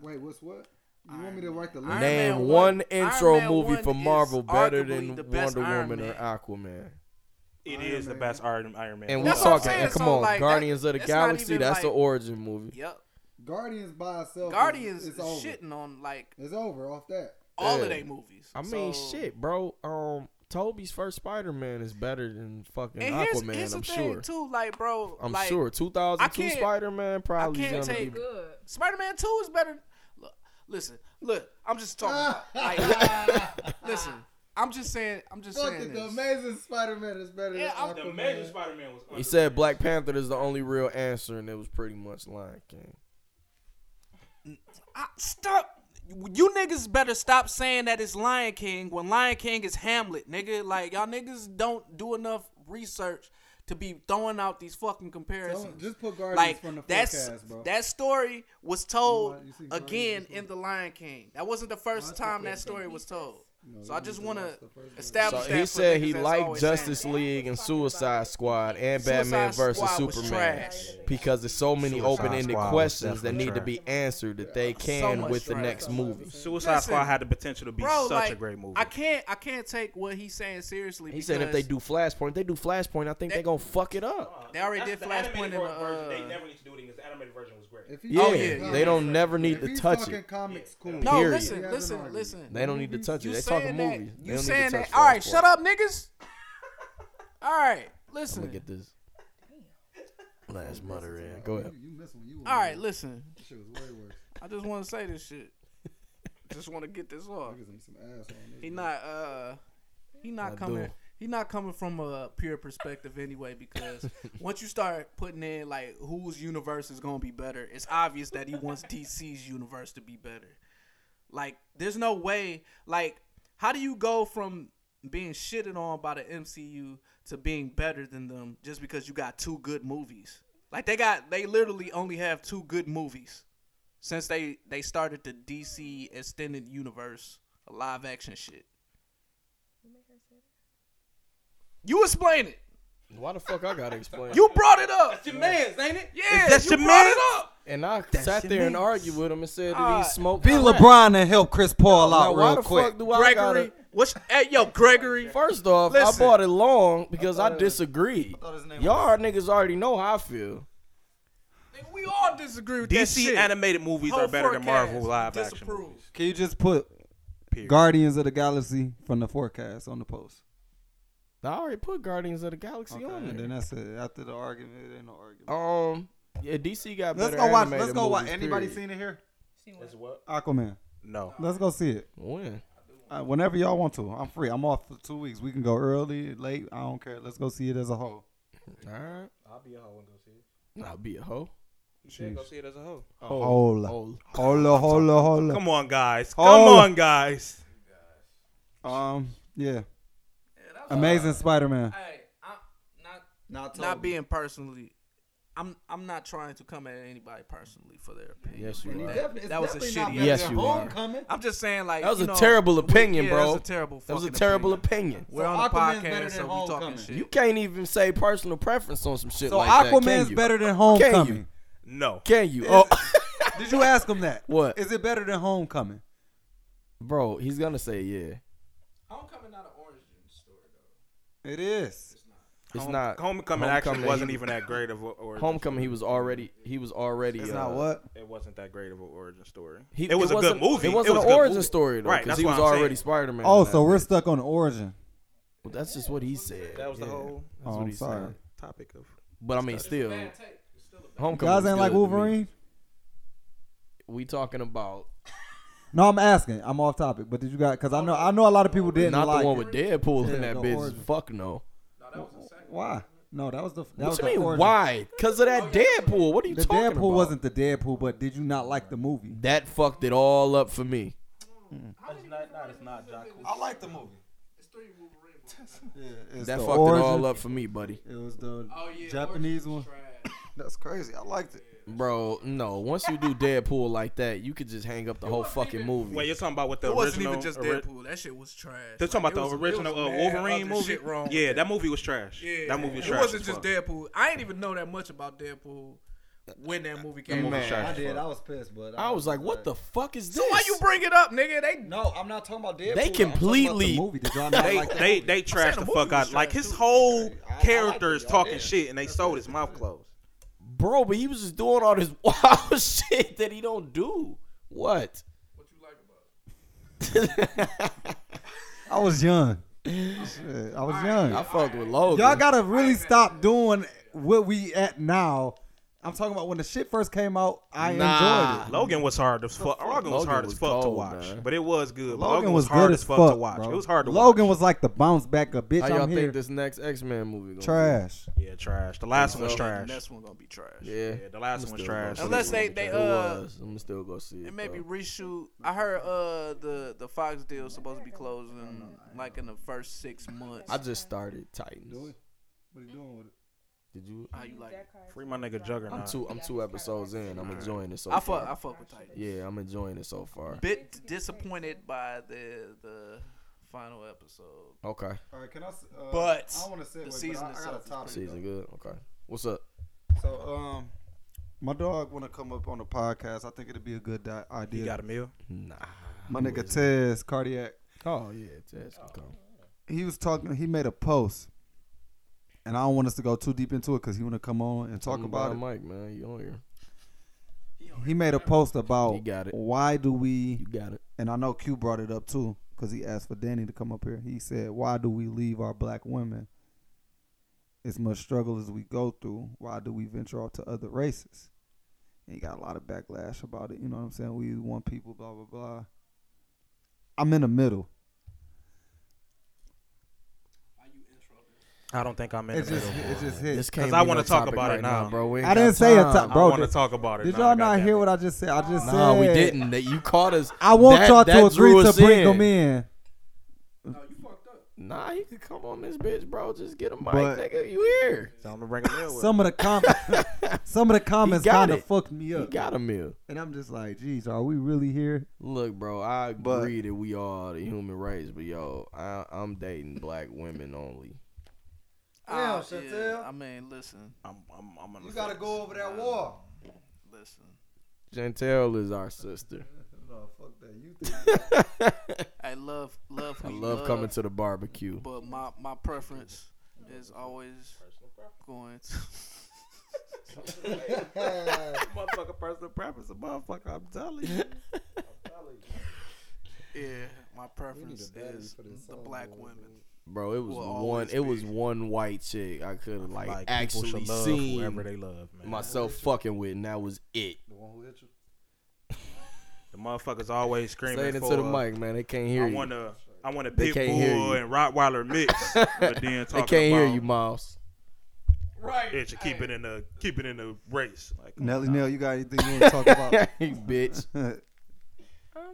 Speaker 11: Wait, what's what? You want me to write the
Speaker 4: Iron
Speaker 11: list?
Speaker 5: Name
Speaker 4: Man
Speaker 5: one
Speaker 4: one-
Speaker 5: intro
Speaker 4: Iron Man
Speaker 5: movie
Speaker 4: one
Speaker 5: for
Speaker 4: is
Speaker 5: Marvel better
Speaker 4: arguably
Speaker 5: than
Speaker 4: the best
Speaker 5: Wonder
Speaker 4: Iron
Speaker 5: Woman or
Speaker 4: Man.
Speaker 5: Aquaman.
Speaker 3: It is the best Iron Iron Man.
Speaker 5: And we
Speaker 4: That's
Speaker 3: That's
Speaker 4: what I'm
Speaker 5: talking,
Speaker 4: saying,
Speaker 5: and come
Speaker 4: so,
Speaker 5: on,
Speaker 4: like, that-
Speaker 5: Guardians of the
Speaker 4: it's not
Speaker 5: Galaxy,
Speaker 4: even,
Speaker 5: that's the
Speaker 4: like-
Speaker 5: origin movie.
Speaker 4: Yep.
Speaker 11: Guardians by itself.
Speaker 4: Guardians is
Speaker 11: is, it's over.
Speaker 4: shitting on like
Speaker 11: It's over off that.
Speaker 4: all
Speaker 5: Yeah.
Speaker 4: of their movies.
Speaker 5: I mean,
Speaker 4: So-
Speaker 5: shit, bro. Um, Toby's first Spider Man is better than fucking
Speaker 4: And here's,
Speaker 5: Aquaman,
Speaker 4: here's
Speaker 5: I'm
Speaker 4: the
Speaker 5: sure.
Speaker 4: thing too, like bro,
Speaker 5: I'm
Speaker 4: like,
Speaker 5: sure.
Speaker 4: I
Speaker 5: 2002
Speaker 4: can't-
Speaker 5: Spider Man probably
Speaker 4: can't
Speaker 5: gonna
Speaker 4: take-
Speaker 5: be.
Speaker 6: Good.
Speaker 4: Spider-Man Two is better. Look, listen, look. I'm just talking. about, like, listen, I'm just saying. I'm just
Speaker 11: Fuck
Speaker 4: saying
Speaker 11: it, the
Speaker 4: this.
Speaker 11: Amazing Spider-Man is better
Speaker 4: Yeah, I'm-
Speaker 11: than
Speaker 4: The
Speaker 11: Aquaman.
Speaker 3: Spider Man was.
Speaker 5: He said Black Panther is the only real answer, and it was pretty much Lion King.
Speaker 4: I, stop. You niggas better stop saying that it's Lion King when Lion King is Hamlet, nigga. Like y'all niggas don't do enough research to be throwing out these fucking comparisons.
Speaker 11: Don't- just put Guardians
Speaker 4: like
Speaker 11: from the
Speaker 4: that's
Speaker 11: forecast, bro.
Speaker 4: that story was told
Speaker 11: You see Guardians
Speaker 4: again
Speaker 11: from-
Speaker 4: in the Lion King. That wasn't the first time that story was told. so I just want to
Speaker 5: So
Speaker 4: establish that.
Speaker 5: he
Speaker 4: for
Speaker 5: said
Speaker 4: niggas
Speaker 5: he
Speaker 4: that's
Speaker 5: liked
Speaker 4: always saying
Speaker 5: Justice
Speaker 4: that.
Speaker 5: League and Suicide Squad and
Speaker 4: Suicide
Speaker 5: Batman versus
Speaker 4: Squad was
Speaker 5: Superman
Speaker 4: trash.
Speaker 5: because there's so many
Speaker 3: Suicide
Speaker 5: open-ended
Speaker 3: Squad was
Speaker 5: questions that
Speaker 3: definitely
Speaker 5: need to be answered that they
Speaker 4: So
Speaker 5: can
Speaker 4: much
Speaker 5: with the
Speaker 4: trash.
Speaker 5: next movie.
Speaker 3: Suicide
Speaker 4: Listen,
Speaker 3: Squad had the potential to be
Speaker 4: Bro,
Speaker 3: such
Speaker 4: like,
Speaker 3: a great movie.
Speaker 4: I can't, I can't take what he's saying seriously.
Speaker 5: He said if they
Speaker 4: because
Speaker 5: do Flashpoint, they do Flashpoint, I think
Speaker 4: They- Oh,
Speaker 5: they're going to fuck it up.
Speaker 3: Uh,
Speaker 4: they already did Flashpoint in the. Uh,
Speaker 3: need to do it because the animated version was great.
Speaker 11: If he
Speaker 5: Yeah,
Speaker 4: Oh, yeah,
Speaker 5: they
Speaker 4: yeah.
Speaker 5: don't never need
Speaker 11: if
Speaker 5: to
Speaker 11: he's
Speaker 5: touch
Speaker 11: talking
Speaker 5: it.
Speaker 11: comics, cool.
Speaker 4: no,
Speaker 5: Period.
Speaker 4: listen,
Speaker 11: He has an
Speaker 4: listen,
Speaker 11: argument.
Speaker 4: listen.
Speaker 5: They don't need to touch it.
Speaker 4: You
Speaker 5: They
Speaker 4: saying
Speaker 5: talking
Speaker 4: that?
Speaker 5: movies. They
Speaker 4: You
Speaker 5: don't
Speaker 4: saying
Speaker 5: need to touch
Speaker 4: that? All right,
Speaker 5: Flashpoint.
Speaker 4: shut up, niggas. All right,
Speaker 5: I'm going to
Speaker 4: listen.
Speaker 5: get this last mutter in. Go ahead.
Speaker 11: You missed when you were
Speaker 4: All right, listen.
Speaker 11: That shit was way worse.
Speaker 4: I just want to say this shit. just want to get this off.
Speaker 11: Niggas ain't some ass on
Speaker 4: He
Speaker 11: this.
Speaker 4: not uh he not
Speaker 5: I
Speaker 4: coming
Speaker 5: do.
Speaker 4: he not coming from a pure perspective anyway because once you start putting in like whose universe is gonna be better, it's obvious that he wants DC's universe to be better. Like there's no way like how do you go from being shitted on by the MCU to being better than them just because you got two good movies? Like they got they literally only have two good movies since they they started the DC extended universe live action shit. You explain it.
Speaker 5: Why the fuck I got to explain?
Speaker 4: You brought it up.
Speaker 3: Your man's, ain't it?
Speaker 4: Yeah,
Speaker 3: that's
Speaker 4: you
Speaker 3: your
Speaker 4: brought
Speaker 3: man?
Speaker 4: it up.
Speaker 5: and I sat there and argued with him and said that
Speaker 4: Ah,
Speaker 11: Uh,
Speaker 5: he smoked
Speaker 11: Be
Speaker 5: crack.
Speaker 11: LeBron and help Chris Paul
Speaker 5: Now,
Speaker 11: out
Speaker 5: why the
Speaker 11: real quick.
Speaker 5: fuck do I
Speaker 4: Gregory,
Speaker 5: gotta...
Speaker 4: what's hey yo Gregory?
Speaker 5: First off,
Speaker 4: Listen.
Speaker 5: I bought it long because I, disagreed.
Speaker 13: thought his name
Speaker 5: Y'all niggas already know how I feel.
Speaker 4: Nigga, We all disagree with that
Speaker 3: DC
Speaker 4: shit.
Speaker 3: animated movies
Speaker 4: Whole
Speaker 3: are better than
Speaker 4: forecast.
Speaker 3: Marvel live action
Speaker 4: Disapprove.
Speaker 3: movies.
Speaker 11: Can you just put
Speaker 3: Period.
Speaker 11: Guardians of the Galaxy from the forecast on the post?
Speaker 5: I already put Guardians of the Galaxy on
Speaker 11: and
Speaker 5: there.
Speaker 11: then that's it. After the argument, it ain't no argument.
Speaker 5: Um, yeah, DC got better.
Speaker 11: let's go watch.
Speaker 5: animated
Speaker 11: Let's go watch.
Speaker 5: movies,
Speaker 11: Anybody
Speaker 5: period.
Speaker 11: seen it here?
Speaker 3: what?
Speaker 11: Aquaman.
Speaker 3: No.
Speaker 11: Let's go see it.
Speaker 5: When?
Speaker 11: Uh, whenever y'all want to. I'm free. I'm off for two weeks. We can go early, late. I don't care. Let's go see it as a whole.
Speaker 5: All right,
Speaker 3: I'll be a hoe and go see it.
Speaker 5: I'll be a hoe.
Speaker 3: You should go see it as a hoe.
Speaker 11: Hola.
Speaker 5: Hola.
Speaker 11: Hola, hola, hola.
Speaker 3: Come on, guys. Come
Speaker 11: Oh.
Speaker 3: on, guys.
Speaker 11: Um, yeah. Amazing Spider-Man.
Speaker 4: Hey, I'm not
Speaker 13: Not,
Speaker 4: not being personally. I'm I'm not trying to come at anybody personally for their opinion.
Speaker 5: Yes, you
Speaker 4: But
Speaker 5: are.
Speaker 4: That, that was a shitty.
Speaker 5: Yes, you are.
Speaker 4: I'm just saying like
Speaker 5: That was a
Speaker 4: you know,
Speaker 5: terrible
Speaker 4: we-
Speaker 5: opinion,
Speaker 4: yeah,
Speaker 5: bro.
Speaker 4: That was a terrible.
Speaker 5: That was a
Speaker 4: fucking
Speaker 5: terrible
Speaker 4: opinion.
Speaker 5: opinion.
Speaker 4: We're on the
Speaker 11: Aquaman's better
Speaker 4: podcast, so
Speaker 11: than
Speaker 4: we talking
Speaker 11: Homecoming.
Speaker 4: shit.
Speaker 5: You can't even say personal preference on some shit
Speaker 11: So
Speaker 5: like that. can
Speaker 11: Aquaman's
Speaker 5: you?
Speaker 11: better than Homecoming.
Speaker 5: you?
Speaker 3: No.
Speaker 5: Can you? Oh,
Speaker 11: Did you ask him that?
Speaker 5: What?
Speaker 11: Is it better than Homecoming?
Speaker 5: bro, he's gonna say yeah.
Speaker 4: Homecoming not an origin story though.
Speaker 11: It is.
Speaker 5: It's
Speaker 2: Home-
Speaker 5: not
Speaker 2: Homecoming actually
Speaker 5: Homecoming,
Speaker 2: wasn't
Speaker 5: he-
Speaker 2: even that great of a origin
Speaker 5: Homecoming. He was already. He was already.
Speaker 1: It's
Speaker 5: uh,
Speaker 1: not what?
Speaker 2: It wasn't that great of an origin story.
Speaker 5: He-
Speaker 2: it was a good
Speaker 5: wasn't-
Speaker 2: movie.
Speaker 5: It wasn't
Speaker 2: was a
Speaker 5: an
Speaker 2: good
Speaker 5: origin
Speaker 2: movie.
Speaker 5: story though,
Speaker 2: Right,
Speaker 5: because
Speaker 2: that's
Speaker 5: he
Speaker 2: what
Speaker 5: was
Speaker 2: I'm saying.
Speaker 5: already Spider Man.
Speaker 1: Oh, so we're stuck on origin.
Speaker 5: Well, that's just what he said.
Speaker 2: That was the whole
Speaker 5: That's
Speaker 1: Oh,
Speaker 5: what
Speaker 1: I'm
Speaker 5: he
Speaker 1: sorry.
Speaker 5: said.
Speaker 2: topic of.
Speaker 5: But I mean, still, Homecoming.
Speaker 1: Guys
Speaker 5: was
Speaker 1: ain't like
Speaker 5: good to me.
Speaker 1: Wolverine.
Speaker 5: We talking about
Speaker 1: No, I'm asking. I'm off topic, but did you guys? Because I know I know a lot of people didn't
Speaker 5: not
Speaker 1: like
Speaker 5: the one
Speaker 1: it.
Speaker 5: with Deadpool
Speaker 1: Yeah,
Speaker 5: in that
Speaker 1: the
Speaker 5: bitch.
Speaker 1: origin.
Speaker 5: Fuck no.
Speaker 1: Why? No, that was the. That was
Speaker 5: What you
Speaker 1: the
Speaker 5: mean?
Speaker 1: origin.
Speaker 5: Why? Because of that Deadpool. What are you
Speaker 1: The
Speaker 5: talking
Speaker 1: Deadpool
Speaker 5: about?
Speaker 1: wasn't the Deadpool, but did you not like the movie?
Speaker 5: That fucked it all up for me.
Speaker 1: I like the movie. Yeah, it's
Speaker 5: That
Speaker 1: the
Speaker 5: fucked
Speaker 1: origin.
Speaker 5: it all up for me, buddy.
Speaker 1: It was the
Speaker 4: Oh yeah,
Speaker 1: Japanese one.
Speaker 4: Origins trash.
Speaker 11: That's crazy. I liked it.
Speaker 5: Bro, no. Once you do Deadpool like that, you could just hang up the whole fucking movie.
Speaker 2: Wait, you're talking about what the
Speaker 4: It wasn't
Speaker 2: original?
Speaker 4: even just
Speaker 2: ori-
Speaker 4: Deadpool. That shit was trash.
Speaker 2: They're talking
Speaker 4: Like,
Speaker 2: about
Speaker 4: it
Speaker 2: the
Speaker 4: was- it
Speaker 2: original
Speaker 4: was
Speaker 2: uh,
Speaker 4: mad
Speaker 2: Wolverine
Speaker 4: other
Speaker 2: movie.
Speaker 4: shit wrong with
Speaker 2: yeah,
Speaker 4: that.
Speaker 2: that movie was trash.
Speaker 4: Yeah,
Speaker 2: that movie was
Speaker 4: it
Speaker 2: trash.
Speaker 4: wasn't
Speaker 2: as
Speaker 4: just
Speaker 2: fuck.
Speaker 4: Deadpool. I didn't even know that much about Deadpool when that movie came
Speaker 2: movie
Speaker 4: out.
Speaker 2: shot.
Speaker 1: I did. I was pissed, but
Speaker 5: I was like, what the fuck is this?
Speaker 4: So why you bring it up, nigga? They
Speaker 1: No, I'm not talking about Deadpool.
Speaker 5: They
Speaker 1: I'm talking about the
Speaker 5: completely-
Speaker 1: movie. Did y'all not
Speaker 2: They
Speaker 1: like that?
Speaker 2: they they trashed
Speaker 4: the
Speaker 2: the
Speaker 4: movie
Speaker 2: fuck
Speaker 4: was
Speaker 2: out. Like
Speaker 4: trash,
Speaker 2: his
Speaker 4: too.
Speaker 2: whole character is talking shit, and they sold his mouth closed.
Speaker 5: Bro, but he was just doing all this wild shit that he don't do. What?
Speaker 1: I was young. Shit, I was young.
Speaker 5: I fucked with Logan.
Speaker 1: Y'all gotta really stop doing what we at now. I'm talking about when the shit first came out. I
Speaker 5: Nah.
Speaker 1: enjoyed it.
Speaker 2: Logan was hard as fuck. Logan was
Speaker 5: Logan
Speaker 2: hard
Speaker 5: was
Speaker 2: as fuck to
Speaker 5: cold,
Speaker 2: watch,
Speaker 5: man.
Speaker 2: but it was good. Logan,
Speaker 1: Logan
Speaker 2: was,
Speaker 1: was
Speaker 2: hard
Speaker 1: good
Speaker 2: as fuck, to watch.
Speaker 1: bro.
Speaker 2: It was hard to
Speaker 1: Logan
Speaker 2: watch.
Speaker 1: was like the bounce back of bitch.
Speaker 5: How y'all
Speaker 1: I'm
Speaker 5: think
Speaker 1: here.
Speaker 5: this next X Men movie gonna
Speaker 1: Trash.
Speaker 2: yeah trash. The last one was trash.
Speaker 4: The next one gonna be trash.
Speaker 5: Be? Yeah.
Speaker 2: Yeah, the last one was trash.
Speaker 4: Unless they- they,
Speaker 5: It
Speaker 4: uh,
Speaker 5: was. I'm still go see it.
Speaker 4: It may be
Speaker 5: though.
Speaker 4: reshoot. I heard uh the the Fox deal supposed to be closing like in the first six months.
Speaker 5: I just started Titans.
Speaker 1: What are you doing with it?
Speaker 5: Did you?
Speaker 4: How you like? It?
Speaker 2: free my nigga
Speaker 5: I'm
Speaker 2: Juggernaut.
Speaker 5: two. I'm two episodes in. I'm enjoying it so
Speaker 4: I
Speaker 5: far.
Speaker 4: fuck. I fuck with Titan.
Speaker 5: Yeah, I'm enjoying it so far.
Speaker 4: Bit disappointed by the the final episode.
Speaker 5: Okay,
Speaker 1: All right, can I? s- Uh,
Speaker 4: But
Speaker 1: I want to say,
Speaker 4: the season
Speaker 1: I, I
Speaker 4: itself
Speaker 1: got
Speaker 4: is
Speaker 1: a topic.
Speaker 5: season good. Okay, what's up?
Speaker 1: So, um, my dog want to come up on the podcast. I think it'd be a good di- idea.
Speaker 2: He got a meal.
Speaker 5: Nah.
Speaker 1: my nigga Tez Cardiac.
Speaker 5: Oh yeah, Tess can come.
Speaker 1: He was talking. He made a post, and I don't want us to go too deep into it because he want to come on and talk
Speaker 5: Something
Speaker 1: about it.
Speaker 5: Mike, man. You on here?
Speaker 1: He made a post
Speaker 5: He
Speaker 1: about
Speaker 5: got it.
Speaker 1: why do we
Speaker 5: You got it.
Speaker 1: and I know Q brought it up too because he asked for Danny to come up here. He said, "Why do we leave our black women? As much struggle as we go through, why do we venture out to other races?" And he got a lot of backlash about it. You know what I'm saying? We want people, blah blah blah. I'm in the middle.
Speaker 2: I don't think I'm in
Speaker 1: It
Speaker 2: the
Speaker 1: just,
Speaker 2: middle.
Speaker 1: it just
Speaker 5: This
Speaker 1: hit.
Speaker 5: can't
Speaker 2: I
Speaker 5: be
Speaker 2: wanna
Speaker 5: no
Speaker 2: talk
Speaker 5: topic
Speaker 2: about it
Speaker 5: right now,
Speaker 2: now.
Speaker 5: bro. We ain't
Speaker 1: I
Speaker 5: got
Speaker 1: didn't say it,
Speaker 5: time.
Speaker 1: to-
Speaker 2: I
Speaker 1: bro.
Speaker 2: want to
Speaker 1: Did,
Speaker 2: talk about it.
Speaker 1: did
Speaker 2: Nah,
Speaker 1: y'all not
Speaker 2: goddamn
Speaker 1: hear
Speaker 2: it.
Speaker 1: what I just said? I just
Speaker 5: No,
Speaker 1: said
Speaker 5: we didn't. That you caught us.
Speaker 1: I want
Speaker 5: That-
Speaker 1: y'all
Speaker 5: that
Speaker 1: to agree
Speaker 5: drew
Speaker 1: to
Speaker 5: us
Speaker 1: bring
Speaker 5: in.
Speaker 1: them in.
Speaker 5: Nah, he could come on this bitch, bro. Just get a mic,
Speaker 1: But-
Speaker 5: nigga. You here?
Speaker 2: So I'm gonna bring a meal. With.
Speaker 1: Some of the comments, some of the comments
Speaker 5: got
Speaker 1: kind of
Speaker 5: it.
Speaker 1: fucked me
Speaker 5: You
Speaker 1: up,
Speaker 5: got a meal.
Speaker 1: and I'm just like, "Geez, are we really here?"
Speaker 5: Look, bro, I
Speaker 1: But-
Speaker 5: agree that we are the human race, but yo, I, I'm dating black women only.
Speaker 4: Ah,
Speaker 1: Damn,
Speaker 4: yeah.
Speaker 1: Chantel.
Speaker 4: I mean, listen,
Speaker 2: I'm, I'm, I'm on the fence.
Speaker 1: over that wall.
Speaker 4: listen.
Speaker 5: Chantel is our sister.
Speaker 1: No, fuck that. You
Speaker 4: I love love.
Speaker 5: I
Speaker 4: who you
Speaker 5: love coming to the barbecue.
Speaker 4: But my my preference is always going to.
Speaker 2: Motherfucker, personal preference, a motherfucker. I'm telling you.
Speaker 4: Yeah, my preference is the black women.
Speaker 5: Bro, it was
Speaker 4: Will
Speaker 5: one
Speaker 4: always
Speaker 5: it was
Speaker 4: be.
Speaker 5: one white chick I could have like,
Speaker 2: Like people
Speaker 5: actually
Speaker 2: should love whoever
Speaker 5: seen
Speaker 2: they love, man.
Speaker 5: myself fucking with and that was it.
Speaker 2: the motherfuckers always screaming
Speaker 5: Say it
Speaker 2: for
Speaker 5: into the mic, man. They can't hear
Speaker 2: I
Speaker 5: you.
Speaker 2: want to. I want a
Speaker 5: They
Speaker 2: pit
Speaker 5: can't hear
Speaker 2: bull
Speaker 5: you.
Speaker 2: and Rottweiler mix, but then
Speaker 5: They
Speaker 2: talking
Speaker 5: can't hear
Speaker 2: about
Speaker 5: you, Miles.
Speaker 4: Right.
Speaker 2: it should keep it in the keep it in the race. Like come
Speaker 1: Nelly
Speaker 2: on now.
Speaker 1: Nell, you got anything you want to talk about?
Speaker 5: Hey, bitch.
Speaker 6: Um,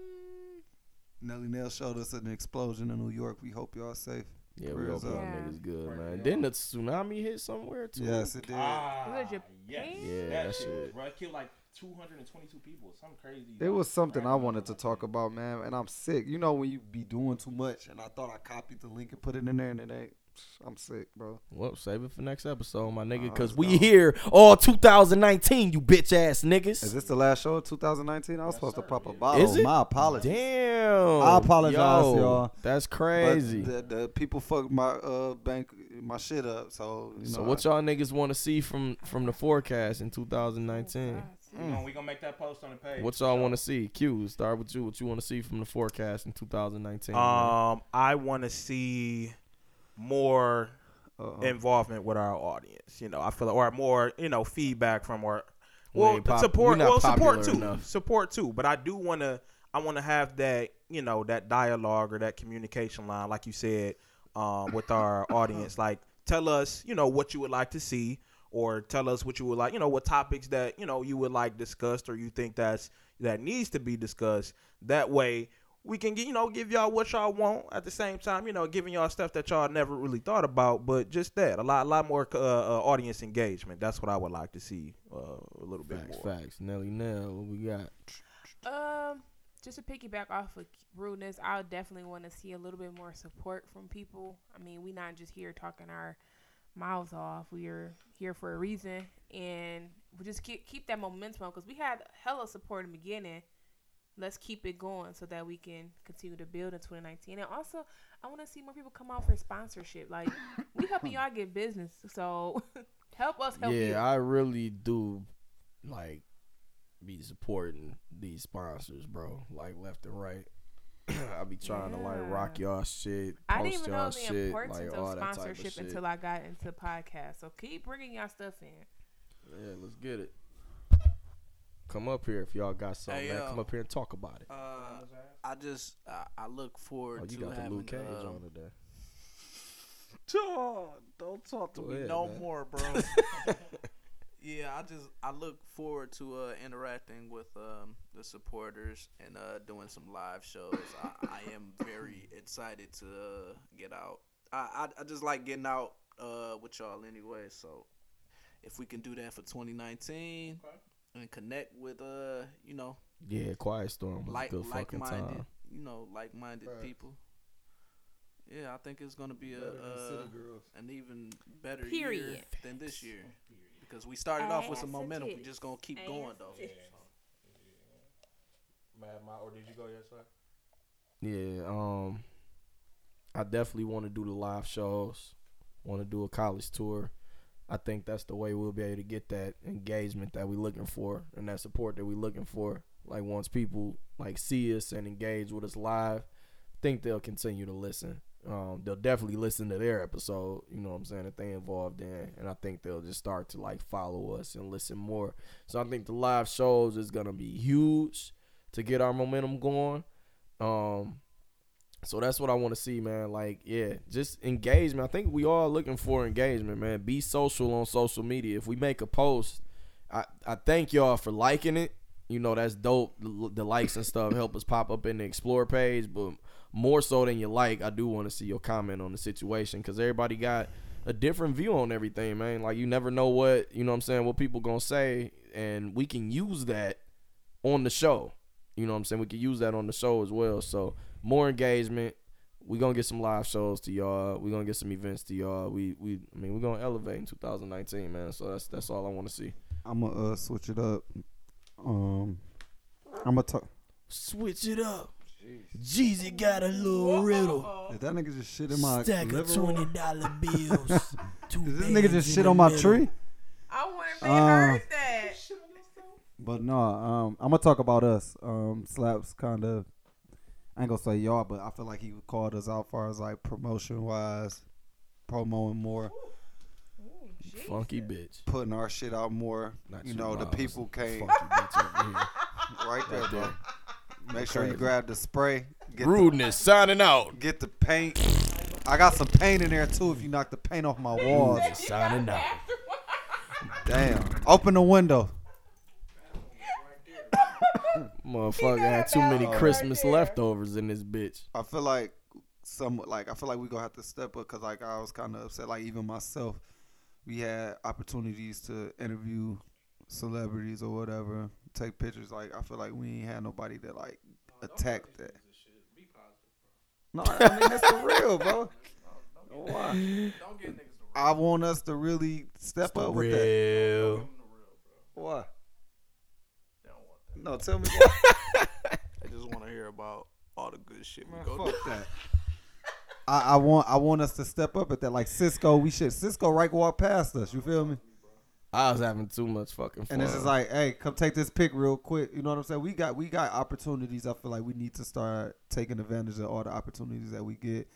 Speaker 1: Nelly Nell showed us an explosion in New York. We hope y'all safe. uh,
Speaker 5: Yeah, we
Speaker 1: Prayers
Speaker 5: hope y'all
Speaker 1: up.
Speaker 5: niggas good, man. Then the tsunami hit somewhere too.
Speaker 1: Yes, it did.
Speaker 3: Ah.
Speaker 6: was it Japan?
Speaker 5: Yeah, that shit.
Speaker 3: Bro, I killed like 222 people. Something crazy.
Speaker 1: It was something I wanted to talk about, man, and I'm sick. You know when you be doing too much, and I thought I copied the link and put it in there, and it ain't.
Speaker 11: I'm sick, bro.
Speaker 5: Well, save it for next episode, my nigga, because we here all 2019, you bitch ass niggas.
Speaker 11: Is this the last show of 2019? I was supposed to pop a bottle.
Speaker 5: Is it?
Speaker 11: My apologies.
Speaker 5: Damn.
Speaker 11: I apologize,
Speaker 5: Yo,
Speaker 11: y'all.
Speaker 5: That's
Speaker 11: But
Speaker 5: crazy.
Speaker 11: The, the people fucked my uh bank my shit up. So you know,
Speaker 5: so what y'all niggas want to see from from the forecast in 2019?
Speaker 2: We gonna- We gonna make that post on the page.
Speaker 5: What y'all want to see? Q, start with you. What you want to see from the forecast in 2019? man?
Speaker 2: Um, I want to see more
Speaker 5: Uh-uh.
Speaker 2: involvement with our audience. You know, I feel or more you know feedback from our
Speaker 5: We
Speaker 2: well
Speaker 5: ain't pop-
Speaker 2: support.
Speaker 5: we not
Speaker 2: Well, support
Speaker 5: popular
Speaker 2: too.
Speaker 5: enough.
Speaker 2: Support too. But I do want to. I want to have that you know that dialogue or that communication line, like you said, um, with our audience. Like, tell us you know what you would like to see. Or tell us what you would like, you know, what topics that you know you would like discussed, or you think that's that needs to be discussed. That way, we can get you know give y'all what y'all want at the same time you know giving y'all stuff that y'all never really thought about but just that a lot a lot more uh, uh, audience engagement that's what i would like to see uh, a little bit
Speaker 5: facts,
Speaker 2: more
Speaker 5: facts. Nelly Nell, what we got?
Speaker 6: Um, just to piggyback off of rudeness, I would definitely want to see a little bit more support from people. I mean, we not just here talking our mouths off. We are here for a reason, and we just keep keep that momentum because we had hella support in the beginning. Let's keep it going so that we can continue to build in 2019. And also, I want to see more people come out for sponsorship. Like, we helping y'all get business, so help us help
Speaker 5: yeah,
Speaker 6: you.
Speaker 5: I really do like be supporting these sponsors, bro. Like left and right. I be trying to like rock y'all shit, post
Speaker 6: I didn't even
Speaker 5: y'all
Speaker 6: know the
Speaker 5: shit,
Speaker 6: importance
Speaker 5: like all
Speaker 6: of
Speaker 5: that type of
Speaker 6: sponsorship
Speaker 5: shit.
Speaker 6: until I got into podcasts. So keep bringing y'all stuff in.
Speaker 5: yeah, let's get it. Come up here if y'all got something,
Speaker 4: Hey,
Speaker 5: man.
Speaker 4: yo.
Speaker 5: Come up here and talk about it.
Speaker 4: Uh, I just I, I look forward
Speaker 5: Oh, you
Speaker 4: to
Speaker 5: got the
Speaker 4: having.
Speaker 5: Luke Cage
Speaker 4: uh,
Speaker 5: on today.
Speaker 4: Dog, don't talk to
Speaker 5: Go
Speaker 4: me
Speaker 5: ahead,
Speaker 4: no
Speaker 5: man.
Speaker 4: more, bro. yeah, I just I look forward to uh, interacting with um, the supporters and uh, doing some live shows. I, I am very excited to uh, get out. I, I I just like getting out uh, with y'all anyway. So if we can do that for 2019 and connect with uh you know
Speaker 5: Yeah, Quiet Storm was
Speaker 4: like
Speaker 5: a good
Speaker 4: like
Speaker 5: fucking
Speaker 4: minded
Speaker 5: time.
Speaker 4: you know like minded people. Yeah, I think it's gonna be a uh, an even better year
Speaker 6: Period.
Speaker 4: than this year because we started off with some
Speaker 6: Ass and
Speaker 4: momentum. We
Speaker 6: titties.
Speaker 4: just gonna keep
Speaker 6: Ass
Speaker 4: going
Speaker 6: and
Speaker 4: though.
Speaker 6: titties.
Speaker 2: or did you go yesterday
Speaker 5: Yeah, um, I definitely want to do the live shows. Want to do a college tour. I think that's the way we'll be able to get that engagement that we're looking for and that support that we're looking for. Like once people like see us and engage with us live, I think they'll continue to listen. Um, they'll definitely listen to their episode. You know what I'm saying that they involved in, and I think they'll just start to like follow us and listen more. So I think the live shows is gonna be huge to get our momentum going. Um, so that's what I want to see, man. Like, yeah, just engagement. I think we all looking for engagement, man. Be social on social media. If we make a post, I I thank y'all for liking it. You know that's dope. The, the likes and stuff help us pop up in the explore page, but more so than you like, I do want to see your comment on the situation because everybody got a different view on everything, man. Like you never know what you know. what I'm saying what people gonna say, and we can use that on the show. You know what I'm saying? We could use that on the show as well. So more engagement. We're gonna get some live shows to y'all. We're gonna get some events to y'all. We we I mean we're gonna elevate in 2019, man. So that's that's all I wanna see.
Speaker 11: I'm gonna uh, switch it up. Um, I'm gonna talk.
Speaker 5: Switch it up. Jeezy got a little riddle.
Speaker 11: Did that nigga just shit in my
Speaker 5: Stack of
Speaker 11: liver?
Speaker 5: twenty dollar bills. Two
Speaker 11: Did this
Speaker 5: bands
Speaker 11: nigga just
Speaker 5: in
Speaker 11: shit
Speaker 5: the
Speaker 11: on my
Speaker 5: middle.
Speaker 11: tree?
Speaker 6: I wonder if they
Speaker 11: Uh,
Speaker 6: heard that.
Speaker 11: But no, um, I'm gonna talk about us. Um, slaps kind of. I ain't gonna say y'all, but I feel like he called us out far as like promotion wise, promoting more,
Speaker 5: Funky bitch.
Speaker 11: putting our shit out more.
Speaker 5: Not
Speaker 11: you
Speaker 5: too
Speaker 11: know, the
Speaker 5: loud.
Speaker 11: people came
Speaker 5: Funky bitch over here.
Speaker 11: right there,
Speaker 5: Right
Speaker 11: bro.
Speaker 5: there.
Speaker 11: Make sure you
Speaker 5: Crazy.
Speaker 11: grab the spray. Get the
Speaker 5: Rudeness signing out.
Speaker 11: Get the paint. I got some paint in there too. If you knock the paint off my walls,
Speaker 5: Signing out.
Speaker 11: damn. Open the window.
Speaker 5: Motherfucker had too many Christmas leftovers in this bitch.
Speaker 11: I feel like some like I feel like we gonna have to step up because like I was kind of upset. Like even myself, we had opportunities to interview celebrities or whatever, take pictures. Like I feel like we ain't had nobody that like attacked that. No, I mean that's the real, bro.
Speaker 1: Why? I want us to really step it's up with real. that. Why? No, tell me.
Speaker 4: Why. I just want to hear about all the good shit we Man, go
Speaker 1: fuck do. that. I, I, want I want us to step up at that. Like Cisco, we should Cisco right walk past us. You feel me?
Speaker 5: I was having too much fucking fun.
Speaker 1: And it's just like, hey, come take this pick real quick. You know what I'm saying? We got we got opportunities. I feel like we need to start taking advantage of all the opportunities that we get.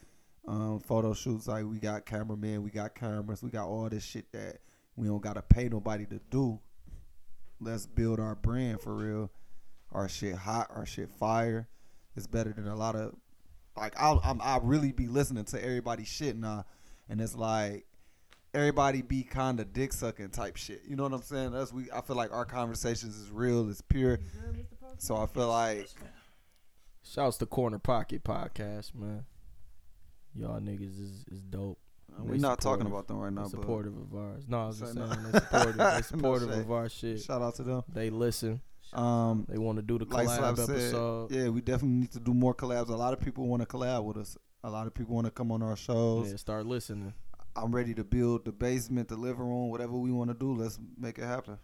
Speaker 1: Um, photo shoots, like we got cameramen, we got cameras, we got all this shit that we don't gotta pay nobody to do. Let's build our brand for real. Our shit hot, our shit fire. It's better than a lot of like I'll I'm, I really be listening to everybody shit now, and it's like everybody be kind of dick sucking type shit. You know what I'm saying? That's we. I feel like our conversations is real, it's pure. So I feel like.
Speaker 5: Shouts to Corner Pocket Podcast, man. Y'all niggas is is dope.
Speaker 1: And We're not talking about them right now.
Speaker 5: Supportive of ours. No, I was just saying no. they supportive. They supportive no of our shit.
Speaker 1: Shout out to them.
Speaker 5: They listen. Um, they want to do the collab like episode.
Speaker 1: Said, yeah, we definitely need to do more collabs. A lot of people want to collab with us. A lot of people want to come on our shows.
Speaker 5: Yeah, start listening.
Speaker 1: I'm ready to build the basement, the living room, whatever we want to do. Let's make it happen.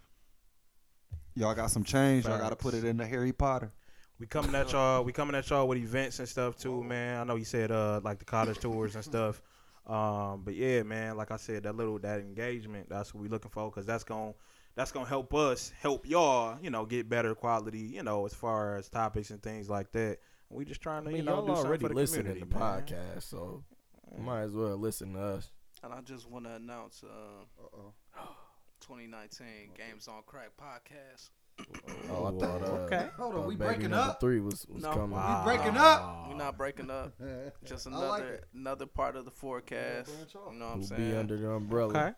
Speaker 1: Y'all got some change. Facts. Y'all got to put it in the Harry Potter.
Speaker 3: We coming at y'all. We coming at y'all with events and stuff too, man. I know you said uh like the college tours and stuff. Um, but yeah, man, like I said, that little that engagement, that's what we looking for because that's gonna that's gonna help us help y'all, you know, get better quality, you know, as far as topics and things like that. We just trying to, you I mean, know,
Speaker 5: y'all
Speaker 3: do
Speaker 5: already
Speaker 3: for the
Speaker 5: listening
Speaker 3: to
Speaker 5: the podcast, so might as well listen to us.
Speaker 4: And I just want to announce, uh, 2019 Games on Crack podcast.
Speaker 5: Oh, I thought, uh,
Speaker 11: okay. Hold on, we breaking up.
Speaker 5: Three was, was
Speaker 4: no,
Speaker 5: coming.
Speaker 11: We breaking up.
Speaker 4: We're not breaking up. Just another like another part of the forecast. You know what I'm
Speaker 5: we'll
Speaker 4: saying?
Speaker 5: Be under E. the umbrella.
Speaker 4: Okay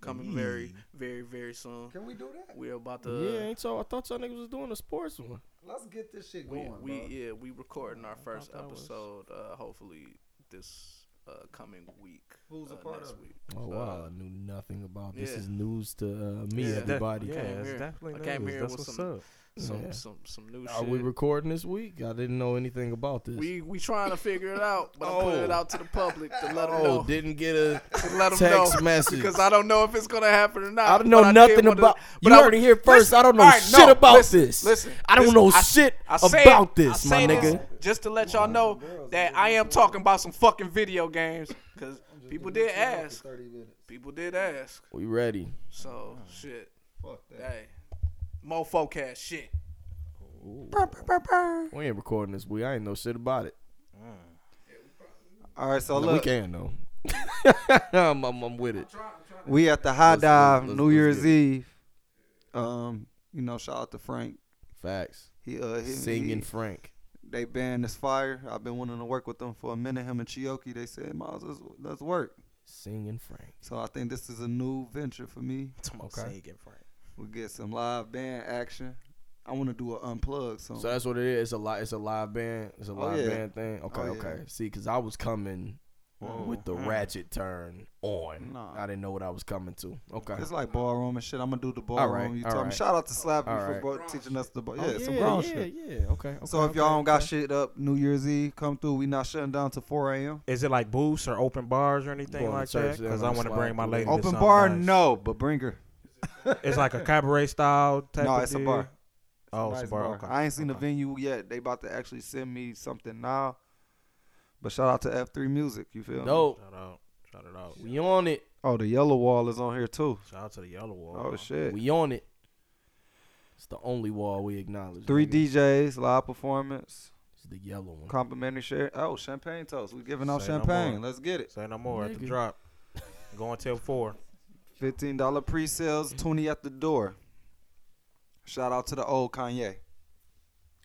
Speaker 4: coming very, very, very soon.
Speaker 11: Can we do that?
Speaker 4: We're about to.
Speaker 5: Yeah, ain't so. I thought y'all niggas was doing a sports one.
Speaker 11: Let's get this shit
Speaker 4: we,
Speaker 11: going.
Speaker 4: We
Speaker 11: bro.
Speaker 4: yeah, we recording our first episode. Uh, hopefully this uh, coming week.
Speaker 11: Who's
Speaker 4: uh,
Speaker 11: a part of
Speaker 4: week.
Speaker 5: Oh wow, I knew nothing about this. Yeah. Is news to uh, me, yeah, everybody.
Speaker 3: Yeah, it's here. definitely I came news. Here That's with what's
Speaker 4: some,
Speaker 3: up.
Speaker 4: Some, yeah. some some new.
Speaker 5: Are
Speaker 4: shit.
Speaker 5: we recording this week? I didn't know anything about this.
Speaker 4: We we trying to figure it out, but oh. I'm putting it out to the public to let them oh, know.
Speaker 5: Didn't get a
Speaker 4: let
Speaker 5: text know, message
Speaker 4: because I don't know if it's gonna happen or not.
Speaker 5: I don't know nothing about. The, you I, heard it here first. Listen, I don't know right, shit no, about
Speaker 4: listen,
Speaker 5: this.
Speaker 4: Listen,
Speaker 5: I don't
Speaker 4: listen,
Speaker 5: know I, shit I about this, my nigga.
Speaker 4: just to let y'all know that I am talking about some fucking video games because people did ask. People did ask.
Speaker 5: We ready?
Speaker 4: So shit. Fuck that. Hey, mofo cast shit.
Speaker 5: Burr, burr, burr, we ain't recording this week. I ain't know shit about it.
Speaker 1: Mm. All right, so no, look.
Speaker 5: we can though. I'm, I'm, I'm, with it.
Speaker 1: We at the high let's, dive let's, New let's Year's Eve. Um, you know, shout out to Frank.
Speaker 5: Facts.
Speaker 1: He uh, he,
Speaker 5: singing
Speaker 1: he,
Speaker 5: Frank
Speaker 1: they banned this fire. I've been wanting to work with them for a minute. Him and Chioki, they said, Miles, let's, let's work.
Speaker 5: Singing Frank.
Speaker 1: So I think this is a new venture for me.
Speaker 5: Okay. Singing
Speaker 1: Frank. We'll get some live band action. I want to do an unplug. So.
Speaker 5: so that's what it is. It's a live. It's a live band. It's a live oh, yeah. band thing. Okay, oh, okay. Yeah. See, because I was coming Whoa. with the ratchet turn on. Nah. I didn't know what I was coming to. Okay.
Speaker 1: It's like ballroom and shit. I'm gonna do the ballroom. Right, you told right. me. Shout out to Slappy right. for bro- teaching us the ball. Yeah,
Speaker 5: oh, yeah,
Speaker 1: some grown
Speaker 5: yeah,
Speaker 1: shit.
Speaker 5: Yeah, yeah. Okay. okay
Speaker 1: so if
Speaker 5: okay,
Speaker 1: y'all don't
Speaker 5: okay.
Speaker 1: got shit up New Year's Eve, come through. We not shutting down to 4 a.m.
Speaker 3: Is it like booths or open bars or anything like that? Because I want to bring my lady.
Speaker 1: Open bar, nice. no, but bring her.
Speaker 3: it's like a cabaret style type.
Speaker 1: No,
Speaker 3: of
Speaker 1: it's deal. a bar.
Speaker 3: Oh, it's, nice it's a bar. bar.
Speaker 1: I ain't seen the venue yet. They about to actually send me something now. But shout out to F3 Music. You feel
Speaker 5: Dope.
Speaker 3: me? Shout out. Shout it out.
Speaker 5: We on it.
Speaker 1: Oh, the yellow wall is on here too.
Speaker 3: Shout out to the yellow wall.
Speaker 1: Oh shit.
Speaker 5: We on it. It's the only wall we acknowledge.
Speaker 1: Three nigga. DJs, live performance.
Speaker 5: It's the yellow one.
Speaker 1: Complimentary share. Oh, champagne toast. We giving out Say champagne. No Let's get it.
Speaker 3: Say no more nigga. at the drop. Going till four.
Speaker 1: Fifteen dollar pre sales, twenty at the door. Shout out to the old Kanye.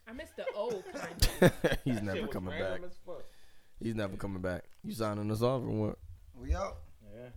Speaker 6: I missed the old Kanye.
Speaker 5: He's never coming back. He's never coming back. You signing us off or what?
Speaker 1: We out. Yeah. yeah.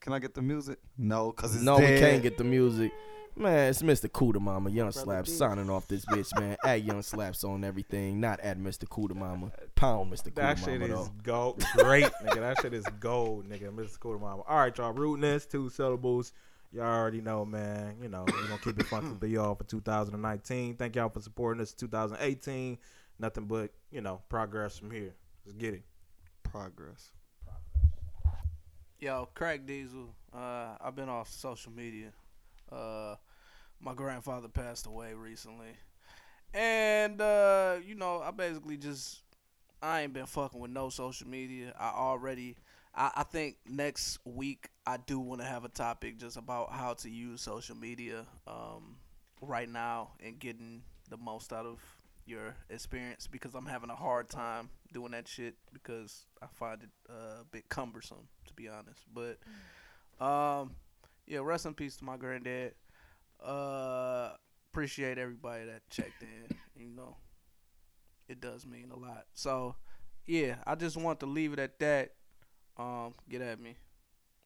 Speaker 1: Can I get the music? No, cause it's
Speaker 5: no,
Speaker 1: dead.
Speaker 5: we can't get the music. Man, it's Mr. Cooter Mama, Young Slaps signing off this bitch, man. at Young Slaps on everything, not at Mr. Cooter Mama. Pound Mr. Cooter Mama.
Speaker 3: That shit is gold. Great, nigga. That shit is gold, nigga. Mr. Cooter Mama. All right, y'all. Rudeness, two syllables. Y'all already know, man. You know, we're going to keep it funky for y'all for 2019. Thank y'all for supporting us 2018. Nothing but, you know, progress from here. Let's get it.
Speaker 11: Progress.
Speaker 4: Yo, Craig Diesel. Uh, I've been off social media. Uh, my grandfather passed away recently, and uh, you know, I basically just I ain't been fucking with no social media. I already, I, I think next week I do want to have a topic just about how to use social media um, right now and getting the most out of your experience because I'm having a hard time doing that shit because I find it uh, a bit cumbersome to be honest. But um, yeah, rest in peace to my granddad. Uh, appreciate everybody that checked in. You know, it does mean a lot. So yeah, I just want to leave it at that. Um, get at me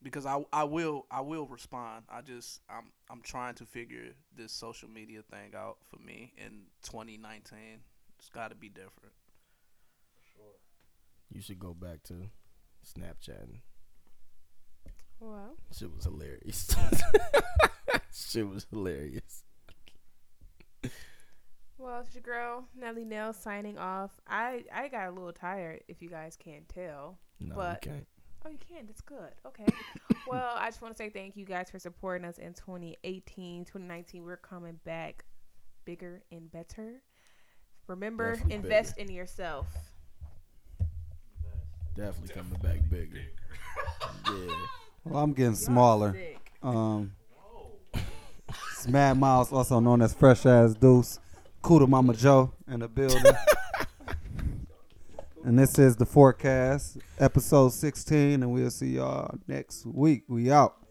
Speaker 4: because I I will I will respond. I just I'm I'm trying to figure this social media thing out for me in 2019. It's got to be different.
Speaker 5: Sure. You should go back to Snapchatting.
Speaker 6: Wow.
Speaker 5: Shit was hilarious. Shit was hilarious.
Speaker 6: Well, it's your girl Nelly Nell signing off. I I got a little tired, if you guys can't tell.
Speaker 5: No,
Speaker 6: but
Speaker 5: you can't.
Speaker 6: Oh, you can. That's good. Okay. well, I just want to say thank you guys for supporting us in 2018, 2019. We're coming back bigger and better. Remember,
Speaker 5: Definitely
Speaker 6: invest in yourself.
Speaker 5: Definitely, coming back bigger. yeah.
Speaker 1: Well, I'm getting smaller. Um, it's Mad Miles, also known as Fresh Ass Deuce. Cool to Mama Joe in the building. and this is the forecast, episode 16, and we'll see y'all next week. We out.